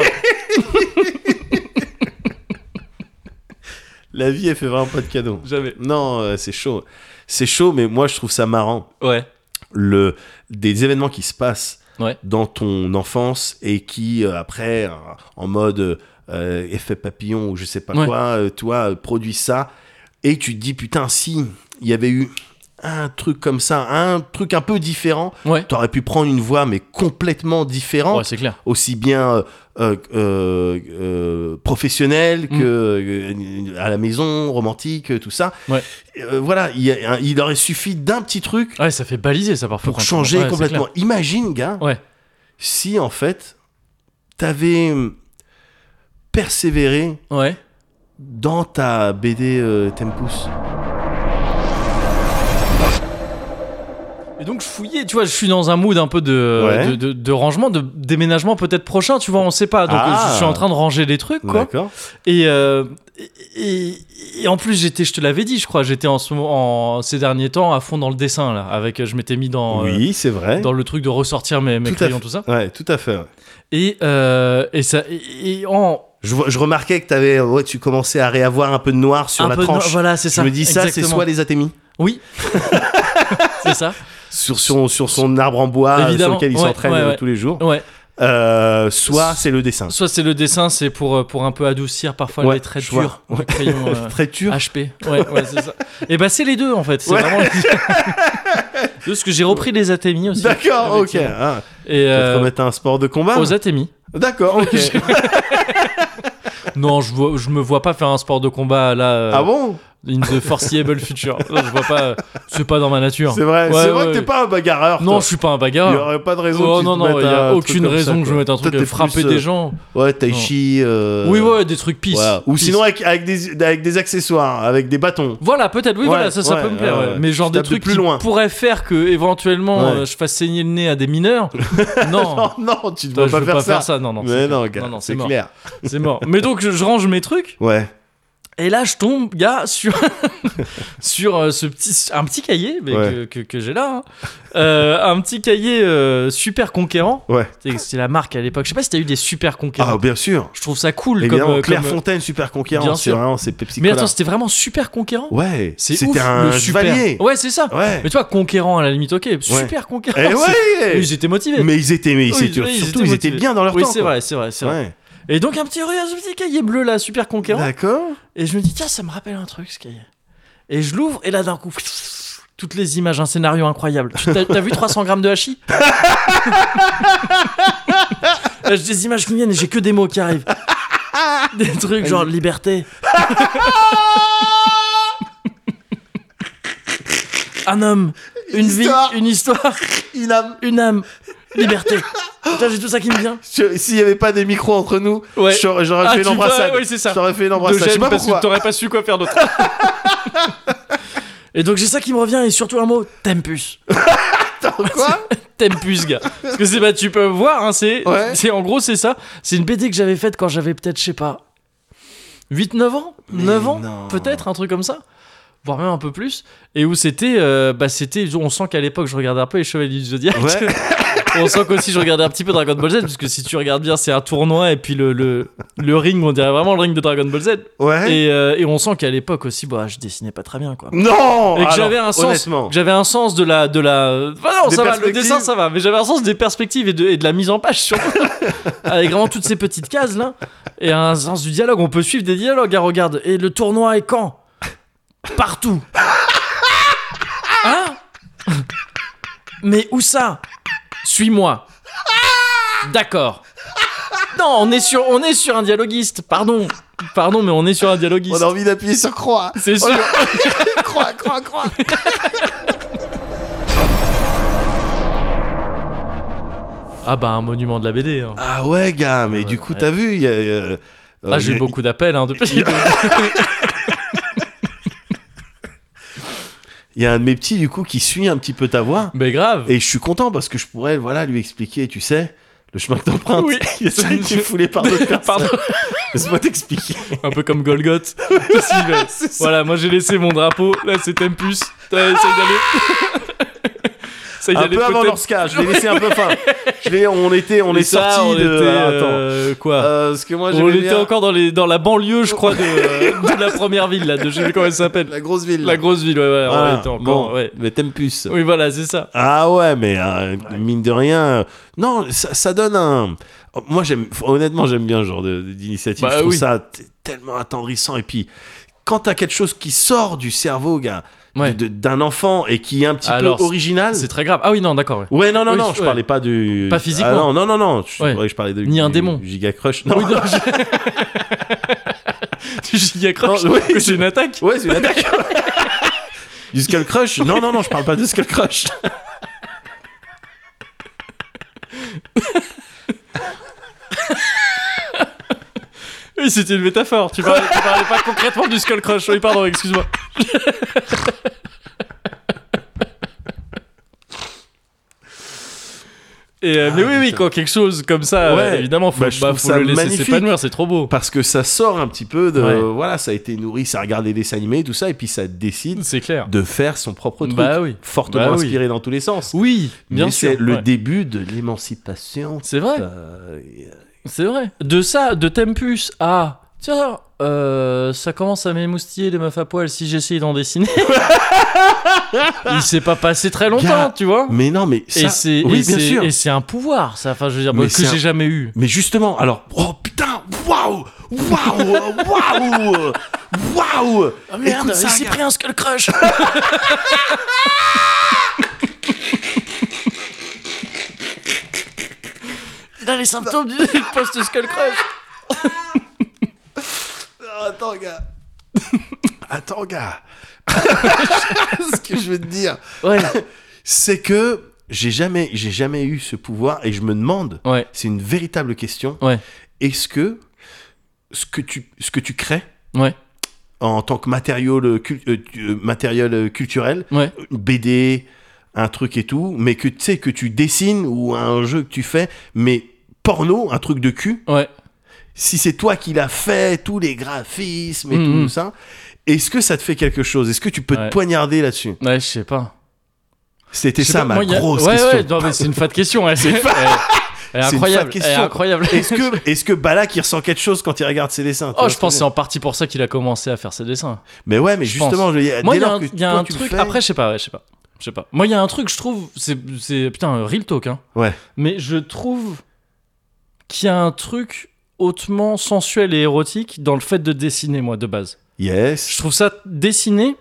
La vie, elle fait vraiment pas de cadeaux.
Jamais.
Non, euh, c'est chaud. C'est chaud, mais moi, je trouve ça marrant.
Ouais.
le des événements qui se passent
Ouais.
dans ton enfance et qui euh, après euh, en mode euh, effet papillon ou je sais pas
Ouais.
quoi euh, toi euh, produis ça et tu te dis putain si il y avait eu un truc comme ça un truc un peu différent
Ouais.
t'aurais pu prendre une voie mais complètement différente
Ouais, c'est clair.
aussi bien euh, euh, euh, euh, professionnel que
Mm.
euh, à la maison romantique tout ça
Ouais.
Euh, voilà il, y a un- il aurait suffi d'un petit truc
Ouais, ça fait baliser ça parfois.
pour
quand on-
changer
ouais, c'est
complètement.
clair.
Imagine, gars,
Ouais.
si en fait, t'avais hum, persévéré
Ouais.
dans ta BD euh, Tempus.
Et donc je fouillais, tu vois, je suis dans un mood un peu de,
Ouais.
de, de- de rangement, de déménagement peut-être prochain, tu vois, on sait pas. Donc
Ah.
euh, je suis en train de ranger les trucs, quoi.
D'accord.
Et, euh, et, et en plus j'étais, je te l'avais dit, je crois, j'étais en, ce moment- en ces derniers temps à fond dans le dessin là, avec, je m'étais mis dans, euh,
oui, c'est vrai.
dans le truc de ressortir mes, mes
Tout à
crayons,
fait.
tout ça.
Ouais, tout à fait. ouais.
Et, euh, et ça, et, et en
Je, vois- je remarquais que t'avais, ouais, tu commençais à réavoir un peu de noir sur
un
la
peu de-
tranche.
voilà, c'est
je
ça.
me dis ça, c'est
exactement.
soit les athémies
Oui, c'est ça.
sur son, sur son arbre en bois euh, sur
Évidemment.
lequel il
Ouais,
s'entraîne
ouais,
euh,
ouais.
tous les jours,
Ouais.
Euh, soit c'est le dessin.
Soit c'est le dessin, c'est pour, euh, pour un peu adoucir parfois
Ouais,
les traits
je vois.
durs, les crayons euh,
Très dur.
HP. Ouais, ouais, c'est ça. Et bah c'est les deux en fait, c'est
Ouais.
vraiment les deux. Parce que j'ai repris les athémies aussi.
D'accord, ok.
Effectivement.
Ah,
Et
tu vas te
euh,
remettre hein. à un sport de combat.
aux athémies.
D'accord, ok.
Non, je, vois, je me vois pas faire un sport de combat là. euh,
Ah bon
In the foreseeable future. Non, je vois pas. euh, C'est pas dans ma nature.
C'est vrai,
Ouais,
c'est vrai
ouais.
que t'es pas un bagarreur.
Non,
toi.
je suis pas un
il y
bagarreur.
aurait pas de raison.
Oh
que tu
non,
te
non,
mettes
il y
à
a
un
aucune
truc comme
raison
ça,
que je
quoi.
me mette un truc
Toi,
à
t'es
frapper
plus,
des
euh,
gens.
Ouais, tai
Non.
chi. euh,
Oui, ouais, des trucs pisse.
voilà. Ou
Pisse.
sinon avec, avec des, avec des accessoires, avec des bâtons.
Voilà, peut-être, oui,
Ouais,
voilà, ça, ça
ouais,
peut me plaire.
ouais,
ouais.
ouais.
Mais genre des
Tu tapes de
trucs
plus
qui
loin.
pourraient faire que éventuellement
Ouais.
euh, je fasse saigner le nez à des mineurs. non,
Non, non, tu ne
Toi,
dois
je
pas
veux
faire
pas
ça.
faire ça. Non, non,
Mais
c'est
non,
clair.
gars,
Non, non, c'est
c'est
mort.
clair.
c'est mort. Mais donc je, je range mes trucs
Ouais.
et là je tombe, gars, sur sur euh, ce petit un petit cahier mais
Ouais.
que, que, que j'ai là, hein. Euh, un petit cahier euh, super conquérant.
Ouais.
C'est- C'est la marque à l'époque. Je sais pas si t'as eu des super
Ah, Eh
conquérants.
bien sûr.
je trouve ça cool comme,
Évidemment,
euh,
Claire
comme-
Fontaine, super conquérant.
Bien
C'est
sûr.
vraiment, c'est Pepsi
Mais
Cola.
attends, c'était vraiment super conquérant.
Ouais,
C'est
c'était
ouf,
un
le super.
chevalier.
Ouais, c'est ça.
Ouais.
Mais tu vois, conquérant à la limite, ok, super conquérant.
Eh
c'est-
ouais.
Ils étaient motivés.
Mais ils étaient, mais ils
Oui,
étaient-
oui,
surtout, ils étaient
motivés.
bien dans leur
Oui,
temps.
c'est
quoi.
vrai, c'est vrai, c'est vrai.
Ouais.
Et donc un petit, regarde, ce petit cahier bleu là, super conquérant.
D'accord.
Et je me dis, tiens, ça me rappelle un truc ce cahier. Et je l'ouvre, et là d'un coup, toutes les images, un scénario incroyable. Tu- T'as t'as vu 300 grammes de hachis Là, J'ai des images qui viennent et j'ai que des mots qui arrivent. Des trucs genre liberté. un homme, une
Histoire.
vie, une histoire,
Il a.
une âme, liberté. Putain, j'ai tout ça qui me vient.
Je- S'il n'y avait pas des micros entre nous,
Ouais.
j'aurais j'aurais
Ah,
fait une
tu-
embrassade.
ouais, ouais, c'est ça.
J'aurais fait une embrassade. Je sais pas pourquoi.
t'aurais pas su quoi faire d'autre. et donc j'ai ça qui me revient et surtout un mot, Tempus.
Quoi
Tempus, gars. Parce que c'est bah tu peux voir, hein, c'est,
Ouais.
c'est en gros c'est ça. C'est une BD que j'avais faite quand j'avais peut-être je sais pas 8 9 ans, 9 ans
non.
peut-être un truc comme ça. Voire même un peu plus, et où c'était, euh, bah c'était, on sent qu'à l'époque je regardais un peu les Chevaliers du Zodiac.
Ouais.
On sent qu'aussi je regardais un petit peu Dragon Ball Z, parce que si tu regardes bien, c'est un tournoi, et puis le, le, le ring, on dirait vraiment le ring de Dragon Ball Z.
Ouais.
Et, euh, et on sent qu'à l'époque aussi, bah, je dessinais pas très bien, quoi.
Non
Et que
Alors,
j'avais un sens,
Honnêtement.
que Oh. j'avais un sens de la, de la. Enfin non,
Des
ça va, le
perspectives.
dessin ça va, mais j'avais un sens des perspectives et de, et de la mise en page surtout, avec vraiment toutes ces petites cases là, et un sens du dialogue. On peut suivre des dialogues, ah, regarde. Et le tournoi est quand Partout. Hein Mais où ça Suis-moi. D'accord. Non, on est sur, on est sur un dialoguiste. Pardon, pardon, mais on est sur un dialoguiste.
On a envie d'appuyer sur croix.
C'est sûr.
croix, croix, croix.
Ah bah un monument de la BD. hein.
Ah ouais, gars, mais du coup, t'as vu il y a, euh,
Ah, j'ai eu
euh,
beaucoup d'appels hein, depuis.
Il y a un de mes petits, du coup, qui suit un petit peu ta voix.
Mais grave.
Et je suis content parce que je pourrais voilà, lui expliquer, tu sais, le chemin que t'empruntes.
Oui.
Il y a ça qui est foulé par d'autres personnes.
Pardon.
Laisse-moi t'expliquer.
Un peu comme Golgoth. Si, mais- voilà, moi j'ai laissé mon drapeau. Là c'est Tempus. T'as- Ça y allait. ça y
Un
allait
peu avant
peut-être.
Lorska, je l'ai laissé un peu fin. Je l'ai- on était, on
Et
est
ça,
sorti
on
de.
était,
ah, attends.
euh, quoi
Euh, parce que moi,
On
j'aimais
était
bien
encore dans, les, dans la banlieue, je crois, de, euh, de la première ville, là, de je sais plus comment elle s'appelle.
la grosse ville.
La grosse ville, ouais, ouais,
Voilà.
on était encore,
Bon,
ouais.
Mais t'aimes puce.
Oui, voilà, c'est ça.
Ah ouais, mais euh, mine de rien, euh, non, ça, ça donne un. Moi, j'aime, honnêtement, j'aime bien ce genre de- de- d'initiative.
Bah
Je trouve
oui.
ça t- tellement attendrissant. Et puis, quand t'as quelque chose qui sort du cerveau, gars,
Ouais.
de- d'un enfant et qui est un petit
Alors,
peu original.
C'est très grave. Ah oui, non, d'accord, ouais.
Ouais, non, non,
Oui,
non, je
ouais.
parlais pas du.
Pas
Ah
physiquement.
non, non, non, non. Je,
Ouais.
c'est vrai que je parlais de.
Ni un
du
démon.
Giga Crush. Non.
Oui, non, je- J'y accroche.
Non, oui,
que c'est une attaque.
Ouais, c'est une attaque. du Skull Crush Non, non, non, je parle pas de Skull Crush.
Oui, c'était une métaphore. Tu parlais, tu parlais pas concrètement du Skull Crush. Oui, pardon, excuse-moi. Et euh, mais oui, oui, quand quelque chose comme ça,
Ah, Ouais.
euh, évidemment, faut,
Bah, je
bah,
trouve
faut
ça
le laisser
magnifique.
s'épanouir, c'est trop beau.
Parce que ça sort un petit peu de.
Ouais.
Voilà, ça a été nourri, ça a regardé des dessins animés, tout ça, et puis ça décide
C'est clair.
de faire son propre truc.
Bah oui.
Fortement
Bah oui.
inspiré dans tous les sens.
Oui, bien
Mais
sûr.
c'est le
ouais.
début de l'émancipation.
C'est vrai,
Euh,
c'est vrai. De ça, de Tempus à. Tiens, euh, ça commence à m'émoustiller les meufs à poil si j'essaye d'en dessiner. Il s'est pas passé très longtemps,
Gars,
tu vois.
mais non, mais ça.
et c'est
oui,
et
bien
c'est-
sûr.
et c'est un pouvoir ça enfin je veux dire
Mais
bah, que
c'est un-
j'ai jamais eu
Mais justement, alors, oh putain, waouh, waouh, waouh, waouh. Écoute ça, gars.
un skull crush il a les symptômes du post skull crush
Ah, Attends, gars. Attends, gars. Ce que je veux te dire,
ouais
c'est que j'ai jamais, j'ai jamais eu ce pouvoir et je me demande,
ouais
c'est une véritable question.
ouais
Est-ce que ce que tu, ce que tu crées
ouais
en tant que matériau, le cul- euh, tu- euh, matériel euh, culturel,
ouais
une BD, un truc et tout, mais que tu sais que tu dessines ou un jeu que tu fais, mais porno, un truc de cul,
ouais
si c'est toi qui l'as fait, tous les graphismes et
Mhm.
tout ça, est-ce que ça te fait quelque chose Est-ce que tu peux
Ouais.
te poignarder là-dessus
ouais je sais pas
C'était
Je sais
ça
pas,
ma
moi, il y a-
grosse
ouais,
question.
ouais non mais c'est une fat question elle.
C'est
Elle- elle est
c'est une fat
incroyable elle est
question.
incroyable
Est-ce que, est-ce que Balak il ressent quelque chose quand il regarde ses dessins tu
Oh,
vois
je
ce que
pense que c'est
veux
en partie pour ça qu'il a commencé à faire ses dessins.
dire Mais ouais, mais
je
justement,
pense.
je veux dire,
Moi,
dès
il y a
lors
un,
que
il y a
toi,
un
tu le
truc.
fais-
Après, je sais pas, ouais, je sais pas. Je sais pas. Moi, il y a un truc, je trouve. C'est. c'est- Putain, euh, real talk, hein.
Ouais.
Mais je trouve qu'il y a un truc hautement sensuel et érotique dans le fait de dessiner, moi, de base.
Yes.
Je trouve ça dessiner.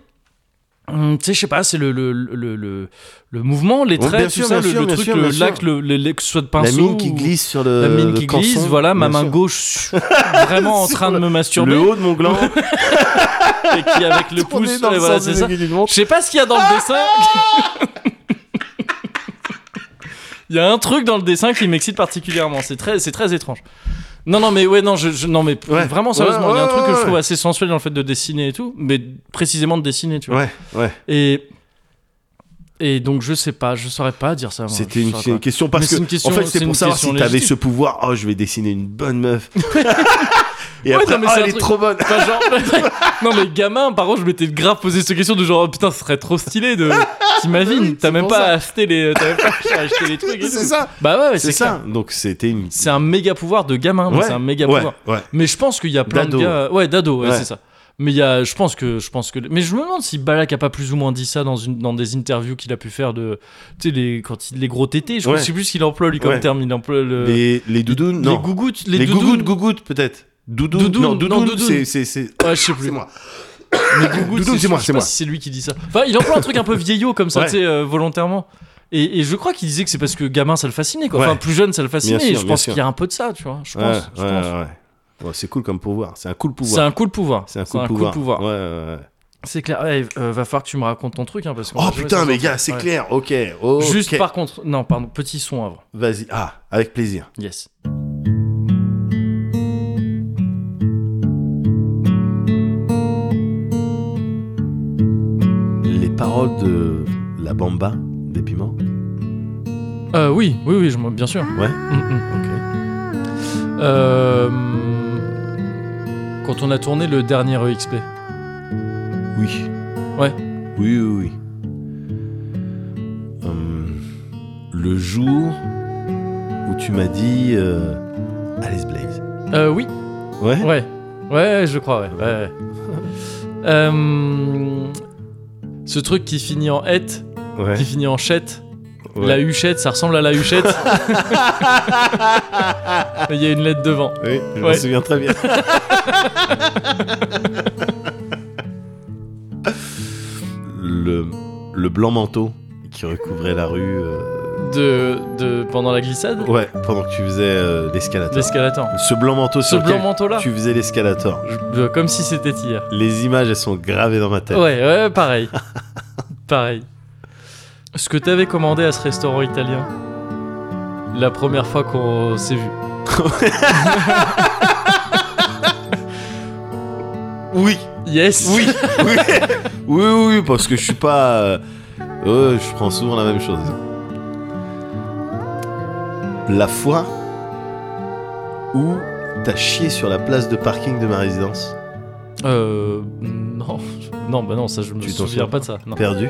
Hum, tu sais, je sais pas, c'est le, le, le, le, le mouvement, les
Ouais,
traits,
bien
tout
sûr,
ça,
bien
le,
sûr,
le
bien
truc,
sûr,
le
bien
lac,
sûr.
le, le- le- que ce soit de pinceau.
la mine qui
ou-
glisse sur le.
La mine
le
qui
canson,
glisse, voilà, ma
bien
main
sûr.
gauche vraiment en
Sur
train de
le-
me masturber.
Le haut de mon gland.
et qui, avec le
tourné
pouce,
dans le
euh, voilà,
sens
c'est
des
ça.
aiguilles d'une montre.
Je sais pas ce qu'il y a dans le dessin. Il y a un truc dans le dessin qui m'excite particulièrement. C'est très, c'est très étrange. Non, non, mais ouais, non, je, je- non, mais
Ouais.
vraiment sérieusement,
Ouais,
il y a un
ouais,
truc que
ouais,
je trouve
ouais.
assez sensuel dans le fait de dessiner et tout, mais précisément de dessiner, tu vois.
Ouais, ouais.
Et et donc je sais pas, je saurais pas dire ça. moi.
C'était
Je
une,
saurais
c'est une
pas.
question parce
Mais c'est
que
une question-
en fait
c'est
c'est
une
pour savoir si
question
t'avais
légitime.
ce pouvoir. Oh, je vais dessiner une bonne meuf. Et
Ouais,
après,
non, mais
oh,
c'est un
elle est
truc-
trop bonne.
Enfin, genre- non mais gamin, par contre, je m'étais grave posé cette question de genre oh, putain, ce serait trop stylé de. T'imagines,
Oui,
t'as
c'est
même
pour
pas
ça.
acheté les, t'as même pas acheté les trucs. et tout.
C'est ça.
Bah ouais, ouais,
C'est
c'est
ça.
ça.
Donc c'était une.
C'est un méga pouvoir de gamin, donc
Ouais,
c'est un méga
ouais,
pouvoir.
ouais.
Mais je pense qu'il y a plein
D'ado.
de gars, ouais, d'ado, ouais,
Ouais.
c'est ça. Mais il y a, je pense que, je pense que, mais je me demande si Balak a pas plus ou moins dit ça dans une, dans des interviews qu'il a pu faire de, tu sais les, quand il les gros tétés, je
Ouais.
sais plus ce qu'il emploie lui comme
Ouais.
terme, il emploie le,
Les, les doudounes,
Euh, les
non.
gougouttes, les,
Les
doudounes.
gougouttes, gougouttes peut-être. Doudou,
Doudoune,
non,
non,
doudoune,
doudoune.
c'est- c'est c'est-
Ouais, je sais plus.
c'est moi.
Les gougouttes,
Doudou, c'est moi,
je sais
c'est
pas
moi.
si c'est lui qui dit ça. Enfin, il emploie un truc un peu vieillot comme ça,
Ouais.
tu sais, euh, volontairement. Et, et je crois qu'il disait que c'est parce que gamin ça le fascinait, quoi.
Ouais.
Enfin, plus jeune ça le fascinait.
Bien
et
sûr,
je
bien
pense
sûr.
qu'il y a un peu de ça, tu vois. Je
Ouais,
pense. je
ouais,
pense.
ouais. Bon, c'est cool comme pouvoir. C'est un cool
C'est
pouvoir.
un coup de pouvoir.
C'est un
coup
cool pouvoir. Ouais, ouais, ouais.
C'est clair. Ouais, euh, va falloir que tu me racontes ton truc, hein, parce que.
Oh putain, mais gars, c'est
Ouais.
clair. Ok. ok.
Juste par contre, non, pardon, petit son avant.
Vas-y. Ah, avec plaisir.
Yes.
Les paroles de la bamba des piments.
Euh, oui, oui, oui, je, m'en- bien sûr.
Ouais.
Mm, mm.
Ok.
Euh, Quand on a tourné le dernier E EXP.
Oui.
Ouais.
Oui, oui, oui. Hum, le jour où tu m'as dit euh, Alice Blaze.
Euh, oui.
Ouais.
Ouais, ouais, je crois, ouais. ouais, ouais. Euh, ce truc qui finit en hête,
Ouais.
qui finit en chette,
Ouais.
la huchette, ça ressemble à la huchette. Il y a une lettre devant.
Oui, je
Ouais.
me souviens très bien. le, le blanc manteau qui recouvrait la rue euh,
De, de, pendant la glissade,
ouais, pendant que tu faisais euh, l'escalator.
l'escalator.
Ce blanc manteau
Ce
sur lequel
blanc manteau-là,
tu faisais l'escalator.
Je- euh, comme si c'était hier.
Les images, elles sont gravées dans ma tête.
Ouais, ouais, pareil. pareil. Ce que t'avais commandé à ce restaurant italien, la première fois qu'on s'est vu.
Oui,
Yes
oui, oui, oui, oui, parce que je suis pas. euh, euh, je prends souvent la même chose. La fois où t'as chié sur la place de parking de ma résidence,
Euh. Non. Non, bah non, ça, je me
Tu t'en
souviens
souviens
pas de ça. Non.
perdu.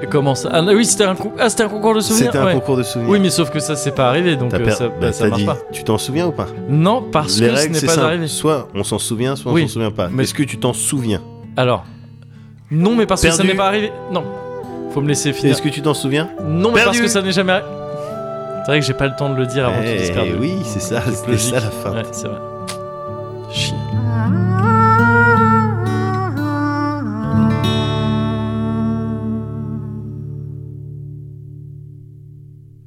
Et Comment ça Ah oui, c'était un, con- ah, c'était un concours de souvenirs
C'était un
ouais.
concours de souvenirs.
Oui, mais sauf que ça, c'est pas arrivé, donc
T'as
euh,
per-
ça,
bah,
ça
t'as
marche
dit,
pas.
tu t'en souviens ou pas
Non, parce
Les
que
règles,
ce
c'est
n'est pas
simple.
arrivé.
Soit on s'en souvient, soit
Oui.
on s'en souvient pas.
Mais-
Est-ce que tu t'en souviens
Alors. Non, mais parce que ça
Perdu.
n'est pas arrivé. Non. Faut me laisser finir.
Est-ce que tu t'en souviens
Non, mais parce
Perdu.
que ça n'est jamais arrivé. C'est vrai que j'ai pas le temps de le dire avant
Eh
qu'il se perde.
oui, c'est ça, c'était
Logique.
ça la fin.
Ouais, c'est vrai. Chien.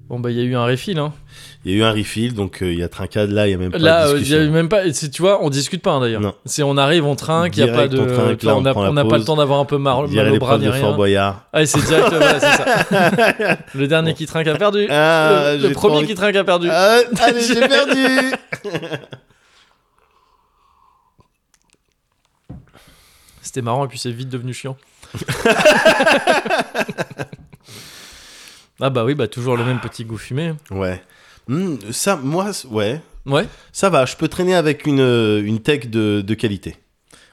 Bon bah il y a eu un refill hein.
Il y a eu un refill, donc euh, il y a trincade là, il y a même pas
Là euh,
de
il y
discussion.
a eu même pas et c'est- tu vois on discute pas hein, d'ailleurs.
Non.
C'est on arrive on trinque, il y a pas
Direct,
de
on trinque,
tu vois,
là,
on
on
a-
prend la
on n'a pas
pause.
le temps d'avoir un peu mar-
Il y a
mal au bras
l'épreuve
ni
de Fort
rien.
Boyard.
Ah c'est direct voilà, c'est ça. Le dernier qui trinque a perdu.
Ah,
le le
j'ai
premier
trop envie-
qui trinque a perdu.
Ah, allez, j'ai perdu
C'était marrant et puis c'est vite devenu chiant. ah bah oui, bah toujours le même petit goût fumé.
Ouais. Hmm, ça, moi, c- ouais.
Ouais.
Ça va, je peux traîner avec une, euh, une tech de, de qualité.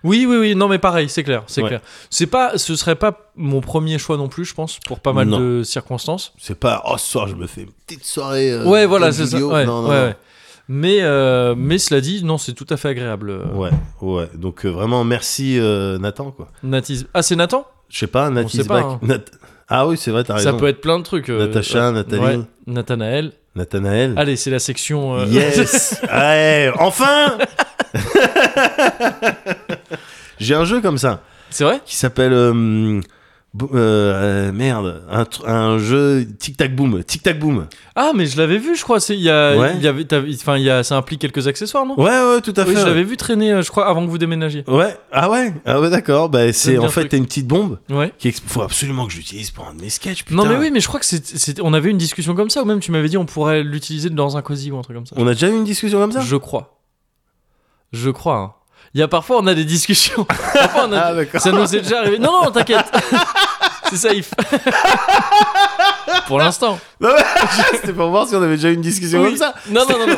Oui, oui, oui. Non mais pareil, c'est clair, c'est
Ouais.
clair. C'est pas, ce serait pas mon premier choix non plus, je pense, pour pas mal
Non.
de circonstances.
C'est pas, oh, ce soir, je me fais une petite soirée. euh,
ouais, voilà,
Don
c'est ça.
Julio.
Ouais,
Non, non,
ouais,
non.
ouais. Mais euh, mais cela dit, non, c'est tout à fait agréable. euh,
Ouais, ouais. Donc euh, vraiment, merci euh, Nathan, quoi.
Natis- Ah, c'est Nathan.
Je sais pas, Nath
sait
is
pas,
back.
hein.
Nath- Ah oui, c'est vrai, t'as
Ça
raison.
peut être plein de trucs. euh,
Natacha, Nathalie,
ouais, Nathanaël.
Nathanaël.
Allez, c'est la section. euh,
Yes Ouais, enfin J'ai un jeu comme ça
c'est vrai.
qui s'appelle euh, Bo- euh, euh, merde, un, tr- un jeu tic-tac-boom, tic-tac-boom.
Ah, mais je l'avais vu, je crois. C'est, il y a,
Ouais.
il y avait, t'as- enfin, il y a, ça implique quelques accessoires, non
Ouais, ouais, tout à fait.
Oui, je
ouais.
l'avais vu traîner, euh, je crois, avant que vous déménagiez.
Ouais, ah ouais, ah ouais, d'accord. Bah,
me
c'est
dit
en
un
fait
truc.
t'as une petite bombe
Ouais.
qui exp- faut absolument que je l'utilise pour un de mes sketchs. Putain.
Non, mais oui, mais je crois que c'est, c'est- on avait eu une discussion comme ça, ou même tu m'avais dit on pourrait l'utiliser dans un cosy ou un truc comme ça.
On a déjà eu une discussion comme ça.
Je crois. Je crois. hein. Il y a parfois, on a des discussions. Parfois, on a-
Ah, d'accord.
Ça nous est déjà arrivé. Non, non, t'inquiète. c'est safe. Pour l'instant.
Non, mais- C'était pour voir si on avait déjà eu une discussion
Oui.
comme ça.
Non, non, non. non.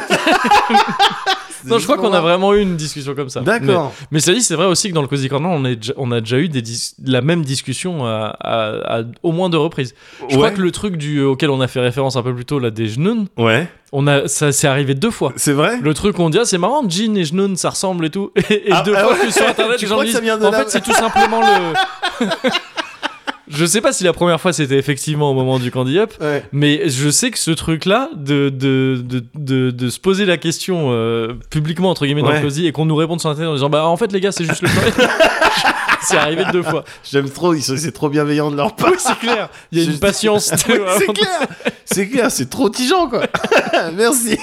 Non, je crois qu'on a vraiment eu une discussion comme ça.
D'accord.
Mais, mais ça dit, c'est vrai aussi que dans le Cozy Corner, on, est déjà- on a déjà eu des dis- la même discussion à, à- à- au moins deux reprises. Je crois
Ouais.
que le truc du, euh, auquel on a fait référence un peu plus tôt, là, des genoux,
Ouais,
on a, ça s'est arrivé deux fois.
c'est vrai.
Le truc on dit, ah, c'est marrant, jean et genoun, ça ressemble et tout. Et, et
Ah,
deux
ah
fois
ouais.
que sur internet,
Tu
les gens
crois
me
que
disent,
ça vient de
en
là
fait, c'est tout simplement le. je sais pas si la première fois c'était effectivement au moment du Candy Up,
Ouais.
mais je sais que ce truc-là, de, de, de, de, de se poser la question euh, publiquement, entre guillemets, dans
Ouais.
le Cozy, et qu'on nous réponde sur internet en disant, bah en fait, les gars, c'est juste le C'est arrivé deux fois.
J'aime trop. Ils sont, c'est trop bienveillant de leur part.
Oui, c'est clair. Il y a
Je-
une patience. tu vois,
c'est
avant-
clair. C'est clair. C'est trop tigeant quoi. Merci.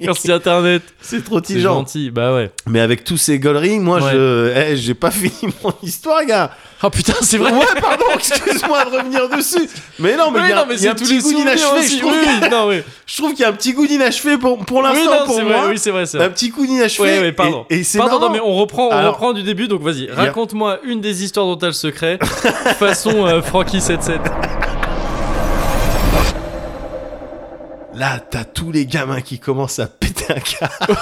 Merci Internet.
C'est trop
C'est
tigeant.
gentil. Bah ouais.
Mais avec tous ces gauleries, moi,
Ouais.
je, eh, j'ai pas fini mon histoire, gars.
Oh putain, c'est vrai.
Ouais, pardon, excuse-moi de revenir dessus. Mais non, mais il
Oui,
y a,
non, mais
il
c'est
y a un
tous
petit
les
goût
souvenirs
d'inachevé.
aussi.
Je trouve,
Oui, oui, non, oui.
je trouve qu'il y a un petit goût d'inachevé pour, pour
Oui,
l'instant,
non,
pour
c'est
moi.
vrai, oui, c'est vrai, c'est
un
vrai.
petit goût d'inachevé.
Ouais, ouais, pardon.
Et, et c'est
Pardon, non,
marrant.
mais on reprend, on
Alors-
reprend du début, donc vas-y,
a-
raconte-moi une des histoires dont t'as le secret, façon euh, Frankie77.
Là, t'as tous les gamins qui commencent à péter un câble.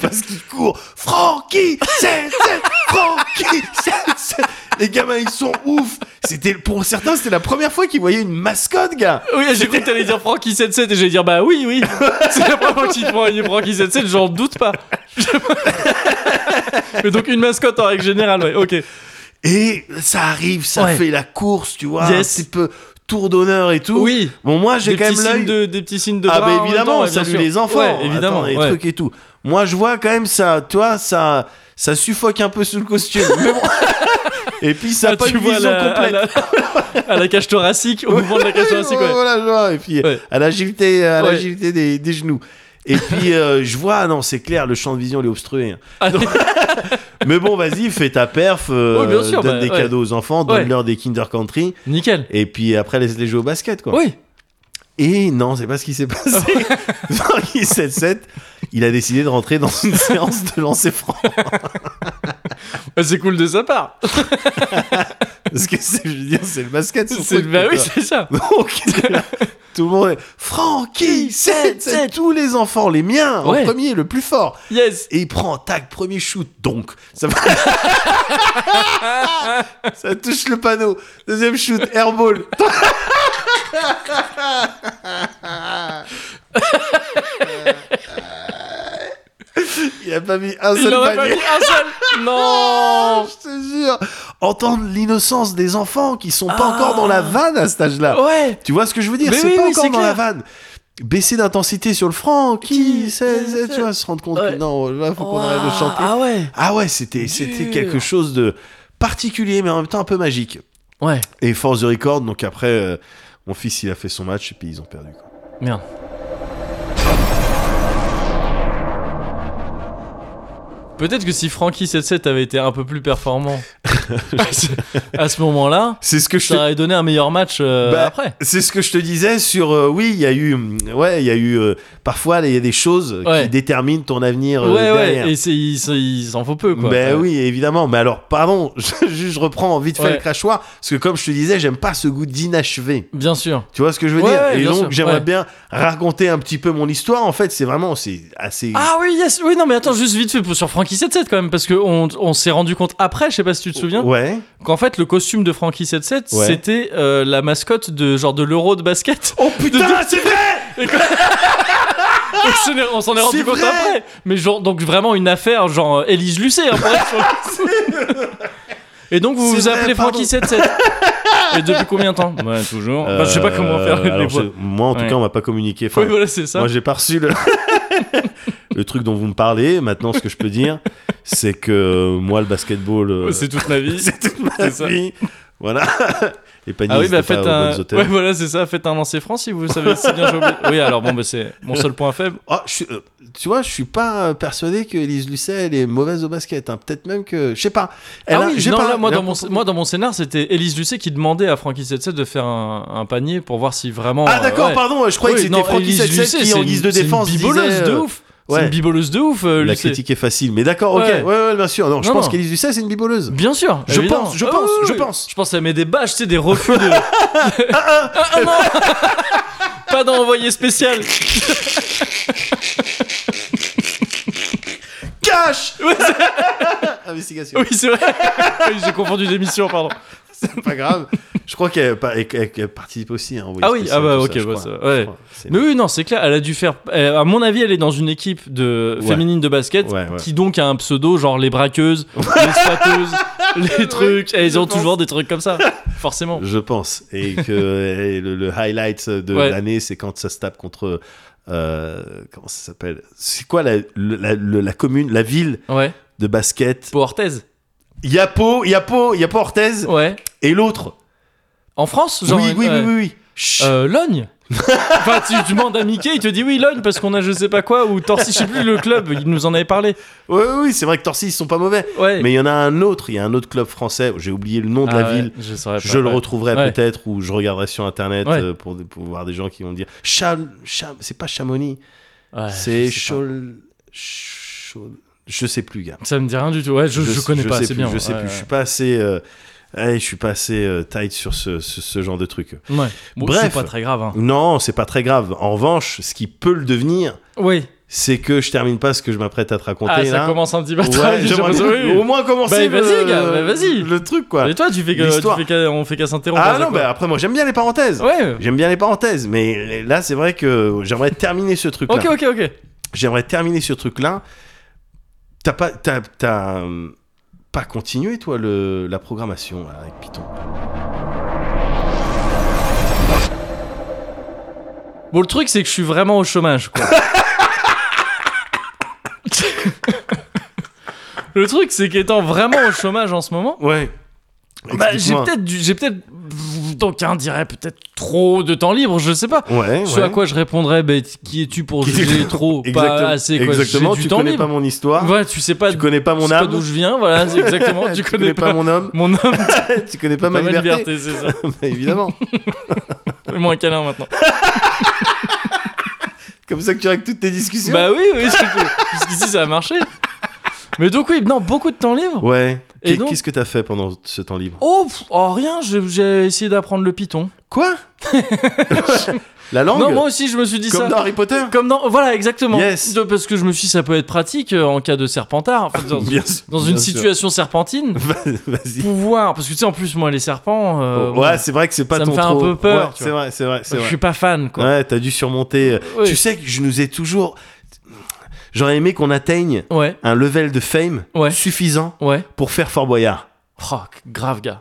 Parce qu'ils courent. Francky, c'est, c'est, Francky, c'est, c'est. Les gamins, ils sont ouf. C'était, pour certains, c'était la première fois qu'ils voyaient une mascotte, gars.
Oui, j'ai cru que t'allais dire Frankie77 et j'allais dire bah oui, oui, c'est la première fois que tu te prends une Frankie77, j'en doute pas. mais donc une mascotte en règle générale, ouais, ok.
Et ça arrive, ça
Ouais.
fait la course, tu vois.
Yes.
Un petit peu tour d'honneur et tout.
Oui,
Bon, moi, j'ai
des
quand
petits,
même
signes
l'œil.
de, des petits signes de
ah,
bras
bah
en même
évidemment,
temps, ouais, bien
salut
sûr.
les enfants.
Ouais, évidemment,
Attends, les
ouais.
trucs et tout. Moi, je vois quand même ça, tu vois, ça, ça suffoque un peu sous le costume. Mais bon. et puis, ça
Ah,
a pas
tu
une
vois, à
vision
la-
complète.
À la, à la cage thoracique, au mouvement de la cage thoracique, ouais.
Voilà, je vois. Et puis,
Ouais.
à l'agilité, à
Ouais.
l'agilité des, des genoux. Et puis, euh, je vois, ah non, c'est clair, le champ de vision, il est obstrué. hein.
Ah,
Mais bon, vas-y, fais ta perf, euh,
Ouais, bien sûr,
donne
bah,
des
ouais.
cadeaux aux enfants,
Ouais.
donne-leur des Kinder Country,
Nickel.
et puis après, laisse-les jouer au basket, quoi.
Oui.
Et non, c'est pas ce qui s'est passé. Dans 7 il a décidé de rentrer dans une séance de lancer franc.
Bah, C'est cool de sa part.
Parce que c'est, je veux dire, c'est le basket. son
C'est-
truc,
Bah oui,
quoi.
c'est ça.
Donc, c'est là, tout le monde est Francky, 7, 7, tous les enfants, les miens,
Ouais.
en premier, le plus fort.
Yes.
Et il prend, tac, premier shoot, donc. Ça, ça touche le panneau. Deuxième shoot, airball. il a pas mis un
Il
seul
en a pas
panier. Oh,
mis un seul. Non.
Je te jure. Entendre l'innocence des enfants qui sont pas
Ah.
encore dans la vanne à cet âge-là.
Ouais.
Tu vois ce que je veux dire
Mais
C'est
oui,
pas
oui,
encore
c'est
dans la
clair.
vanne. Baisser d'intensité sur le franc, qui
Qui- c'est-
c'est- c'est-
c'est-
Tu vois, se rendre compte
Ouais.
que non, là, faut qu'on arrête de chanter. Ah,
Ah ouais.
ouais, c'était, c'était
Dur.
quelque chose de particulier, mais en même temps un peu magique.
Ouais.
Et force de record, donc après, euh, mon fils, il a fait son match et puis ils ont perdu. quoi.
Merde. Peut-être que si Frankie77 avait été un peu plus performant à ce- à ce moment-là,
C'est ce que je te
ça aurait donné un meilleur match euh,
Bah,
après.
C'est ce que je te disais sur euh, oui, il y a eu hum, ouais, il y a eu euh, parfois il y a des choses
Ouais.
qui déterminent ton avenir euh,
Ouais,
derrière.
ouais, et c'est- il, s'en- il s'en faut peu, quoi.
Ben
Ouais.
oui, évidemment. Mais alors, pardon, je, je reprends vite fait
Ouais.
le crachoir, parce que comme je te disais, j'aime pas ce goût d'inachevé.
Bien sûr.
Tu vois ce que je veux
Ouais,
dire
ouais,
Et
bien
donc,
sûr,
j'aimerais
ouais.
bien raconter un petit peu mon histoire. En fait, c'est vraiment, c'est assez.
Ah oui, yes, oui, non, mais attends, juste vite fait pour- sur Frankie77 quand même, parce qu'on on, s'est rendu compte après, je sais pas si tu te souviens,
Ouais.
qu'en fait le costume de Frankie77
Ouais.
c'était euh, la mascotte de genre de l'euro de basket.
Oh
putain,
c'est vrai
On s'en est- on s'en est rendu
C'est
compte
vrai
après. Mais genre, donc vraiment une affaire, genre euh, Élise Lucet. hein, pour être sur le coup. Et donc vous
C'est
vous
vrai,
appelez
pardon.
Frankie77. Et depuis combien de temps Ouais, toujours. Bah, je sais pas comment faire les voix.
Moi, en tout
Ouais.
cas, on m'a pas communiqué. Euh, Enfin,
Oui, voilà, c'est ça.
Moi, j'ai pas reçu le... le truc dont vous me parlez. Maintenant, ce que je peux dire, c'est que moi, le basketball, euh,
C'est toute ma vie.
c'est toute ma
c'est ça.
vie. Voilà. Les paniers,
Ah oui, bah
c'était
faites
pas aux
un.
bonnes hôtels.
Ouais, voilà, c'est ça, faites un lancer franc si vous savez si bien jouer. Oui, alors bon, bah, c'est mon seul point faible.
Ah, je suis- euh, tu vois, je suis pas euh, persuadé que Elise Lucet elle est mauvaise au basket. hein. Peut-être même que, je sais pas. Elle
ah
a-
oui,
j'ai
non,
pas-
là, moi,
j'ai
dans mon,
pas-
moi, dans mon scénar, c'était Elise Lucet qui demandait à Frankie 77 de faire un, un panier pour voir si vraiment.
Ah
euh,
d'accord,
ouais.
pardon, je croyais
Oui,
que c'était
non,
Francky
Élise Lucet,
77 qui
c'est
en
une-
guise de
c'est une
défense
biboleuse
disait,
de
euh,
ouf. C'est
ouais.
une biboleuse de ouf, euh,
La
Lucet.
critique est facile, mais d'accord, ok,
Ouais.
ouais, ouais, bien sûr. Non, je
Non,
pense
non.
qu'Élise Lucet c'est une biboleuse.
Bien sûr.
Je
évidemment.
pense, je
Ah
pense,
oui,
je
oui.
pense.
Je pense à mes des bâches, tu sais, des refus de. Ah, ah, non Pas d'envoyé spécial.
Cash
Ouais,
Investigation,
Oui, c'est vrai. Oui, J'ai confondu l'émission, pardon.
c'est pas grave. Je crois qu'elle pa- qu'elle- qu'elle participe aussi. hein, au
Ah oui,
spécial,
ah bah,
tout
ok,
je
bah,
crois.
ça,
Je
ouais.
crois, c'est-
Mais oui, non, c'est clair. Elle a dû faire. elle- à mon avis, elle est dans une équipe de
Ouais.
féminine de basket
Ouais, ouais.
qui donc a un pseudo genre les braqueuses, les spateuses, les trucs. Et ils ont toujours des trucs comme ça, forcément.
Je pense. Et que et le, le highlight de
Ouais.
l'année, c'est quand ça se tape contre. euh, comment ça s'appelle C'est quoi la, la- la- la commune, la ville
Ouais.
de basket
Pour Orthez.
Yapo, Yapo, Yapo Orthez
Ouais.
et l'autre.
En France,
Oui,
genre.
oui, oui,
ouais.
oui, oui. Chut.
Euh, Logne Enfin, tu demandes à Mickey, il te dit oui, Logne, parce qu'on a je sais pas quoi, ou Torcy, je sais plus, le club, il nous en avait parlé.
Oui, oui, oui, c'est vrai que Torcy, ils sont pas mauvais.
Ouais.
Mais il y en a un autre, il y a un autre club français, j'ai oublié le nom de la
Ah ouais,
ville.
je, saurais pas,
Je le
ouais.
retrouverai
Ouais.
peut-être ou je regarderai sur internet
Ouais.
euh, pour, pour voir des gens qui vont dire Chal, Chal- c'est pas Chamonix,
Ouais,
c'est
je sais pas.
Chol, Chol- je sais plus gars.
Ça me dit rien du tout. Ouais, je, je connais pas,
sais
c'est
plus,
bien.
Je sais
ouais,
plus, je
ouais.
suis pas assez euh, ouais, je suis pas assez euh, tight sur ce, ce- ce genre de truc.
Ouais. Bon,
Bref.
c'est pas très grave. Hein.
Non, c'est pas très grave. En revanche, ce qui peut le devenir,
Oui.
c'est que je termine pas ce que je m'apprête à te raconter
Ah, ça
là.
commence un petit peu à
Ouais,
travailler, j'ai
j'aimerais
l'impression, oui, oui.
au moins commencer
Bah, vas-y,
le-
gars, bah, vas-y.
le truc quoi.
Et toi, tu fais que,
L'histoire.
tu fais qu'à- on fait qu'à s'interrompre.
Ah
à
non,
chaque
bah après moi j'aime bien les parenthèses.
fois. Ouais.
J'aime bien les parenthèses, mais là c'est vrai que j'aimerais terminer ce truc-là.
Ok, ok, ok.
J'aimerais terminer ce truc-là. T'as pas, t'as, t'as, euh, pas continué toi le, la programmation là, avec Python.
Bon, le truc, c'est que je suis vraiment au chômage, quoi. le truc, c'est qu'étant vraiment au chômage en ce moment,
Ouais.
bah, j'ai
Explique-moi.
peut-être, du- j'ai peut-être, tant qu'un dirait peut-être trop de temps libre, je sais pas.
Ouais.
Ce
ouais.
à quoi je répondrais, bah, qui es-tu pour
Qui-
juger trop,
Exactement.
pas assez, quoi.
Exactement.
J'ai
Tu
du temps
connais
libre.
pas mon histoire.
Ouais, tu sais pas,
Tu connais pas
tu
mon
sais pas
âme.
d'où je viens, voilà, c'est exactement. tu connais pas
mon homme.
mon homme,
tu connais pas, ma liberté.
c'est ça.
Bah, évidemment.
Fais-moi un câlin maintenant.
Comme ça que tu règles toutes tes discussions.
Bah oui, oui, surtout. Jusqu'ici, ça a marché. Mais donc, oui, non, beaucoup de temps libre.
Ouais.
Et
Qu'est-
donc-
Qu'est-ce que t'as fait pendant ce temps libre
Oh, pff, oh, rien, j'ai- j'ai essayé d'apprendre le python.
Quoi La langue
Non, moi aussi, je me suis dit
Comme
ça.
dans Harry Potter
Comme dans. Voilà, exactement.
Yes.
De- parce que je me suis dit, ça peut être pratique euh, en cas de serpentard. Enfin, dans,
Bien sûr,
dans une
bien sûr.
situation serpentine.
Vas-y. Oh,
Pouvoir. Parce que tu sais, en plus, moi, les serpents. euh,
ouais, c'est vrai que c'est pas
Ça me
ton
fait un
trop.
peu peur,
Ouais,
tu
c'est vrai, c'est vrai, c'est
je
vrai.
suis pas fan, quoi.
Ouais, t'as dû surmonter. euh,
Ouais.
Tu sais que je nous ai toujours. J'aurais aimé qu'on atteigne
Ouais.
un level de fame
Ouais.
suffisant
Ouais.
pour faire Fort Boyard.
Oh, grave, gars.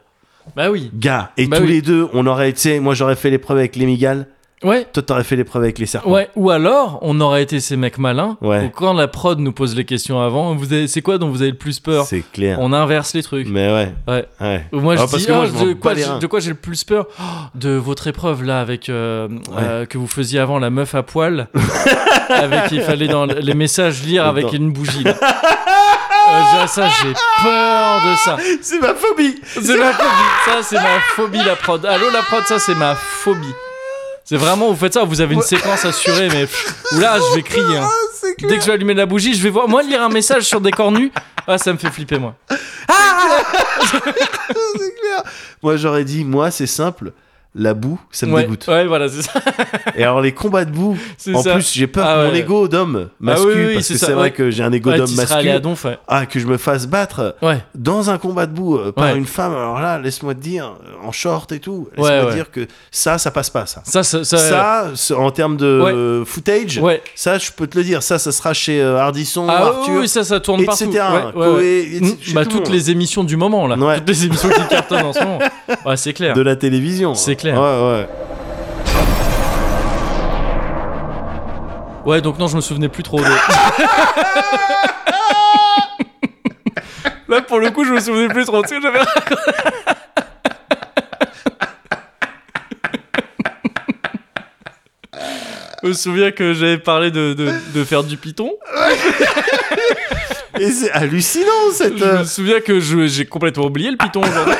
Bah oui.
Gars, et
Bah
tous
oui.
les deux, on aurait, tu sais, moi j'aurais fait l'épreuve avec les migales,
Ouais.
toi t'aurais fait l'épreuve avec les serpents.
Ouais, ou alors, on aurait été ces mecs malins.
Ouais.
Ou quand la prod nous pose les questions avant, vous avez- c'est quoi dont vous avez le plus peur
C'est Mm. clair.
On inverse les trucs.
Mais ouais,
Ouais.
ouais.
Ou Moi, je
Ah, parce
dis,
que moi,
ah,
je m'en
de,
bats
quoi
les
j'ai-
reins.
de quoi j'ai le plus peur Oh, De votre épreuve là, avec euh, euh, que vous faisiez avant la meuf à poil, avec il fallait dans les messages lire avec
Attends.
une bougie. Là. Euh, j'ai- ça, j'ai peur de ça.
C'est ma phobie
C'est ma phobie. Ça, c'est ma phobie, la prod. Allô, la prod, ça, c'est ma phobie. C'est vraiment, vous faites ça, vous avez une séquence assurée, mais. Ou là, je vais crier.
Oh,
hein. Dès que je vais allumer la bougie, je vais voir. Moi, lire un message sur des cornus, ah, ça me fait flipper, moi.
C'est clair. Moi j'aurais dit, moi c'est simple, la boue, ça me
ouais,
dégoûte.
ouais, voilà, c'est ça.
Et alors les combats de boue,
C'est
en
ça.
plus j'ai peur
Ah
de mon
ouais.
ego d'homme
Ah
masculin,
oui, oui, oui,
parce
c'est
que
ça,
c'est vrai
ouais.
que j'ai un ego
Ouais,
d'homme
tu seras allé à
masculin.
Donf, ouais.
Ah, que je me fasse battre
Ouais,
dans un combat de boue euh, par
Ouais.
une femme, alors là, laisse-moi te dire, euh, en short et tout,
Ouais,
laisse-moi te
ouais.
dire que ça, ça passe pas, ça.
ça, ça. ça,
Ça, ce- en termes de
Ouais.
euh, footage,
Ouais.
ça, je peux te le dire, ça, ça sera chez euh, Hardisson,
Ah oui,
Arthur,
oui, ça, ça tourne
etc.
partout. Ouais, ouais, ouais.
Coé, etc., chez
Bah,
tout le
toutes
monde.
les émissions du moment, là.
Ouais.
Toutes les émissions qui cartonnent en ce moment. Ouais, c'est clair.
de la télévision.
C'est clair.
Ouais, ouais.
Ouais, donc non, je me souvenais plus trop de. Là, pour le coup, je me souvenais plus trop. Tu sais, j'avais. Je me souviens que j'avais parlé de, de, de faire du Python.
Et c'est hallucinant cette,
Je
euh,
me souviens que je- j'ai complètement oublié le Python aujourd'hui.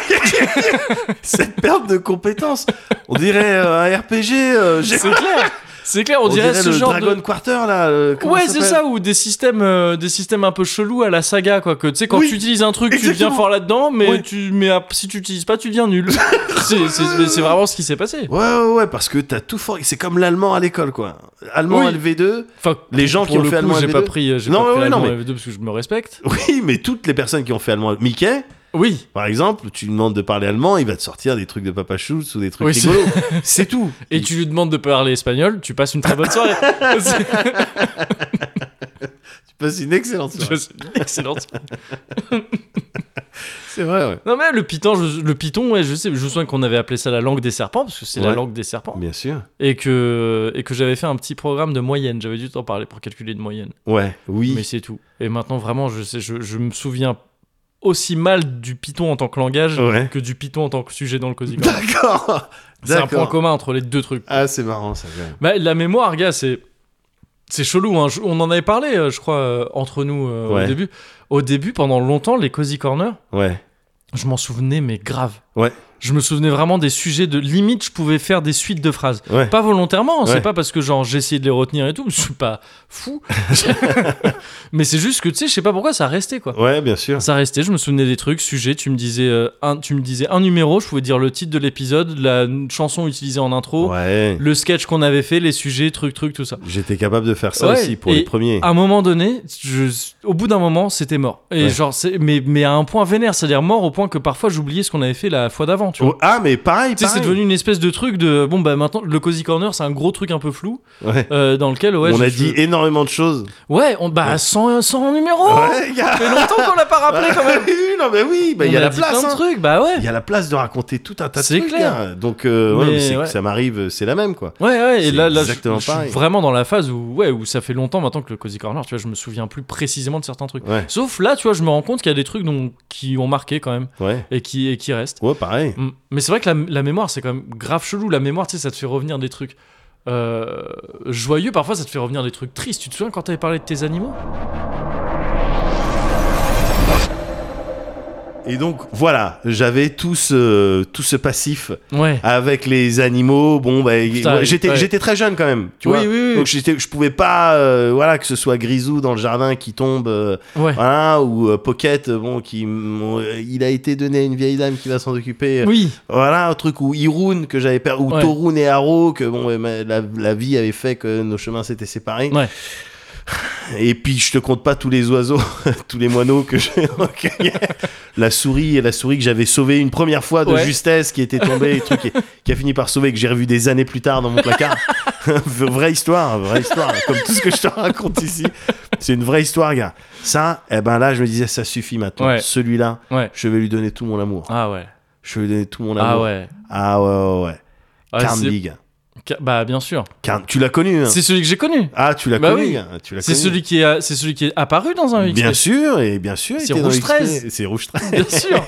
cette perte de compétences. On dirait euh, un RPG. euh, j'ai-
C'est clair. C'est clair, on, dirait, ce
le
genre
Dragon
de.
Quarter là. euh, comment
Ouais, c'est
s'appelle
ça, ou des systèmes, euh, des systèmes un peu chelous à la saga, quoi. Que tu sais, quand
Oui,
tu utilises un truc, tu deviens
exactement.
fort là-dedans, mais,
Oui.
tu, mais ah, si tu utilises pas, tu deviens nul. c'est c'est- mais c'est vraiment ce qui s'est passé.
Ouais, ouais, ouais, parce que t'as tout fort. C'est comme l'allemand à l'école, quoi. Allemand
Oui.
LV2.
Enfin,
Les gens
pour
qui ont
le
fait
coup,
allemand
j'ai
LV2.
pas pris, euh, j'ai pas
Non,
pris
ouais, ouais, non,
allemand
mais-
LV2 parce que je me respecte.
Oui, mais toutes les personnes qui ont fait allemand. Mickey,
Oui,
par exemple, tu lui demandes de parler allemand, il va te sortir des trucs de Papa Schultz ou des trucs
Oui, c'est-
rigolos. C'est tout.
et tu lui demandes de parler espagnol, tu passes une très bonne soirée. C'est-
Tu passes une excellente soirée.
c'est Excellente.
C'est vrai, ouais.
Non mais le python, je, le python, ouais, je sais, je me souviens qu'on avait appelé ça la langue des serpents parce que c'est la
Ouais.
langue des serpents
Bien sûr.
et que et que j'avais fait un petit programme de moyenne. J'avais dû t'en parler pour calculer de moyenne,
Ouais, oui.
mais c'est tout. Et maintenant vraiment, je sais, je, je me souviens aussi mal du python en tant que langage
Ouais.
que du python en tant que sujet dans le cosy. Corner.
D'accord.
C'est un point
D'accord.
commun entre les deux trucs.
Ah, c'est marrant ça. quand même.
Bah, la mémoire, gars, c'est. C'est chelou, hein. Je- on en avait parlé, euh, je crois, euh, entre nous euh,
Ouais.
au début. Au début, pendant longtemps, les Cozy Corner,
Ouais.
je m'en souvenais, mais grave.
Ouais.
Je me souvenais vraiment des sujets de limite, je pouvais faire des suites de phrases.
Ouais.
Pas volontairement, c'est
Ouais.
pas parce que genre j'essayais de les retenir et tout, je suis pas fou. mais c'est juste que tu sais, je sais pas pourquoi ça restait quoi.
Ouais, bien sûr.
Ça restait, je me souvenais des trucs, sujets, tu me disais euh, un tu me disais un numéro, je pouvais dire le titre de l'épisode, la chanson utilisée en intro,
Ouais.
le sketch qu'on avait fait, les sujets, trucs, trucs, tout ça.
J'étais capable de faire ça
Ouais,
aussi pour
et- ah,
les premiers.
À un moment donné, je- au bout d'un moment, c'était mort. Et
Ouais.
genre, c'est- mais, mais à un point vénère, c'est-à-dire mort au point que parfois j'oubliais ce qu'on avait fait la fois d'avant. Tu vois.
Oh, ah, mais pareil,
Tu sais, c'est
pareil.
devenu une espèce de truc de bon bah maintenant le cozy corner c'est un gros truc un peu flou
Ouais.
euh, dans lequel ouais
on
je-
a
je-
dit énormément de choses.
ouais on bah
Ouais.
100 100 numéros
Ouais, gars.
ça fait longtemps qu'on l'a pas rappelé Oh, quand même
Oui, non, mais oui, bah, il
On
y a la
dit
place.
plein de
hein.
trucs bah ouais
Il y a la place de raconter tout un tas de
C'est
trucs.
clair.
gars. Donc, euh, ouais,
Mais
mais c'est que
ouais.
ça m'arrive, c'est la même, quoi.
ouais ouais et
C'est
là là je,
exactement
je suis
pareil.
vraiment dans la phase où ouais où ça fait longtemps maintenant que le cozy corner tu vois je me souviens plus précisément de certains trucs
Ouais,
sauf là tu vois je me rends compte qu'il y a des trucs dont, qui ont marqué quand même
ouais.
et qui et qui restent
Ouais, pareil.
Mm. Mais c'est vrai que la, la mémoire, c'est quand même grave chelou. La mémoire, tu sais, ça te fait revenir des trucs euh, joyeux. Parfois, ça te fait revenir des trucs tristes. Tu te souviens quand t'avais parlé de tes animaux
Et donc, voilà, j'avais tout ce, tout ce passif
Ouais.
avec les animaux. Bon, bah, y-
Putain,
ouais, j'étais,
ouais.
j'étais très jeune quand même, tu
Oui,
vois.
oui, oui.
Donc, j'étais, je pouvais pas, euh, voilà, que ce soit Grisou dans le jardin qui tombe, euh,
ouais.
voilà, ou euh, Pocket, euh, bon, qui, mon- euh, il a été donné à une vieille dame qui va s'en occuper. euh,
Oui.
Voilà, un truc où Irun, que j'avais perdu, ou
Ouais.
Torun et Haro, que bon, eh, ma- la, la vie avait fait que nos chemins s'étaient séparés.
Ouais.
Et puis, je te compte pas tous les oiseaux, tous les moineaux que j'ai recueillis. La souris, et la souris que j'avais sauvée une première fois de
Ouais.
justesse, qui était tombée, et truc, et- qui a fini par sauver, que j'ai revu des années plus tard dans mon placard. vraie histoire, vraie histoire, comme tout ce que je te raconte ici. C'est une vraie histoire, gars. Ça, eh ben là, je me disais, ça suffit maintenant.
Ouais.
Celui-là,
Ouais.
je vais lui donner tout mon amour.
Ah ouais.
Je vais lui donner tout mon
Ah
amour.
ouais.
Ah ouais, ouais, ouais.
Ah,
Carn
c'est-
League.
Ca- Bah, bien sûr.
Carn- Tu l'as connu. hein.
C'est celui que j'ai connu.
Ah, tu l'as
Bah
connu.
oui.
hein. Tu l'as
C'est
connu.
celui, qui est, c'est celui qui est apparu dans un
Bien
XP.
sûr, et bien sûr. il
C'est
était dans
Rouge
XP.
13.
C'est Rouge 13.
Bien sûr.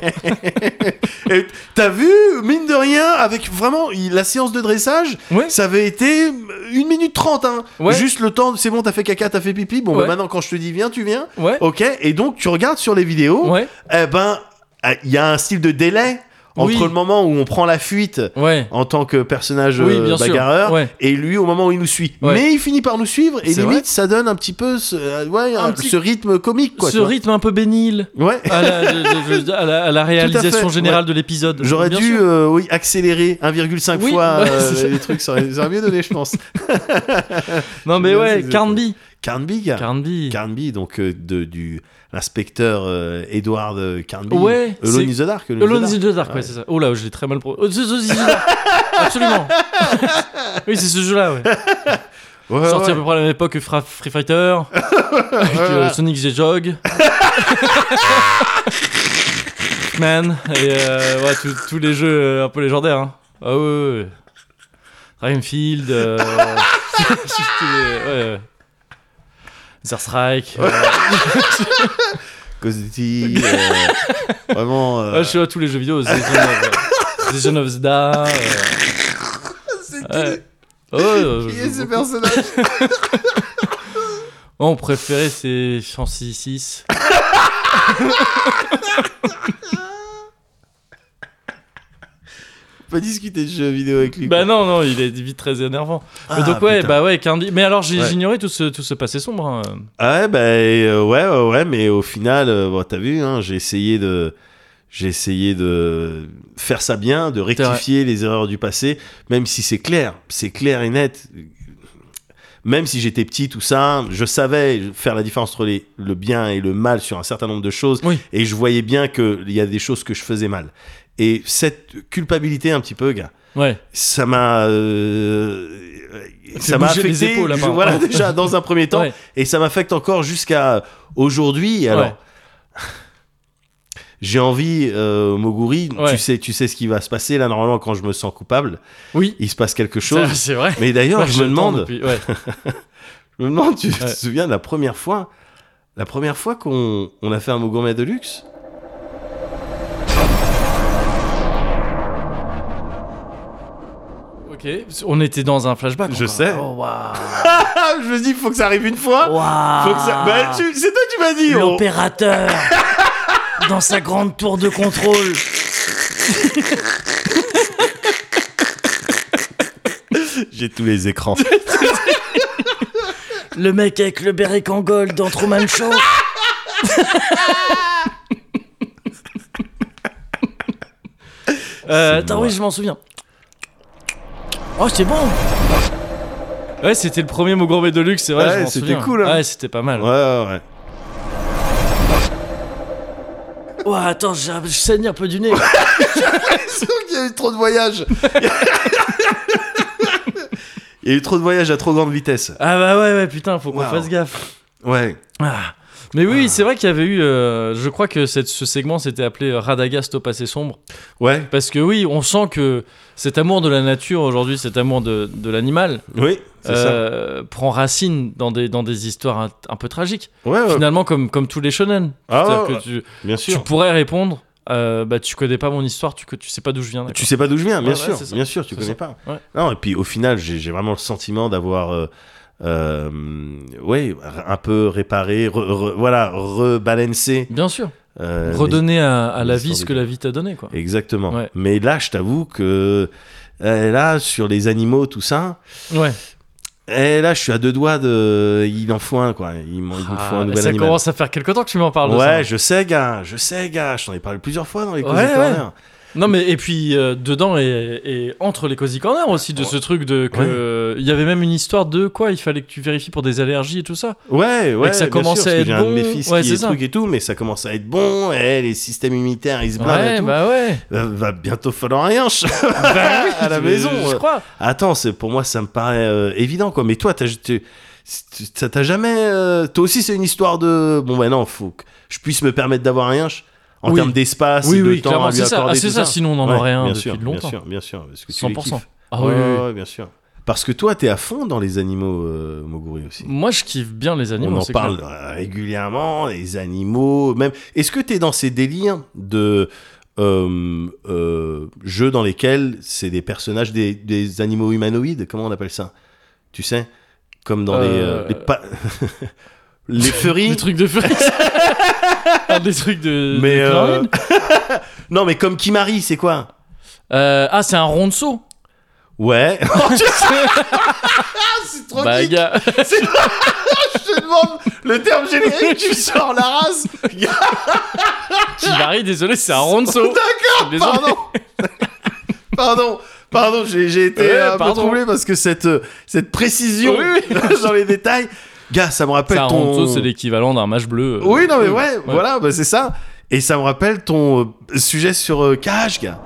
Et T'as vu, mine de rien, avec vraiment il- la séance de dressage,
Ouais.
ça avait été 1 minute 30. Hein.
Ouais.
Juste le temps, de- c'est bon, t'as fait caca, t'as fait pipi. Bon, bah,
Ouais.
maintenant, quand je te dis viens, tu viens.
Ouais.
Ok, et donc tu regardes sur les vidéos,
Ouais.
eh ben, euh, il y a un style de délai entre
Oui.
le moment où on prend la fuite
Ouais.
en tant que personnage
Oui,
euh,
bien sûr.
bagarreur
Ouais.
et lui au moment où il nous suit.
Ouais.
Mais il finit par nous suivre et
C'est vrai.
limite ça donne un petit peu ce, euh, ouais,
Un
un-
petit-
ce rythme comique quoi.
Ce
tu vois.
rythme un peu bénil
Ouais.
à la, je- je- je- à la- à la réalisation
fait,
générale de l'épisode.
J'aurais
Bien
dû
sûr.
euh, oui, accélérer 1,5
Oui,
fois
ouais,
euh,
c'est ça.
les trucs, ça aurait, ça aurait mieux donné, je pense.
Non, mais
bien,
ouais,
c'est-
Carnby.
Carnby, gars.
Carnby.
Carnby, donc euh, de, du l'inspecteur euh, Edward euh, Carnby.
Ouais,
Alone
c'est-
in the Dark. Alone in the
Alone
Dark.
in the Dark, ouais,
Ouais.
c'est ça. Oh là, je l'ai très mal pro. Oh, the- the- the- the- Absolument. oui, c'est ce jeu-là, ouais.
Ouais,
Sorti à
ouais.
peu près à la même époque que Fra- Free Fighter, avec, euh, Sonic the Hedgehog. Man, et euh, ouais, tous- tous les jeux euh, un peu légendaires. Hein. Ah ouais, ouais, ouais. Rainfield, euh, tous les- ouais, ouais. Zer Strike. euh,
Cosity, euh, vraiment. euh,
ouais, Ah, je suis à tous les jeux vidéo. The Zone of, The Zone of Zelda, euh,
c'est-
Ouais. Ah ouais, euh,
Qui
je-
est ce personnage
Mon préféré, c'est Chancy 6.
Pas discuter de jeux vidéo avec lui.
Bah
quoi.
non, non, il est vite très énervant. Mais
Ah,
donc, ouais,
putain.
bah ouais, Candy. Mais alors, j'ai-
Ouais.
j'ignorais tout ce, tout ce passé sombre. hein.
Ah ouais, bah, euh, ouais, ouais, ouais, mais au final, euh, bon, t'as vu, hein, j'ai essayé de, j'ai essayé de faire ça bien, de
vrai.
rectifier les erreurs du passé, même si c'est clair, c'est clair et net. Même si j'étais petit, tout ça, je savais faire la différence entre les- le bien et le mal sur un certain nombre de choses,
Oui.
et je voyais bien qu'il y a des choses que je faisais mal. Et cette culpabilité, un petit peu, gars
Ouais.
ça m'a euh, ça
fait
m'a
bouger les
affecté
épaules,
je-
apparemment.
voilà déjà dans un premier temps
Ouais.
et ça m'affecte encore jusqu'à aujourd'hui alors
Ouais.
j'ai envie euh, Moguri
Ouais.
tu sais tu sais ce qui va se passer là normalement quand je me sens coupable
Oui.
il se passe quelque
Ça,
chose
C'est vrai.
mais d'ailleurs
Ouais,
je me
le tends
demande
depuis- ouais.
je me demande tu te
Ouais.
souviens de la première fois la première fois qu'on on a fait un Mogourmet de luxe
Ok, on était dans un flashback.
Je
encore.
sais.
Oh, waouh.
ah je me dis faut que ça arrive une fois
Waouh.
Faut que ça- Bah, tu- c'est toi qui m'as dit oh. on-
L'opérateur dans sa grande tour de contrôle.
j'ai tous les écrans
Le mec avec le béret en gold dans Truman Show. euh, attends,
moi.
oui, je m'en souviens. Oh, c'est bon. Ouais, c'était le premier mot gourmet de luxe, c'est vrai.
Ouais,
je m'en
c'était
souviens.
cool, hein.
Ouais, c'était pas mal.
ouais ouais, ouais.
Ouais, attends, j'ai- je saigne un peu du nez.
C'est sûr qu'il y a eu trop de voyages.
Il y a eu trop de voyages à trop grande vitesse.
ah bah ouais, ouais, putain, faut qu'on
Waouh.
fasse gaffe.
Ouais.
Ah. Mais oui, c'est vrai qu'il y avait eu. euh, je crois que cette- ce segment s'était appelé Radagast au passé sombre.
Ouais.
Parce que oui, on sent que cet amour de la nature aujourd'hui, cet amour de, de l'animal,
Oui. C'est ça.
euh, prend racine dans des, dans des histoires un, un peu tragiques.
Ouais, ouais,
Finalement, comme, comme tous les shonen.
Euh. Ah,
C'est-à-dire
ouais,
que tu,
bien
tu
sûr.
pourrais répondre euh, bah, Tu connais pas mon histoire, tu, co- tu sais pas d'où je viens.
Tu,
d'accord.
sais pas d'où je viens, bien
Ouais, ouais,
sûr.
c'est ça.
bien sûr, tu
C'est
connais
ça.
pas.
Ouais.
Non, et puis au final, j'ai j'ai vraiment le sentiment d'avoir. euh, euh, ouais, un peu réparé, re- re- voilà, rebalancé.
Bien sûr.
euh,
Redonner à, à la
les histoires
vie ce
des
que la vie t'a donné. Quoi.
les- Exactement.
Ouais.
Mais là, je t'avoue que euh, là, sur les animaux, tout ça,
Ouais.
et Eh, là, je suis à deux doigts de. Il en faut un, quoi. Il m'en il me faut
Ah,
un nouvel
ça
animal.
commence à faire quelque temps que tu m'en parles. de ça.
Ouais, je sais, gars, je sais, gars, je t'en ai parlé plusieurs fois dans les
Ouais,
causes
ouais. Non mais et puis euh, dedans et, et entre les cozy corners aussi de ce truc de que
Ouais.
euh, il y avait même une histoire de quoi il fallait que tu vérifies pour des allergies et tout ça.
Ouais, ouais,
que ça
bien
commençait
sûr,
à
parce que
être
j'ai un de mes
bon.
fils
Ouais,
qui
c'est
est
ça.
truc et tout, mais ça commence à être bon, et les systèmes immunitaires, ils se blindent et
ouais
tout.
bah ouais.
Va, va bientôt falloir un yanche
Bah oui,
à la
je-
maison.
Je
euh.
crois.
Attends, c'est, pour moi, ça me paraît euh, évident, quoi. Mais toi, t'as, tu- tu- ça t'a jamais... euh, toi aussi, c'est une histoire de... Bon, ben non, faut que je puisse me permettre d'avoir un yanche en
Oui.
termes d'espace
Oui
et de
oui
Ah, temps à
clairement
lui
c'est ça.
accorder,
Ah, c'est
tout
ça. Sinon on en
Ouais,
aurait un
bien
depuis
sûr,
longtemps.
Bien sûr, bien sûr, parce que Oh, tu les
100%.
kiffes.
Ah oui,
Ouais,
oui, oui.
ouais, bien sûr. Parce que toi, t'es à fond dans les animaux, euh, Moguri, aussi.
Moi je kiffe bien les animaux.
On en
c'est
parle
clair.
euh, régulièrement, les animaux, même. Est-ce que tu es dans ces délires de euh, euh, jeux dans lesquels c'est des personnages, des, des animaux humanoïdes Comment on appelle ça Tu sais Comme dans
Euh,
les. euh, les, pa- les furries
Des trucs de furie. Ah, des trucs de. de
mais euh,
chlorine.
non mais comme Kimari c'est quoi
Euh, ah c'est un ronceau.
ouais Ah,
C'est trop
Oh, bah
geek.
gars.
Je te demande le terme générique, tu me sors la race.
Chivari désolé c'est un ronceau.
D'accord,
Désolé.
pardon. Pardon. Pardon, j'ai j'ai été
Ouais,
euh, un peu
pardon.
troublé parce que cette, euh, cette précision
Oui,
dans les détails.
gars ça me
C'est
rappelle
un
ton
ronceau c'est l'équivalent d'un match bleu. euh,
Oui, non, mais ouais,
Ouais.
voilà, bah, c'est ça.
et ça me rappelle ton euh, sujet sur euh, Cage gars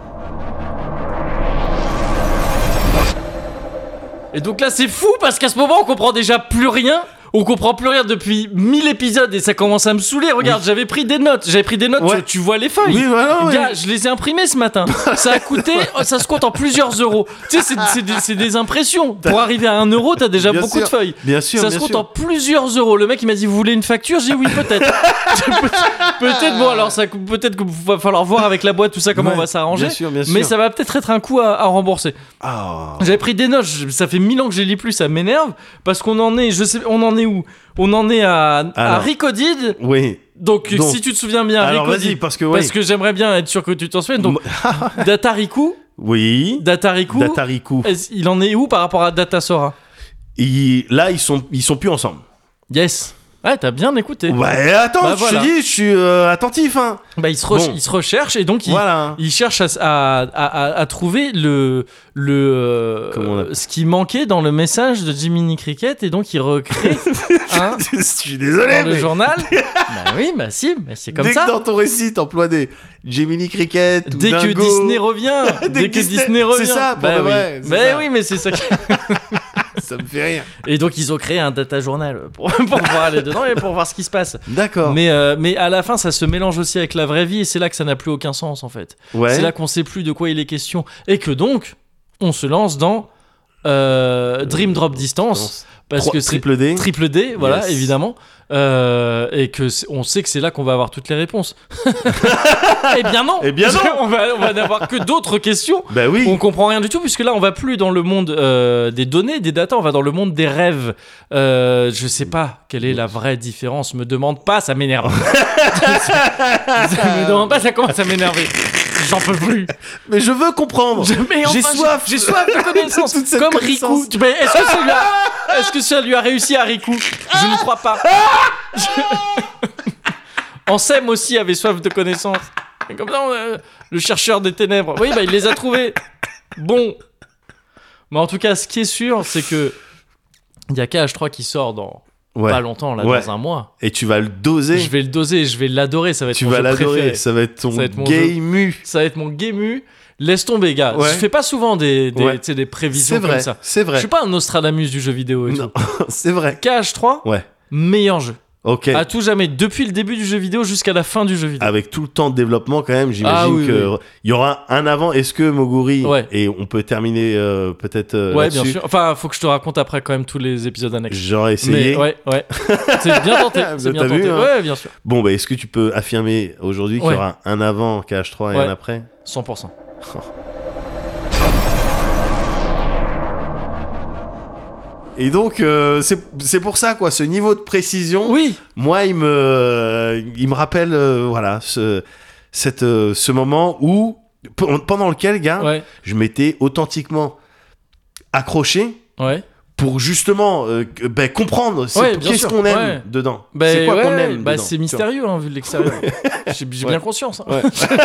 Et donc là, c'est fou parce qu'à ce moment, on comprend déjà plus rien on comprend plus rien depuis 1000 épisodes et ça commence à me saouler. Regarde, j'avais pris des notes, j'avais pris des notes,
Ouais.
tu, tu vois les feuilles.
Oui, voilà, oui.
Gars, je les ai imprimées ce matin. ça a coûté, oh, ça se compte en plusieurs euros. Tu sais, c'est- c'est des, c'est des impressions. Pour arriver à 1 euro, t'as déjà
Bien
beaucoup
sûr.
de feuilles.
Bien sûr,
ça se
bien
compte
sûr.
en plusieurs euros. Le mec, il m'a dit Vous voulez une facture J'ai dit oui, peut-être. Peut- peut-être, bon, alors ça coûte- peut-être qu'il va falloir voir avec la boîte tout ça comment
Ouais,
on va s'arranger.
bien sûr, bien
Mais
sûr.
ça va peut-être être un coup à- à rembourser.
Ah.
J'avais pris des notes, je- ça fait mille ans que je les lis plus, ça m'énerve parce qu'on en est, je sais, on en est où On en est à, à
Alors.
Ricodid.
Oui.
Donc,
Donc.
si tu te souviens bien,
Alors,
Ricodid,
vas-y, parce que, oui.
j'aimerais bien être sûr que tu t'en souviens. Donc Datariku,
Oui.
Datariku,
Datariku.
est-ce- il en est où par rapport à Datasora
Ils- Là, ils sont, ils sont plus ensemble.
Yes. Ouais, t'as bien écouté.
Ouais, attends,
Bah,
je
voilà.
te dis, je suis euh, attentif, hein.
Bah, ils se, re-
Bon.
ils se recherchent et donc ils,
Voilà.
ils cherchent à, s- à- à- à- à trouver le, le euh,
Comment on appelle-
ce qui manquait dans le message de Jiminy Cricket et donc ils recréent un,
je suis désolé,
dans le
mais
journal. bah oui, bah si, mais c'est comme
dès
ça.
que dans ton récit, t'emploies des Gemini Cricket ou
Dès que
Dingo,
Disney revient,
Dès
dès
que
que
Disney-
Disney revient.
c'est ça, pour
bah
de
oui.
vrai, c'est
Bah
ça.
oui, mais c'est ça. qui-
ça me fait rire.
Et donc ils ont créé un data journal pour, pour pouvoir aller dedans et pour voir ce qui se passe.
D'accord.
Mais euh, mais à la fin, ça se mélange aussi avec la vraie vie et c'est là que ça n'a plus aucun sens en fait.
Ouais.
C'est là qu'on sait plus de quoi il est question et que donc on se lance dans euh, Dream Drop Distance parce
Trois-
que c'est
triple D.
Triple D, voilà,
Yes.
évidemment. Euh, et que c'est- on sait que c'est là qu'on va avoir toutes les réponses. eh bien non
Eh bien non.
On va, on va n'avoir que d'autres questions.
Bah oui.
On comprend rien du tout puisque là on va plus dans le monde euh, des données, des datas, on va dans le monde des rêves. Euh, je sais pas quelle est la vraie différence. Me demande pas, ça m'énerve. ça me demande pas, ça commence à m'énerver. J'en peux plus.
Mais je veux comprendre.
Je- mais
J'ai
enfin,
soif.
J'ai soif de connaissances.
Toute cette
Comme
connaissance.
Riku. Tu- mais Est-ce que, ça lui a- est-ce que ça lui a réussi à Riku Je ne crois pas. Je- Ansem aussi avait soif de connaissances. Et comme ça, on, euh, le chercheur des ténèbres. Oui, bah, il les a trouvés. Bon. Mais en tout cas, ce qui est sûr, c'est que. Il y a KH3 qui sort dans
Ouais.
pas longtemps, là,
Ouais.
dans un mois.
Et tu vas le doser.
Je vais le doser, je vais l'adorer, ça va être
Tu
mon
vas
jeu préféré.
l'adorer. Ça va être ton
Ça va être mon
gay
jeu.
mu.
Ça va être mon guému. Laisse tomber, gars.
Ouais.
Je fais pas souvent des, des,
Ouais.
tu sais, des prévisions
C'est vrai.
comme ça.
C'est
Je
vrai.
suis pas un Nostradamus du jeu vidéo et
Non.
tout.
C'est vrai.
KH3,
Ouais.
meilleur jeu.
Ok.
À tout jamais, depuis le début du jeu vidéo jusqu'à la fin du jeu vidéo.
Avec tout le temps de développement quand même,
Ah
j'imagine
oui,
que il y aura un avant. Est-ce que Moguri
Ouais.
et on peut terminer euh, peut-être euh,
ouais,
là-dessus.
bien sûr. Enfin, faut que je te raconte après quand même tous les épisodes annexes.
J'aurais essayé.
Mais ouais, ouais. C'est bien tenté.
Bah,
C'est bien
t'as
tenté.
vu, hein.
Ouais, bien sûr.
Bon, bah, est-ce que tu peux affirmer aujourd'hui qu'il
Ouais.
y aura un avant KH3 et
Ouais.
un après
100%.
Et donc, euh, c'est c'est pour ça, quoi, ce niveau de précision,
Oui,
moi, il me, il me rappelle, euh, voilà, ce, cette, euh, ce moment où, pe- pendant lequel, gars,
ouais,
je m'étais authentiquement accroché
ouais.
pour justement euh, que- ben, comprendre c'est-
Ouais, bien
qu'est-ce
sûr,
qu'on aime
ouais.
dedans.
Bah,
c'est quoi
ouais,
qu'on aime
bah,
dedans,
c'est
tu vois.
mystérieux hein, vu de l'extérieur. J'ai j'ai bien conscience. hein.
Ouais.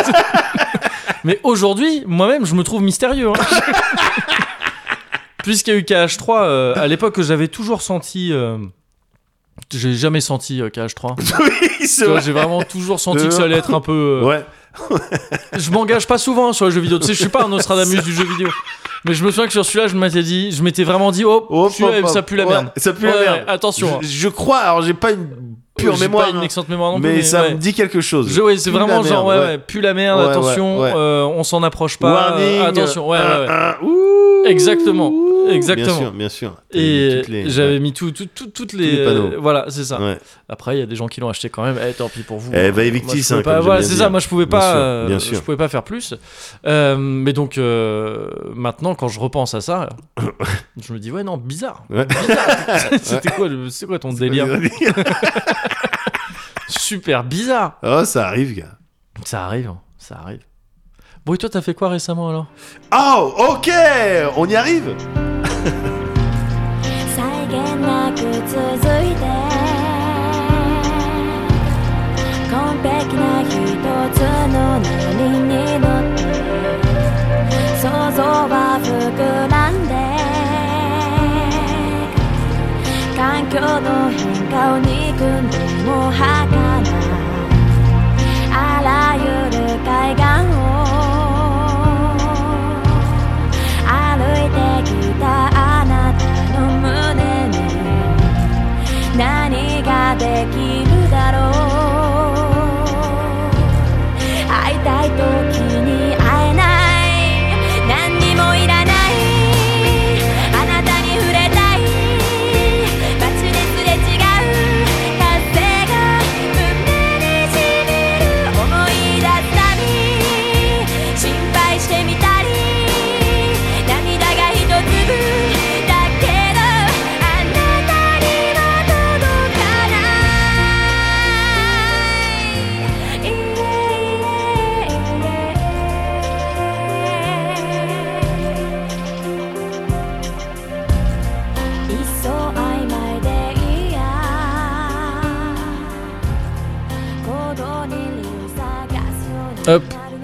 Mais aujourd'hui, moi-même, je me trouve mystérieux. hein. Puisqu'il y a eu KH3, euh, à l'époque, j'avais toujours senti. euh, j'ai jamais senti euh, KH3.
Oui,
Tu
c'est
vois,
vrai.
J'ai vraiment toujours senti que ça allait être un peu. euh,
Ouais,
Je m'engage pas souvent hein, sur les jeux vidéo. Tu sais, je suis pas un Nostradamus du jeu vidéo. Mais je me souviens que sur celui-là, je m'étais dit, je m'étais vraiment dit, oh,
Hop,
celui-là,
hop, hop.
ça pue la
Ouais,
merde.
ça pue
Ouais,
la
ouais,
merde.
attention, hein.
Je, je crois, alors j'ai pas une pure
J'ai
mémoire.
pas une
hein.
excellente mémoire non plus.
mais, ça
ouais.
me dit quelque chose.
Je- ouais, c'est
Pue la
vraiment genre, ouais,
merde,
ouais, pue la merde,
Ouais, ouais,
attention,
ouais.
euh, on s'en approche pas. euh,
Warning,
attention, ouais,
un,
ouais, ouais.
un, ouh,
Exactement,
ouh.
exactement.
Bien sûr, bien sûr. T'as mis
Et
toutes les-
j'avais
ouais.
mis tout, tout- tout- toutes les,
les panneaux.
euh, voilà, c'est ça.
Ouais.
Après, il y a des gens qui l'ont acheté quand même. Eh, tant pis pour vous.
Eh,
Moi,
va
je pouvais
Evictis, hein,
pas-
comme je
voilà,
viens de
c'est
dire.
ça. Moi, je pouvais
Bien
pas.
sûr,
euh,
bien
Je
sûr.
pouvais pas faire plus. Euh, mais donc, euh, maintenant, quand je repense à ça, je me dis ouais, non, bizarre.
Ouais.
Bizarre. C'était quoi, le- c'est quoi ton délire Super bizarre.
oh, ça arrive, gars.
Ça arrive, hein, ça arrive. Bon, et toi, t'as fait quoi récemment alors
Oh, ok, on y arrive.
際限なく続いて完璧な一つの波に乗って想像は膨らんで環境の変化を憎んでも儚いあらゆる海岸を歩いてきたあなたの胸に何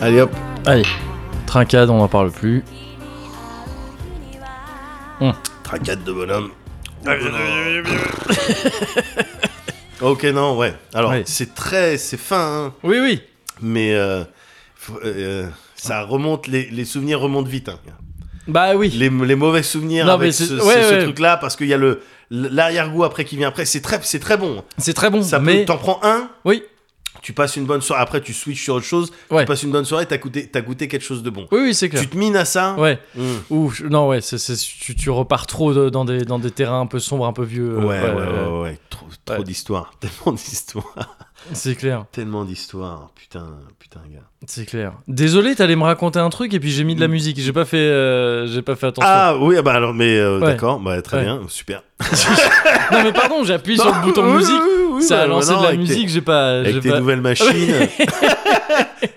Allez hop.
Allez, trincade, on n'en parle plus.
Tracade de bonhomme. ok, non, ouais. Alors,
Ouais.
c'est très. C'est fin, hein,
Oui, oui.
mais. euh, faut- euh, ça remonte. Les, les souvenirs remontent vite. hein.
Bah oui.
Les, les mauvais souvenirs
Non, mais
avec
c'est-
ce,
ouais,
ce- ce
ouais.
truc-là, parce qu'il y a le l'arrière-goût après qui vient après. C'est très, c'est très bon.
C'est très bon.
Ça peut-
mais
T'en prends un,
oui,
tu passes une bonne soirée. Après, tu switches sur autre chose.
Ouais.
Tu passes une bonne soirée, t'as goûté, t'as goûté quelque chose de bon.
oui, oui, c'est clair.
Tu te mines à ça.
Ouais. Euh,
Mm.
Ou je- non, ouais. c'est- c'est- tu, tu repars trop de- dans des dans des terrains un peu sombres, un peu vieux. euh,
Ouais, ouais, ouais, ouais, ouais. Trop, trop
Ouais.
d'histoires. Tellement d'histoires.
C'est clair,
Tellement d'histoires. Putain, putain, gars.
c'est clair. Désolé, t'allais me raconter un truc et puis j'ai mis de la musique. J'ai pas fait, euh, j'ai pas fait attention.
Mm. Ah oui, ah bah alors, mais euh,
Ouais.
d'accord, bah, très
Ouais.
bien, super.
Non mais pardon, j'appuie sur le bouton
Oui,
musique.
oui, oui,
ça a
bah,
lancé
maintenant,
de la
avec tes-
musique. J'ai pas. j'ai
Avec tes
pas...
nouvelles machines,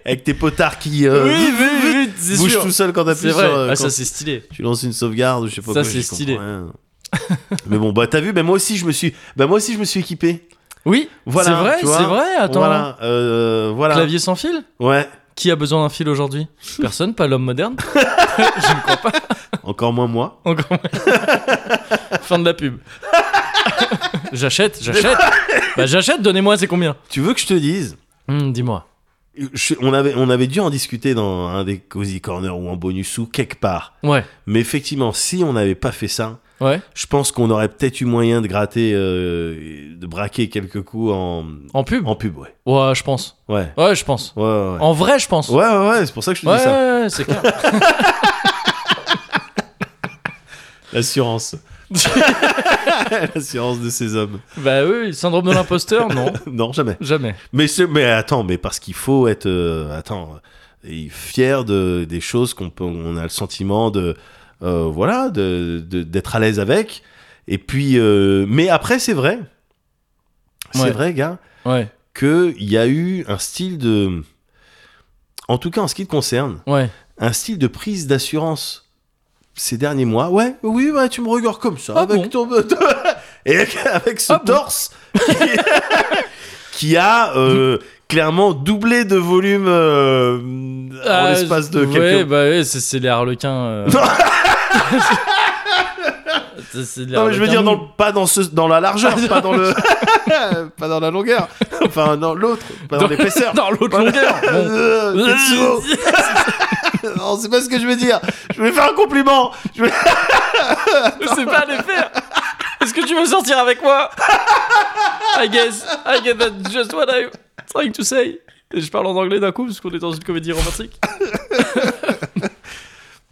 avec tes potards qui euh,
Oui, oui, oui, c'est
bougent
sûr.
tout seul quand
C'est
t'appuies sur.
vrai.
euh,
ah,
quand
ça c'est stylé.
tu lances une sauvegarde, je sais pas
Ça,
quoi,
c'est
j'y comprends
stylé.
rien. mais bon, bah t'as vu, bah, moi aussi je me suis, bah moi aussi je me suis équipé.
Oui.
Voilà,
c'est
tu
vrai,
vois.
c'est vrai. Attends.
Voilà, euh, voilà.
Clavier sans fil.
Ouais,
Qui a besoin d'un fil aujourd'hui Personne, pas l'homme moderne.
encore moins moi.
Encore moins. Fin de la pub. j'achète, j'achète. bah j'achète, donnez-moi, c'est combien
Tu veux que je te dise
Hmm, Dis-moi.
Je- on, avait, on avait dû en discuter dans un des Cozy Corner ou en bonus ou quelque part.
Ouais,
Mais effectivement, si on n'avait pas fait ça,
ouais.
Je pense qu'on aurait peut-être eu moyen de gratter, euh, de braquer quelques coups en,
En pub
en pub, ouais.
Ouais, je pense.
Ouais,
Ouais, je pense.
ouais, ouais.
En vrai, je pense.
Ouais, ouais, ouais, c'est pour ça que je te
Ouais,
dis ça.
ouais, ouais, c'est clair.
L'assurance. L'assurance de ces hommes.
bah oui, syndrome de l'imposteur, non,
Non, jamais.
jamais.
Mais, c'est- mais attends, mais parce qu'il faut être. euh, attends, euh, fier de, des choses qu'on peut, on a le sentiment de. euh, voilà, de- de- d'être à l'aise avec. Et puis. euh, mais après, c'est vrai. C'est
Ouais.
vrai, gars.
Ouais,
qu'il y a eu un style de. En tout cas, en ce qui te concerne,
ouais.
un style de prise d'assurance ces derniers mois. Ouais, oui, ouais, tu me regardes comme ça,
Ah
avec ton. Et avec- avec ce
Ah bon
torse qui... qui a euh, clairement doublé de volume euh, en
Ah,
l'espace de
ouais,
quelques.
bah ouais, c'est, c'est les harlequins. euh. C'est- c'est les
Non, mais je veux
harlequins
dire, dans
mous.
le- pas dans, ce, dans la largeur, pas dans le. pas dans la longueur. Enfin, dans l'autre, pas dans,
Dans-
l'épaisseur.
Dans l'autre longueur. bon.
Euh, Tetsuo. Non, c'est pas ce que je veux dire. Je voulais faire un compliment. Je voulais-
c'est pas les faire. Est-ce que tu veux sortir avec moi I guess, I get that just what I'm trying to say. Et je parle en anglais d'un coup parce qu'on est dans une comédie romantique.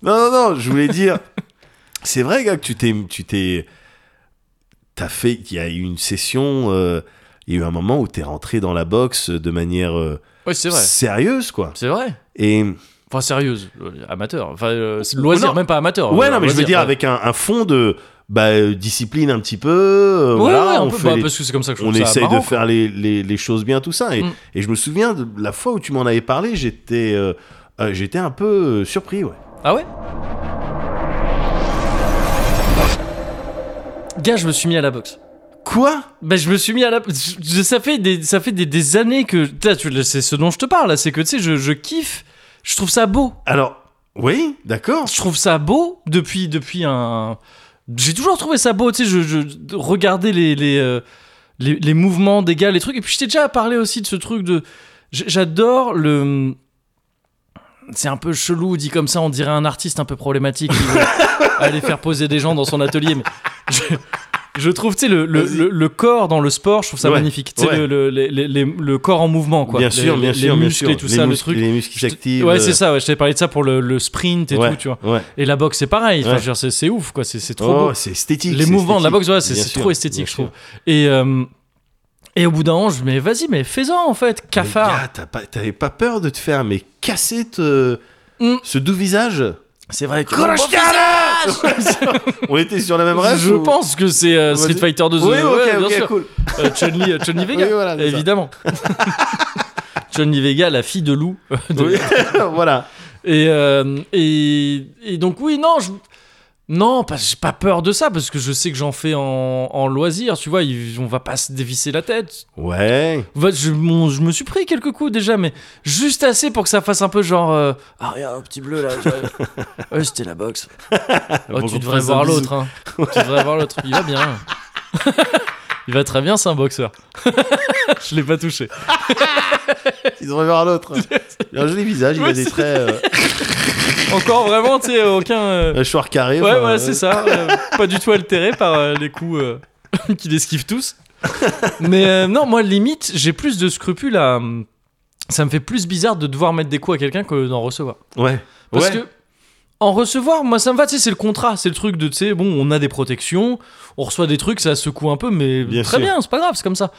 Non, non, non, je voulais dire. C'est vrai, gars, que tu t'es. Tu t'es. T'as fait. Il y a eu une session. euh, Il y a eu un moment où t'es rentré dans la boxe de manière euh,
Ouais, c'est vrai.
sérieuse, quoi.
C'est vrai.
Et.
Enfin, sérieuse, euh, amateur. Enfin, euh, c'est loisir,
Non.
même pas amateur.
ouais,
euh,
non, mais je veux
loisir,
dire,
ouais.
avec un, un fond de. Bah, euh, discipline un petit peu. euh,
Ouais,
voilà,
ouais, un
on
peu,
fait
bah,
les-
parce que c'est comme ça que je
on
trouve ça
essaye
marrant,
de faire les, les- les choses bien, tout ça. Et,
Mm.
et je me souviens de la fois où tu m'en avais parlé, j'étais euh, euh, j'étais un peu euh, surpris, ouais.
quoi. Ah ouais Gars, je me suis mis à la boxe.
Quoi
Bah, je me suis mis à la. je- je- ça fait des, ça fait des, des années que. Là, tu- c'est ce dont je te parle, là, c'est que tu sais, je, je kiffe. Je trouve ça beau.
Alors, oui, d'accord.
Je trouve ça beau depuis, depuis un. J'ai toujours trouvé ça beau, tu sais, je, je regardais les, les, euh, les, les mouvements des gars, les trucs. Et puis, je t'ai déjà parlé aussi de ce truc de. j- J'adore le. C'est un peu chelou dit comme ça, on dirait un artiste un peu problématique qui veut aller faire poser des gens dans son atelier. Mais je, je trouve, tu sais, le, le,
Vas-y.
le- le corps dans le sport, je trouve ça
Ouais,
magnifique. Tu sais,
ouais.
le, le- les- les- les- le corps en mouvement, quoi.
bien
Les-
sûr,
les-
bien sûr,
Les
bien
muscles
sûr.
et tout ça,
les
le
muscles-
truc.
Les muscles qui
Je te-
s'activent.
Ouais, c'est ça, ouais, je t'avais parlé de ça pour le, le sprint et
ouais,
tout, tu vois.
ouais.
Et la boxe, c'est pareil, enfin,
Ouais.
je veux dire, c'est c'est ouf, quoi, c'est c'est trop
Oh,
beau.
c'est esthétique.
Les
c'est
mouvements de la boxe,
esthétique.
ouais, c'est c'est trop esthétique,
Bien sûr, bien
je trouve.
sûr.
Et, euh, et au bout d'un an, je me dis, mais vas-y, mais fais-en, en fait,
Mais
cafard.
gars, t'as pas- T'avais pas peur de te faire, mais casser te-
Mm.
ce doux visage
C'est vrai
On était sur la même rêve
Je
ou-
pense que c'est euh,
Vas-y.
Street Fighter 2
Oui,
ouais,
ok,
bien
ok,
sûr.
cool.
Euh, Chun-Li euh, Chun-Li Vega,
Oui, voilà, c'est ça.
évidemment. Chun-Li Vega, la fille de Lou. euh, de-
Oui, voilà.
Et, euh, et, et donc, oui, non, je, Non, parce que j'ai pas peur de ça, parce que je sais que j'en fais en, en loisir, tu vois, il- on va pas se dévisser la tête.
Ouais.
Va- Je, mon- je me suis pris quelques coups déjà, mais juste assez pour que ça fasse un peu genre... euh, ah, regarde, un petit bleu là. je- ouais, c'était la boxe. Oh,
Bon,
tu
qu'on
devrais
te fasse
voir
un bisou.
l'autre. hein. tu devrais voir l'autre. Il va bien. Il va très bien, c'est un boxeur. je l'ai pas touché.
Il devrait voir l'autre. Il a un joli visage, il
Ouais,
a des
c'est-
traits. Euh,
Encore vraiment, tu sais, aucun... euh,
un choir carré.
Ouais,
enfin,
voilà,
euh,
c'est ça. euh, pas du tout altéré par euh, les coups euh, qu'il esquive tous. Mais euh, non, moi, limite, j'ai plus de scrupules à. hum, Ça me fait plus bizarre de devoir mettre des coups à quelqu'un que d'en recevoir.
Ouais.
Parce
ouais.
que. En recevoir, moi ça me va, tu sais, c'est le contrat, c'est le truc de, tu sais, bon, on a des protections, on reçoit des trucs, ça secoue un peu, mais
Bien
très
sûr.
bien, c'est pas grave, c'est comme ça.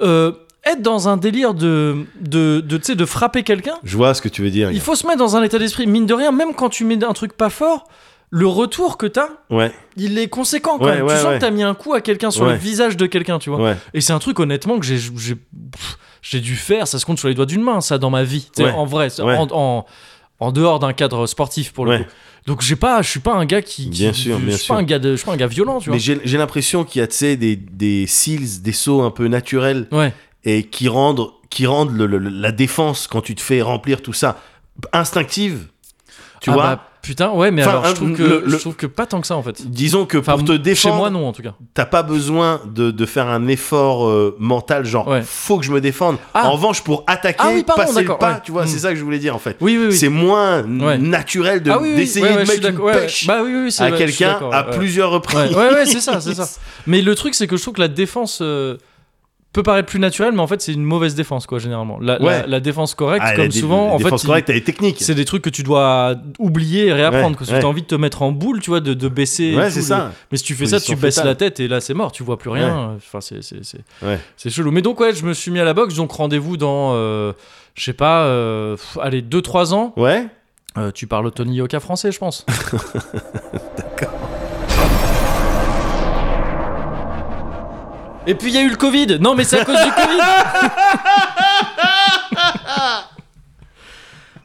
Euh, être dans un délire de, de, de, tu sais, de frapper quelqu'un,
Je vois ce que tu veux dire.
il faut se mettre dans un état d'esprit, mine de rien, même quand tu mets un truc pas fort, le retour que t'as,
Ouais,
il est conséquent quand
Ouais,
même.
ouais,
tu sens
ouais.
que t'as mis un coup à quelqu'un sur le
Ouais.
visage de quelqu'un, tu vois.
ouais.
Et c'est un truc honnêtement que j'ai j'ai pff, j'ai dû faire. Ça se compte sur les doigts d'une main, ça, dans ma vie. Tu sais,
Ouais.
En vrai, ça,
Ouais.
en, en- en dehors d'un cadre sportif pour le
Ouais.
coup. Donc j'ai pas, je suis pas un gars qui, qui-
Bien sûr,
je
bien
suis pas
sûr.
un gars de, je suis pas un gars violent, tu vois.
Mais j'ai j'ai l'impression qu'il y a, tu sais, des, des seals, des sauts un peu naturels
Ouais,
et qui rendent, qui rendent le- le- la défense quand tu te fais remplir tout ça instinctive. Tu
Ah
vois
bah, Putain, ouais, mais
Enfin,
alors je
un-
trouve, que,
le-
je
le-
trouve que pas tant que ça en fait.
Disons que
Enfin,
pour te défendre,
Chez moi, non, en tout cas.
t'as pas besoin de, de faire un effort euh, mental, genre
Ouais.
faut que je me défende.
Ah.
En revanche, pour attaquer,
Ah oui, pardon,
passer le
d'accord,
pas,
ouais.
tu vois,
Mm.
c'est ça que je voulais dire en fait.
Oui, oui, oui.
C'est moins n-
Ouais.
naturel de-
Ah oui, oui,
d'essayer
ouais, ouais,
de
je suis
mettre une
d'accord, ouais, ouais.
pêche
Bah oui, oui, c'est
à
vrai, je suis
quelqu'un
d'accord,
à
ouais, ouais.
plusieurs reprises.
Ouais, ouais, ouais, c'est ça, c'est ça. Mais le truc, c'est que je trouve que la défense euh, peut paraître plus naturelle, mais en fait, c'est une mauvaise défense, quoi, généralement. La, la-
Ouais.
la défense correcte,
Ah, la
comme
dé-
souvent,
la
en fait,
défense
il-
correcte, elle est technique.
c'est des trucs que tu dois oublier et réapprendre.
Ouais,
Parce que
ouais.
tu as envie de te mettre en boule, tu vois, de, de baisser. et
Ouais,
tout,
c'est
le-
ça.
Mais si tu fais ça, tu
Position
baisses
fétale.
la tête et là, c'est mort, tu vois plus rien. Enfin, c'est, c'est, c'est,
Ouais.
c'est chelou. Mais donc, ouais, je me suis mis à la boxe, donc rendez-vous dans, euh, je sais pas, euh, pff, allez, 2-3 ans.
Ouais.
Euh, tu parles au Tony Yoka français, je pense. D'accord. Et puis il y a eu le Covid. Non, mais c'est à cause du Covid.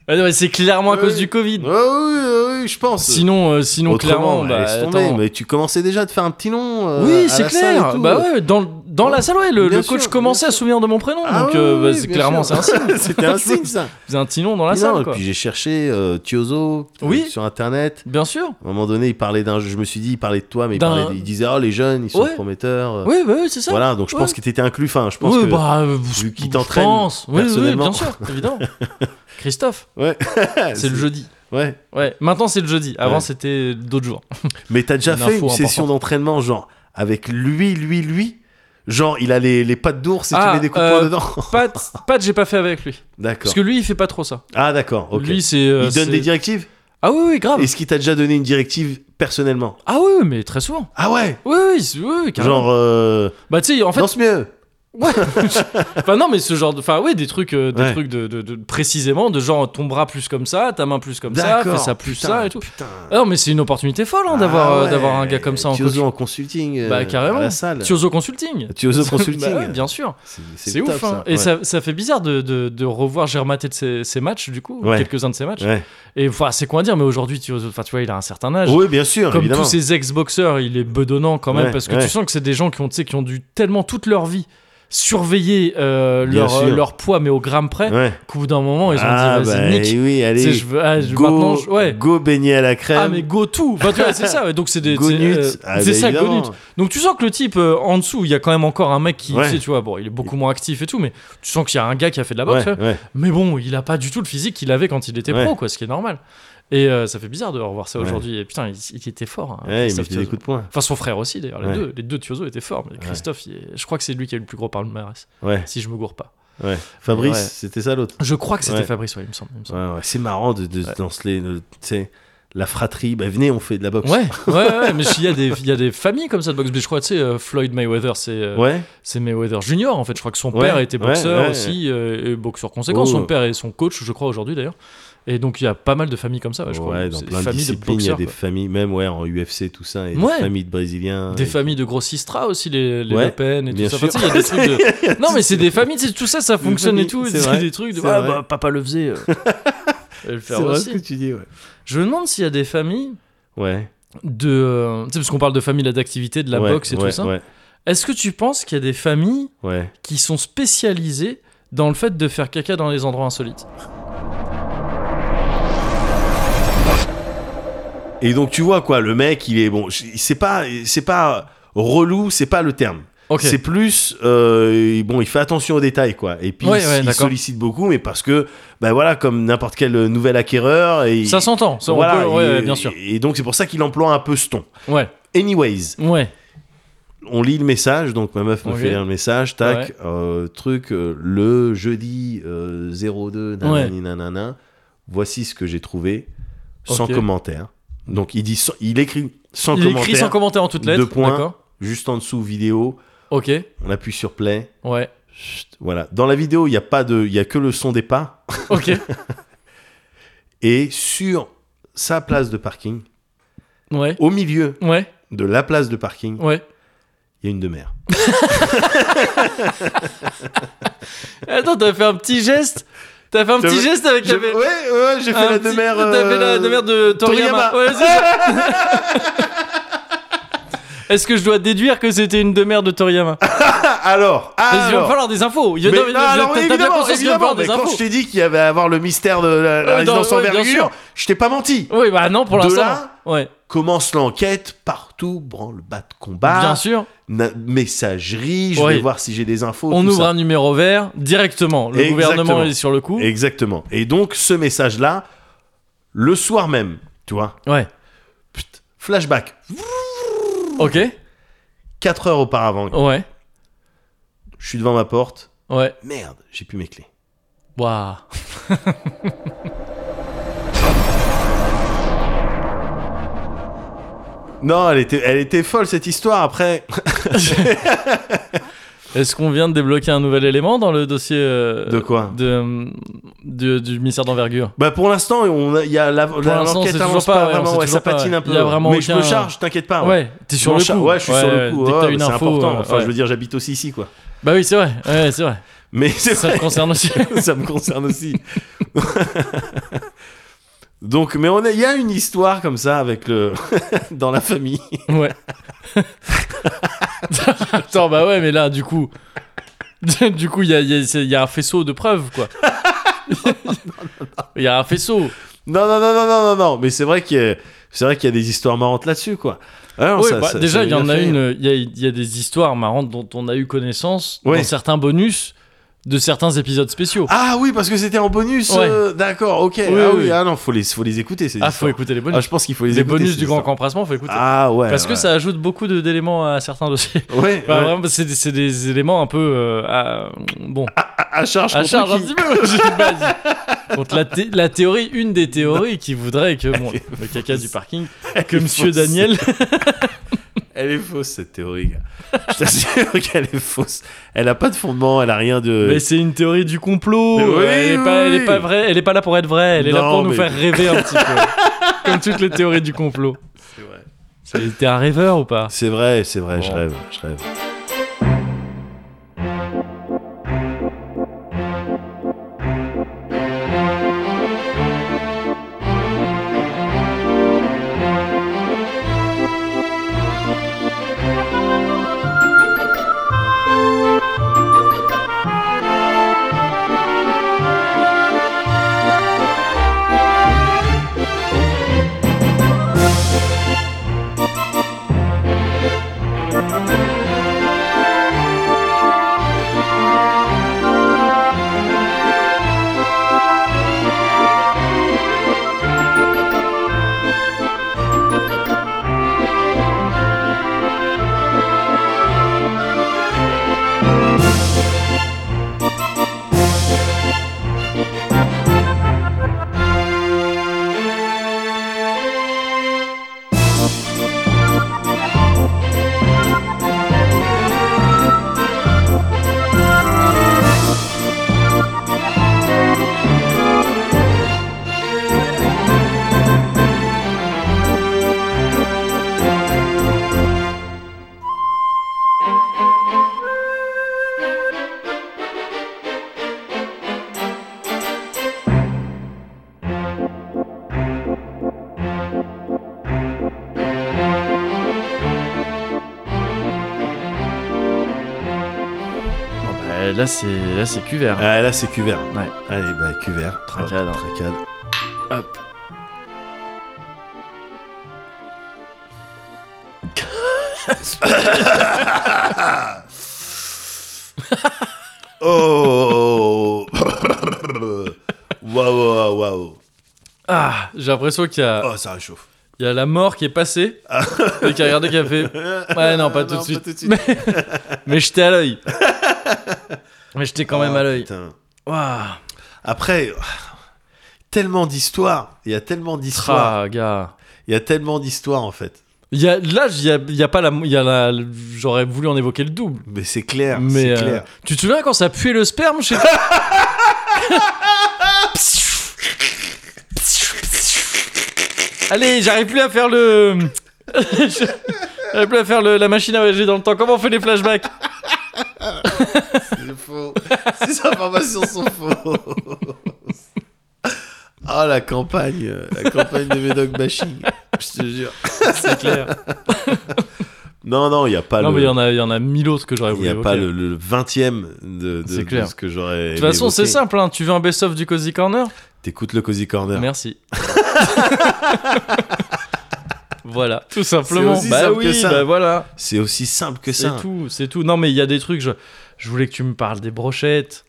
Ah non, mais c'est clairement à
Oui.
cause du Covid.
Ouais, Ah oui, oui, oui, je pense.
Sinon, euh, sinon
Autrement,
clairement, bah,
laisse tomber,
attends.
mais tu commençais déjà de faire un petit nom. euh, à
Oui,
la
c'est
salle et
clair.
tout.
Bah ouais, dans, le- dans la salle, ouais, le,
Bien
le coach
sûr,
commençait
bien
à se souvenir de mon prénom.
Ah
donc
oui,
euh, bah,
oui,
c'est
bien
clairement, c'est
sûr.
un signe.
C'était un signe ça.
C'est un petit nom dans la
Mais non,
salle,
et
quoi.
puis j'ai cherché euh, Thiozo
Oui.
euh, sur internet.
Bien sûr.
À un moment donné, il parlait d'un. Je me suis dit, il parlait de toi, mais il,
D'un-
parlait, il disait, oh les jeunes, ils sont
Ouais.
prometteurs. euh,
Oui, bah, oui, c'est ça.
Voilà, donc je
Ouais.
pense qu'il t'était inclus. Enfin, je pense
oui,
que.
bah, euh,
vu qu'il
je
t'entraîne,
pense. Oui, oui,
personnellement.
bien sûr, évidemment. Christophe,
Ouais.
bah, c'est le jeudi.
Ouais.
Ouais, maintenant c'est le jeudi. Avant
Ouais.
c'était d'autres jours.
Mais t'as déjà
Une
fait
info
une session d'entraînement, genre, avec lui, lui, lui. Genre, il a les, les pattes d'ours et
Ah,
tu mets des coups de
euh,
poing dedans.
Pat, Pat j'ai pas fait avec lui.
D'accord.
Parce que lui, il fait pas trop ça.
Ah, d'accord, ok.
Lui, c'est. euh,
il donne
c'est-
des directives
Ah oui, oui, grave.
Est-ce qu'il t'a déjà donné une directive personnellement
Ah oui, oui, mais très souvent.
Ah ouais
Oui, oui, c'est- oui, oui, carrément.
Genre, euh,
Bah, tu sais, en fait.
danse mieux
Ouais. enfin, non, mais ce genre de. Enfin, oui, des trucs, euh, des
Ouais.
trucs de, de- de- précisément, de genre ton bras plus comme ça, ta main plus comme ça, fais
D'accord.
ça plus
Putain,
ça et tout.
Putain.
Ah non, mais c'est une opportunité folle hein, d'avoir
Ah
euh,
ouais.
d'avoir un gars comme ça en
Thiozo
coach.
en consulting. euh,
Bah, carrément.
À la salle.
Thiozo Consulting.
Thiozo Consulting.
Bah ouais, bien sûr.
C'est-
C'est
le
ouf.
top,
hein.
ça.
Et
Ouais.
ça, ça fait bizarre de, de- de revoir. J'ai rematé de ses, ses matchs, du coup,
Ouais.
quelques-uns de ses matchs.
Ouais.
Et enfin, c'est quoi dire, mais aujourd'hui, tu, enfin, tu vois, il a un certain âge.
Oui, bien sûr,
Comme
évidemment.
tous ces ex-boxeurs, il est bedonnant quand même,
Ouais,
parce que tu
ouais.
sens que c'est des gens qui ont, tu sais, qui ont dû tellement toute leur vie surveiller euh,
Bien
leur, euh,
sûr.
leur poids, mais au gramme près,
Ouais.
qu'au bout d'un moment, ils ont
ah,
dit, vas-y,
bah,
nique.
oui,
Tu sais,
allez.
je veux, ah, je- maintenant,
Go,
je- ouais.
go baigner à la crème.
Ah mais go tout, Enfin, tu vois, c'est ça. ouais. Donc c'est des,
Go
c'est,
nut.
euh,
Ah,
c'est
bah,
ça, go
évidemment.
nut. Donc tu sens que le type euh, en dessous, il y a quand même encore un mec qui,
Ouais.
tu, sais, tu vois, bon, il est beaucoup moins actif et tout, mais tu sens qu'il y a un gars qui a fait de la boxe. hein.
Ouais,
ouais.
ouais.
Mais bon, il a pas du tout le physique qu'il avait quand il était pro,
Ouais.
quoi, ce qui est normal. Et euh, ça fait bizarre de revoir ça
Ouais.
aujourd'hui. Et putain, il, il était fort. hein,
Ouais, il
Christophe
mettait des
Thiozo.
coups de poing.
Enfin, son frère aussi, d'ailleurs. Les
Ouais.
deux, les deux Thiozo étaient forts. Mais Christophe, il est- je crois que c'est lui qui a eu le plus gros palmarès,
Ouais,
si je me gourre pas.
ouais. Fabrice,
Ouais.
c'était ça l'autre.
Je crois que c'était
Ouais.
Fabrice, ouais, il me semble. il me semble.
Ouais, ouais. C'est marrant de, de se lancer, de- tu sais, la fratrie. Bah, venez, on fait de la boxe.
Ouais, ouais, ouais, mais il y, a des- il y a des familles comme ça de boxe. Mais je crois, tu sais, euh, Floyd Mayweather, c'est euh,
Ouais.
c'est Mayweather Junior en fait. Je crois que son
Ouais,
père était
ouais,
boxeur
ouais.
aussi, euh, et boxeur conséquent.
Oh.
Son père est son coach, je crois, aujourd'hui d'ailleurs. Et donc il y a pas mal de familles comme ça, ouais, je crois.
Ouais,
C'est
dans
des
plein de
familles
disciplines, il y a
boxeurs,
des
quoi.
familles, même ouais, en UFC, tout ça, et
Ouais.
des familles de Brésiliens.
Des
et-
familles de grossistra aussi, les, les
Ouais,
Le Pen et tout
bien
ça.
sûr.
Enfin, tu sais, il y a des trucs de- Non, mais c'est des familles, tu sais, tout ça, ça fonctionne et
familles,
tout.
c'est
C'est
vrai,
des trucs de.
c'est
Ah,
vrai.
bah, papa le faisait. euh. Elle le
C'est
faire
vrai
aussi.
ce que tu dis, ouais.
Je me demande s'il y a des familles
Ouais.
de. euh, Tu sais, parce qu'on parle de famille là, d'activité, de la
Ouais,
boxe et
ouais,
tout ça.
Ouais,
Est-ce que tu penses qu'il y a des familles
ouais.
qui sont spécialisées dans le fait de faire caca dans les endroits insolites
Et donc tu vois quoi, le mec, il est bon, je- c'est pas, c'est pas relou, c'est pas le terme.
Ok.
C'est plus, euh, bon, il fait attention aux détails quoi. Et puis
Ouais,
il,
ouais,
il
d'accord.
sollicite beaucoup, mais parce que, ben voilà, comme n'importe quel euh, nouvel acquéreur, et
Ça s'entend, ça, on
voilà,
peut- ouais,
et-
ouais, bien sûr.
Et donc c'est pour ça qu'il emploie un peu ce ton.
Ouais,
Anyways,
ouais.
on lit le message, donc ma meuf me
Ok.
fait lire le message, tac,
Ouais.
euh, truc, euh, le jeudi euh, 02, nanani, nanana, voici ce que j'ai trouvé, sans
Ok.
commentaire. Donc il dit, sans- il écrit sans
Il
commentaire,
écrit sans commentaire en toutes lettres.
deux points.
D'accord.
juste en dessous vidéo,
Ok.
on appuie sur play,
Ouais.
chut, voilà. Dans la vidéo, il n'y a pas de, il y a que le son des pas,
Ok.
et sur sa place de parking,
Ouais.
au milieu
Ouais.
de la place de parking,
Ouais.
il y a une demeure.
Attends, Eh, t'as fait un petit geste. T'as fait un
Je-
petit geste avec
Je-
la.
ouais, ouais, j'ai fait
un
la
petit-
demeure.
T'as fait la
euh,
demeure de Toriyama.
Toriyama.
Ouais, c'est ça. Est-ce que je dois déduire que c'était une demeure de Toriyama
Ah, Alors,
Parce qu'il va me
alors.
falloir des infos. Il y a-
Mais-
non, mais-
non,
t'as-
alors,
t'as bien
évidemment,
conscience qu'il va me
évidemment,
falloir
mais
des
quand je
infos.
t'ai dit qu'il y avait à avoir le mystère de la, la
Euh,
résidence
dans- ouais, bien
envergure,
sûr.
je t'ai pas menti.
Oui, bah non, pour
De
l'instant.
là-
non. Ouais.
Commence l'enquête, partout, branle bas de combat,
Bien sûr.
na- messagerie, je
Oui.
vais voir si j'ai des infos.
On
tout
ouvre
ça.
un numéro vert directement. Le
Exactement.
gouvernement est sur le coup.
Exactement. Et donc, ce message-là, le soir même, tu vois,
Ouais.
pft, flashback,
Ok.
4 heures auparavant,
Ouais.
je suis devant ma porte,
Ouais.
merde, j'ai plus mes clés.
Waouh.
Non, elle était, elle était folle cette histoire. Après,
Est-ce qu'on vient de débloquer un nouvel élément dans le dossier euh,
De quoi
de, euh, de- du mystère d'envergure
Bah pour l'instant, on a- il y a la- la-
l'instant,
l'enquête
c'est toujours
avance
pas,
pas,
ouais, on
vraiment,
sait
ouais,
toujours
ça
pas,
patine
ouais.
un peu.
Il y a vraiment
mais je me
aucun-
charge, t'inquiète pas.
Ouais, t'es sur
Je m'en
le
charge-
coup.
Ah Ouais, je suis sur le coup.
Dès que t'as
ouais,
une
c'est
info.
important.
euh,
Enfin,
ouais.
je veux dire, j'habite aussi ici, quoi.
Bah oui, c'est vrai. Ouais, c'est vrai.
Mais c'est
Ça te
vrai,
concerne aussi.
ça me concerne aussi. Donc, mais on a- il y a une histoire comme ça avec le dans la famille.
ouais. Attends, bah ouais, mais là, du coup. Du coup, il y a, il y a- c'est- il y a un faisceau de preuves, quoi. Il y a un faisceau.
Non, non, non, non, non, non, non. Mais c'est vrai qu'il y a, c'est vrai qu'il y a des histoires marrantes là-dessus, quoi. Alors,
Ouais,
ça-
bah,
ça-
déjà,
ça
il y en
m'a
a
fait
une.
rire.
euh, Il y a, il y a des histoires marrantes dont on a eu connaissance
Ouais.
dans certains bonus de certains épisodes spéciaux.
Ah oui, parce que c'était en bonus.
euh, Ouais.
euh, D'accord, ok.
Oui,
ah
oui,
oui,
oui.
ah non, faut les, faut les écouter. Ces
Ah, faut
histoires.
écouter les bonus.
Ah, je pense qu'il faut les,
les
écouter.
bonus
ces
du grand
histoires.
empressement, faut écouter.
Ah ouais.
Parce que
ouais.
ça ajoute beaucoup de- d'éléments à certains dossiers.
Ouais.
Enfin,
ouais.
vraiment, c'est des, c'est des éléments un peu. euh, à- bon,
À charge.
à
contre
charge un
qui
petit peu. je sais pas, dis- Contre la, thé- la théorie, une des théories qui voudrait que bon, le caca du parking, que
est
monsieur
fausse.
Daniel.
Elle est fausse cette théorie. gars. Je t'assure qu'elle est fausse. Elle a pas de fondement. Elle a rien de.
Mais c'est une théorie du complot.
Mais oui,
elle, est pas,
oui,
elle est
oui.
pas vraie. Elle est pas là pour être vraie. Elle est là
Non,
pour nous
mais-
faire rêver un petit peu. Comme toutes les théories du complot.
C'est vrai.
Et T'es un rêveur ou pas
C'est vrai, c'est vrai. Je
Bon.
rêve, je rêve.
Thank
Euh, là, c'est là, c'est cuvert.
Ah, là, c'est cuvert.
Ouais.
Allez, bah, cuvert.
Trincade, hein.
Hop, trincade.
Hop.
Oh Waouh, waouh, waouh.
Ah, j'ai l'impression qu'il y a,
Oh, Ah. ça réchauffe.
il y a la mort qui est passée et qui a regardé qui a fait. Ouais, non, pas tout de suite. Mais, mais j'étais à l'œil. Mais j'étais quand même
Oh,
à l'œil.
putain.
Waouh.
Après, tellement d'histoires. Il y a tellement d'histoires.
Tra, gars.
Il y a tellement d'histoires, en fait.
Il Y a, là, il y a, il y a pas la, il y a la, j'aurais voulu en évoquer le double.
Mais c'est clair,
Mais euh,
c'est clair.
tu te souviens quand ça puait le sperme chez Allez, j'arrive plus à faire le. j'arrive plus à faire le- la machine à voyager dans le temps. Comment on fait les flashbacks
C'est faux.
Ces informations sont fausses. Ah, la campagne, euh, la campagne de Médoc bashing, je te jure.
C'est clair.
Non, non, il n'y a pas
non, mais il
le.
y en a, il y en a mille autres que j'aurais
Il n'y
voulu.
a
évoquer.
pas le, le 20e de, de-
C'est
de
clair.
ce que j'aurais.
De toute façon, c'est simple. hein. Tu veux un best-of du Cozy Corner
T'écoutes le Cozy Corner.
Merci. voilà, tout simplement.
C'est aussi
bah
simple
oui,
que ça.
bah voilà.
C'est aussi simple que ça.
C'est tout, c'est tout. Non, mais il y a des trucs. Je, je voulais que tu me parles des brochettes.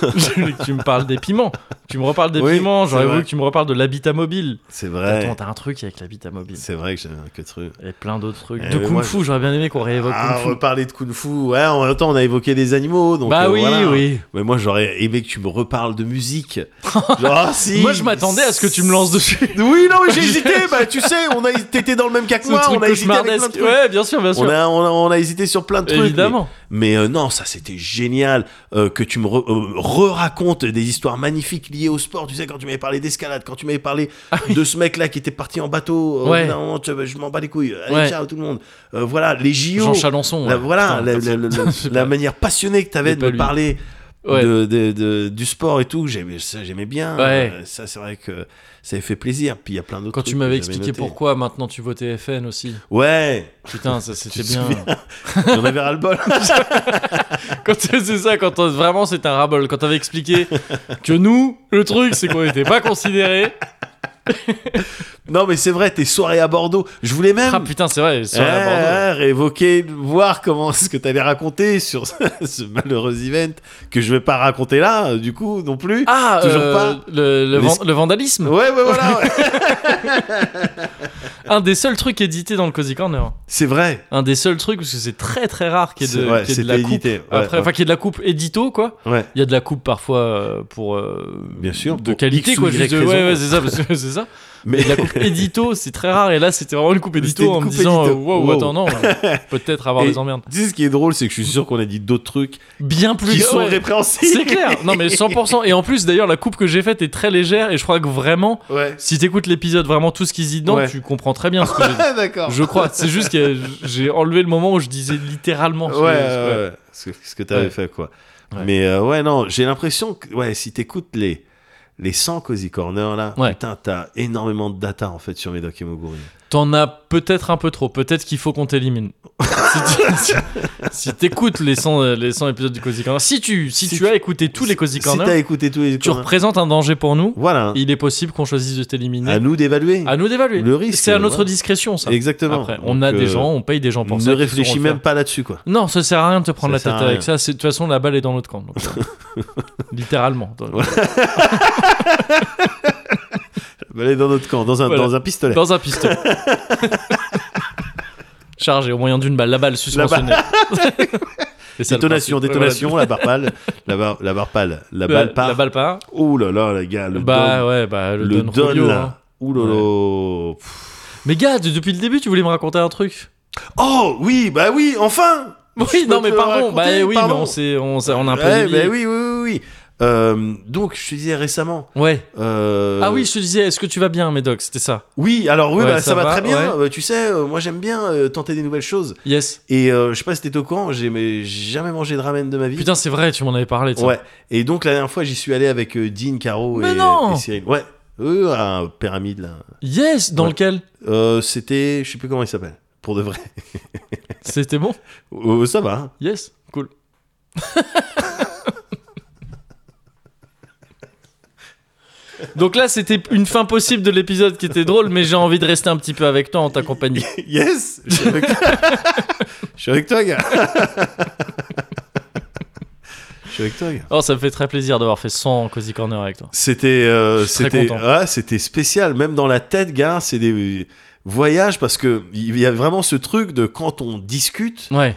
je voulais que tu me parles des piments. Tu me reparles des
Oui,
piments.
c'est
J'aurais voulu
vrai.
que tu me reparles de l'habitat mobile.
C'est vrai.
Attends, t'as un truc avec l'habitat mobile.
C'est vrai que j'avais un que truc.
Et plein d'autres trucs.
Eh,
de
mais
kung
moi,
fu, j'aurais bien aimé qu'on réévoque
Ah, on
kung fu.
reparler de Kung Fu. Ouais, en même temps, on a évoqué des animaux. Donc,
bah
euh,
oui,
voilà.
oui.
Mais moi, j'aurais aimé que tu me reparles de musique. Genre, ah, si.
Moi, je m'attendais à ce que tu me lances dessus.
Oui, non, mais j'ai hésité. Bah, tu sais, on a t'étais dans le même cas que
Ce
moi.
truc
On a hésité avec plein de
cauchemardesque.
trucs.
Ouais, bien sûr, bien
On
sûr.
a, on, a, on a hésité sur plein de trucs. mais-
Évidemment.
Mais euh, non, ça c'était génial euh, que tu me re- euh, re-racontes des histoires magnifiques liées au sport. Tu sais, quand tu m'avais parlé d'escalade, quand tu m'avais parlé de ce mec-là qui était parti en bateau, euh, au
Ah Ouais.
bout d'un moment, tu vois, je m'en bats les couilles. Allez,
Ouais.
ciao tout le monde. Euh, voilà, les JO.
Jean Chalençon.
La-
ouais.
voilà,
Putain,
la,
personne-
la- la-
c'est
la
pas-
manière passionnée que tu avais
C'est
de
pas
me
lui.
parler
Ouais.
de, de- de- du sport et tout. J'aimais, ça, j'aimais bien.
Ouais.
Euh, ça, c'est vrai que ça avait fait plaisir. Puis il y a plein d'autres
Quand
trucs
tu m'avais
que j'avais
expliqué
notés.
pourquoi maintenant tu votais FN aussi.
Ouais,
Putain, ça c'était
te
bien.
souviens j'en avais ras-le-bol.
Quand c'est ça, quand on- vraiment c'est un rabol. Quand t'avais expliqué que nous, le truc, c'est qu'on n'était pas considérés.
non, mais c'est vrai, tes soirées à Bordeaux. Je voulais même.
Ah putain, c'est vrai. sur la
Ouais,
Bordeaux.
ouais, réévoquer, voir comment ce que t'allais raconter sur ce, ce malheureux event que je vais pas raconter là, euh, du coup, non plus.
Ah,
Toujours
euh,
pas.
le, le
Les-
van- le vandalisme.
Ouais, ouais, voilà. ouais.
Un des seuls trucs édités dans le Cozy Corner.
C'est vrai.
Un des seuls trucs, parce que c'est très très rare qu'il y ait
C'est
de,
vrai,
qu'il y ait de
c'était
la coupe.
édité, ouais,
après,
ouais.
enfin, qu'il y ait de la coupe édito, quoi.
Ouais.
Il y a de la coupe parfois euh, pour. euh,
Bien sûr,
De
pour
qualité,
X ou
quoi.
Y
juste de-
raison.
ouais, ouais, c'est ça, parce que c'est ça.
Mais
Et de la coupe édito, c'est très rare. Et là, c'était vraiment une coupe
C'était
édito
une
en me
coupe
disant,
édito.
euh, wow,
Wow.
attends, non, euh, peut-être avoir
Et-
des emmerdes.
Tu sais, ce qui est drôle, c'est que je suis sûr qu'on a dit d'autres trucs
Bien plus
qui sont
ouais.
répréhensibles.
C'est clair. Non mais 100%. Et en plus d'ailleurs la coupe que j'ai faite est très légère et je crois que vraiment
Ouais.
si t'écoutes l'épisode vraiment tout ce qu'ils disent dedans
Ouais.
tu comprends très bien ce que j'ai dit.
Ah, d'accord.
Je crois. C'est juste que j'ai enlevé le moment où je disais littéralement. ce
Ouais,
que-
ouais,
ce que-
ouais. Ce, que- ce que t'avais
Ouais.
fait, quoi.
Ouais.
Mais euh, ouais, non, j'ai l'impression que ouais, si t'écoutes les, les 100 Cozy Corner là,
Ouais.
putain, t'as énormément de data en fait sur Médoc et Moguri.
T'en as peut-être un peu trop. Peut-être qu'il faut qu'on t'élimine. si tu- si- si t'écoutes les 100, les 100 épisodes du Cozy Corner, si tu, si
Si
tu
tu-
as écouté tous les Cozy
Si
Corner,
t'as écouté tous les
tu représentes un danger pour nous.
Voilà.
Il est possible qu'on choisisse de t'éliminer.
À nous d'évaluer.
À nous d'évaluer.
Le risque,
C'est à notre
voilà.
discrétion ça.
Exactement.
Après, on
Donc,
a des
euh,
gens, on paye des gens pour ça.
Ne
qui sauront
réfléchis
le
même
faire.
pas là-dessus, quoi.
Non, ça sert à rien de te prendre
Ça
la
sert
tête
à
avec
rien.
ça. c'est- De toute façon, la balle est dans notre camp. donc, euh, Littéralement. Dans,
Allez dans notre camp, dans un,
Voilà.
dans un pistolet.
dans un pistolet. Chargé au moyen d'une balle. La balle suspendée. Et ça, le
Détonation,
principe.
détonation, la barre pâle, la barre, la barre pâle, la
Ouais,
balle part.
La balle part.
Oh là là, les gars, le
bah
don,
ouais, bah le,
le
don
don,
Julio,
là.
hein.
Ouh là là. Pff.
Mais gars, de- depuis le début, tu voulais me raconter un truc.
Oh oui, bah oui, enfin.
Oui,
Je
non
peux
mais
te
pardon.
raconter,
Bah eh oui,
pardon.
mais on s'est, on, s'est- on a un peu.
Ouais,
dévié.
bah oui, oui, oui, oui. Euh, donc je te disais récemment.
Ouais.
euh,
Ah oui, je te disais, est-ce que tu vas bien, Médoc C'était ça.
Oui, alors oui,
Ouais,
bah,
ça
ça, va,
va,
très bien.
ouais.
Euh, tu sais, euh, moi j'aime bien euh, tenter des nouvelles choses.
Yes.
Et euh, je sais pas si t'étais au courant, j'ai mais j'ai jamais mangé de ramen de ma vie.
Putain, c'est vrai, tu m'en avais parlé. tiens.
Ouais. Et donc la dernière fois, j'y suis allé avec euh, Dean, Caro
Mais
et,
non
et Cyril. Ouais. Eux, à un pyramide là.
Yes, dans
Ouais.
lequel
Euh, C'était, je sais plus comment il s'appelle. Pour de vrai.
C'était bon.
Euh, ça va.
Yes, cool. Donc là, c'était une fin possible de l'épisode qui était drôle, mais j'ai envie de rester un petit peu avec toi en ta compagnie.
Yes Je suis avec, Je suis avec toi, gars. Je suis avec toi, gars.
Oh, ça me fait très plaisir d'avoir fait 100 Cozy Corner avec toi.
C'était euh,
Je suis très
c'était
content.
ah, c'était spécial même dans la tête gars, c'est des voyages parce que il y a vraiment ce truc de quand on discute,
Ouais.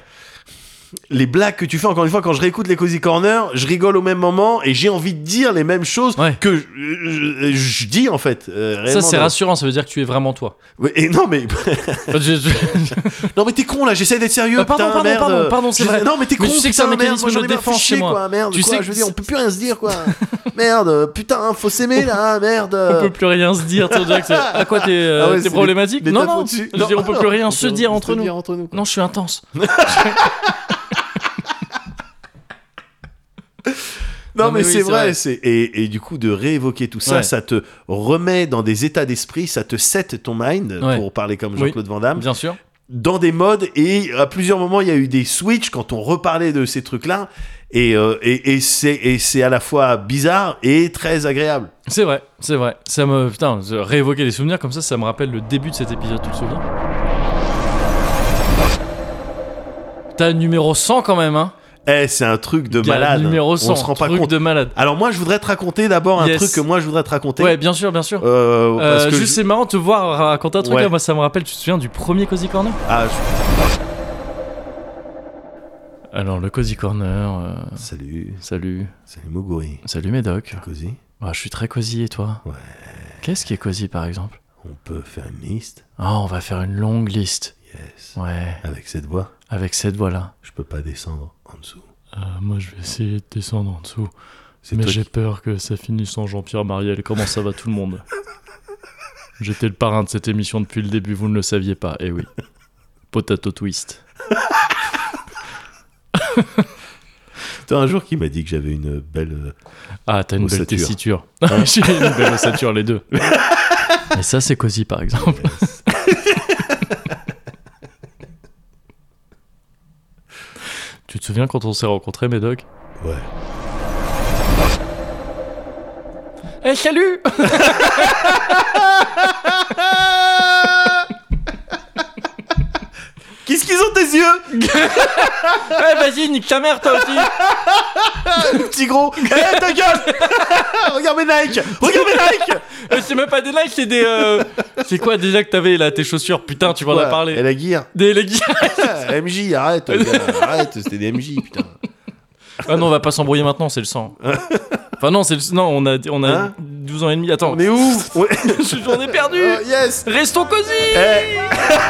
les blagues que tu fais encore une fois quand je réécoute les cozy corner, je rigole au même moment et j'ai envie de dire les mêmes choses
Ouais.
que je, je- je dis en fait. euh,
Ça,
réellement
c'est
dans-
rassurant, ça veut dire que tu es vraiment toi.
Ouais, Et non mais
Je- je-
non mais t'es con là, j'essaie d'être sérieux.
Ah, pardon,
putain,
pardon,
merde.
pardon, pardon, c'est
Je-
vrai.
Non mais t'es con.
Mais tu sais que c'est
putain,
un
merde,
mécanisme
moi, j'en
de
ai marre de
défense
chier,
chez moi.
quoi, merde,
Tu
quoi,
sais que
je veux dire,
c'est-
on peut plus rien se dire quoi. merde, putain, faut s'aimer là, merde.
On peut plus rien se dire, toi, Jack. c'est- À quoi t'es euh,
Ah ouais,
t'es
c'est les-
problématique
les
Non,
tapons
non.
dessus.
Je veux dire, on peut plus rien se dire entre nous.
entre nous.
Non, je suis intense.
Non,
Non,
mais,
mais oui,
c'est
c'est
vrai,
vrai.
c'est et, et du coup de réévoquer tout ça,
Ouais.
ça te remet dans des états d'esprit, ça te set ton mind
Ouais.
pour parler comme
Oui.
Jean-Claude Van Damme
Bien sûr.
dans des modes et à plusieurs moments il y a eu des switches quand on reparlait de ces trucs là et euh, et, et c'est et c'est à la fois bizarre et très agréable.
C'est vrai, c'est vrai. Ça me. Putain, je- réévoquer les souvenirs comme ça, ça me rappelle le début de cet épisode, tu te souviens T'as le numéro 100 quand même, hein
Eh, c'est un truc de
Gars,
malade.
Numéro 100,
on se rend pas
truc
compte.
de malade.
Alors moi je voudrais te raconter d'abord un
Yes.
truc que moi je voudrais te raconter.
Ouais, bien sûr, bien sûr.
Euh, parce
Euh,
que
juste,
je-
c'est marrant de te voir raconter un truc.
Ouais.
là. Moi, ça me rappelle, tu te souviens du premier Cozy Corner
Ah, je-
Alors, le Cozy Corner. euh,
salut,
Salut.
salut Moguri.
Salut, Médoc.
Cosy,
Ah, je suis très cosy, et toi
Ouais.
Qu'est-ce qui est cosy, par exemple
on peut faire une liste.
Ah, on va faire une longue liste.
Yes.
Ouais,
Avec cette voix,
avec cette voix-là.
je peux pas descendre en dessous.
Euh, moi, je vais essayer de descendre en dessous.
C'est toi qui-
peur que ça finisse en Jean-Pierre Mariel. Comment ça va tout le monde J'étais le parrain de cette émission depuis le début, vous ne le saviez pas, eh oui. Potato twist.
T'as un jour qui m'a dit que j'avais une belle. euh,
Ah, t'as une belle
Ossature.
tessiture. J'ai une belle ossature, les deux. Ah. Et ça, c'est cosy, par exemple. tu te souviens quand on s'est rencontrés, Médoc
euh, Ouais.
Eh, salut
Qu'est-ce qu'ils ont tes yeux,
Eh, vas-y, nique ta mère, toi aussi
petit gros Eh, ta gueule Regarde mes Nike Regarde mes Nike
Euh, C'est même pas des likes, c'est des. euh, C'est quoi déjà que t'avais là, tes chaussures Putain, tu m'en as
Ouais,
parlé.
Et la guire
Des leggings.
Ah, MJ, arrête gars, Arrête, c'était des MJ, putain.
Ah non, on va pas s'embrouiller maintenant, c'est le sang. Enfin, non, c'est le... non on a, on a
Hein
12 ans et demi. Attends,
On est où On est-
j'en ai perdu
Oh, Yes
Restons cosy
Eh.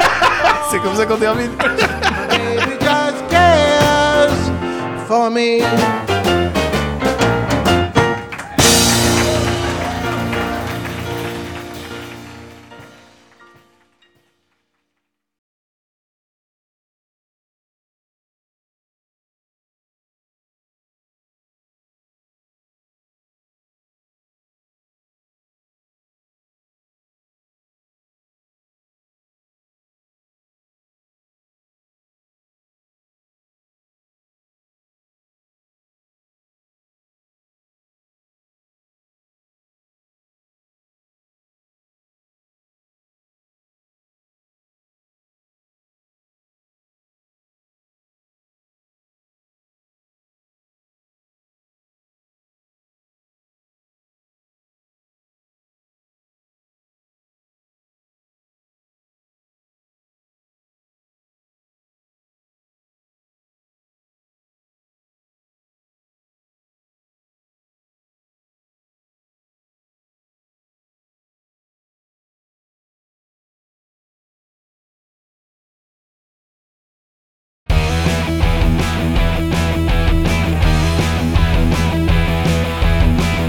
C'est comme ça qu'on termine
Baby just cares for me.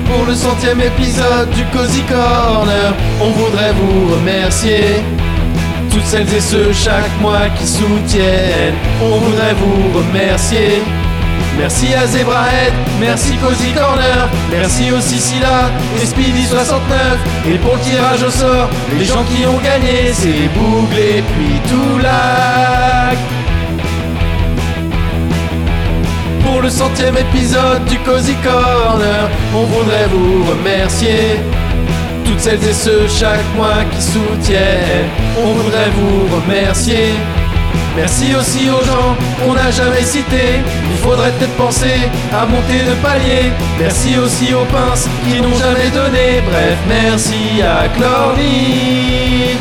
Pour le centième épisode du Cozy Corner, on voudrait vous remercier. Toutes celles et ceux chaque mois qui soutiennent, on voudrait vous remercier. Merci à Zebrahead, merci Cozy Corner, merci aussi Scylla et Speedy69. Et pour le tirage au sort, les gens qui ont gagné, c'est Bougle et puis Toulac. Pour le centième épisode du Cozy Corner, on voudrait vous remercier. toutes celles et ceux chaque mois qui soutiennent. On voudrait vous remercier. Merci aussi aux gens qu'on n'a jamais cités. Il faudrait peut-être penser à monter de palier. Merci aussi aux pinces qui n'ont jamais donné. Bref, merci à Chlorny.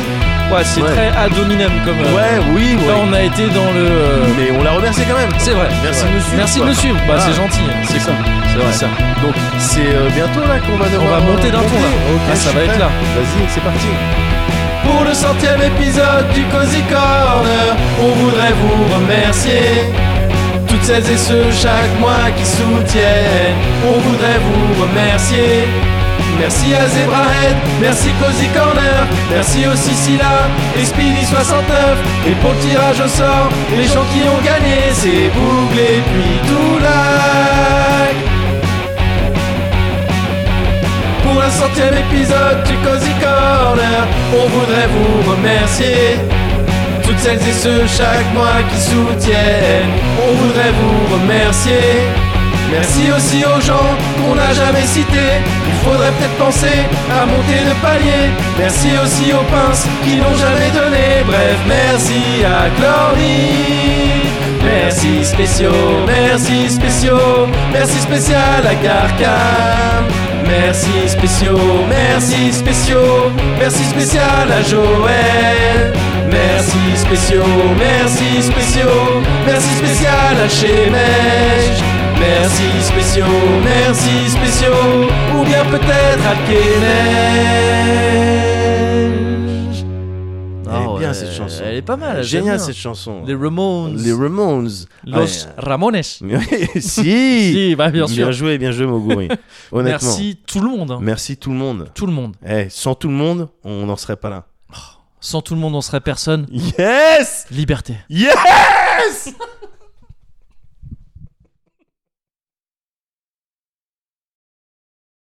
Ouais, c'est
Ouais.
très ad hominem comme. euh,
Ouais, oui,
Là,
ouais.
on a été dans le. euh,
Mais on la remercie quand même.
C'est vrai.
Merci
c'est
de
vrai.
nous
Merci
suivre,
de
quoi. Ah.
nous suivre. Bah,
Voilà.
c'est gentil. C'est ça. C'est vrai.
ça. Donc c'est euh, bientôt là qu'on va devoir.
va monter d'un
euh,
ton, là.
Ok,
Ah, ça
je suis
va être
prêt.
là.
Vas-y, c'est parti.
Pour le centième épisode du Cozy Corner, on voudrait vous remercier. Toutes celles et ceux chaque mois qui soutiennent, on voudrait vous remercier. Merci à Zebrahead, merci Cozy Corner, merci aussi Scylla et Speedy69. Et pour le tirage au sort, les gens qui ont gagné, c'est Bougle et puis Toulac. pour le centième épisode du Cozy Corner. On voudrait vous remercier. Toutes celles et ceux chaque mois qui soutiennent. On voudrait vous remercier. Merci aussi aux gens qu'on n'a jamais cités. Il faudrait peut-être penser à monter de palier. Merci aussi aux pinces qui n'ont jamais donné. Bref, merci à Glory. Merci spéciaux, merci spéciaux, merci spécial à Carcam. Merci spéciaux, merci spéciaux, merci spécial à Joël. Merci spéciaux, merci spéciaux, merci spécial à Chemège. Merci spéciaux, merci spéciaux, ou bien peut-être à Kenège.
Elle est bien cette chanson.
Ah, Elle est pas mal.
Génial cette chanson.
Les Ramones.
Les Ramones.
Los
Ah,
Ramones.
mais- si.
Si, bah, bien sûr.
joué, bien joué Moguri. Honnêtement.
Merci tout le monde. hein.
Merci tout le monde.
Tout le monde.
Eh, sans tout le monde, on n'en serait pas là.
Sans tout le monde, on serait personne.
Yes
Liberté.
Yes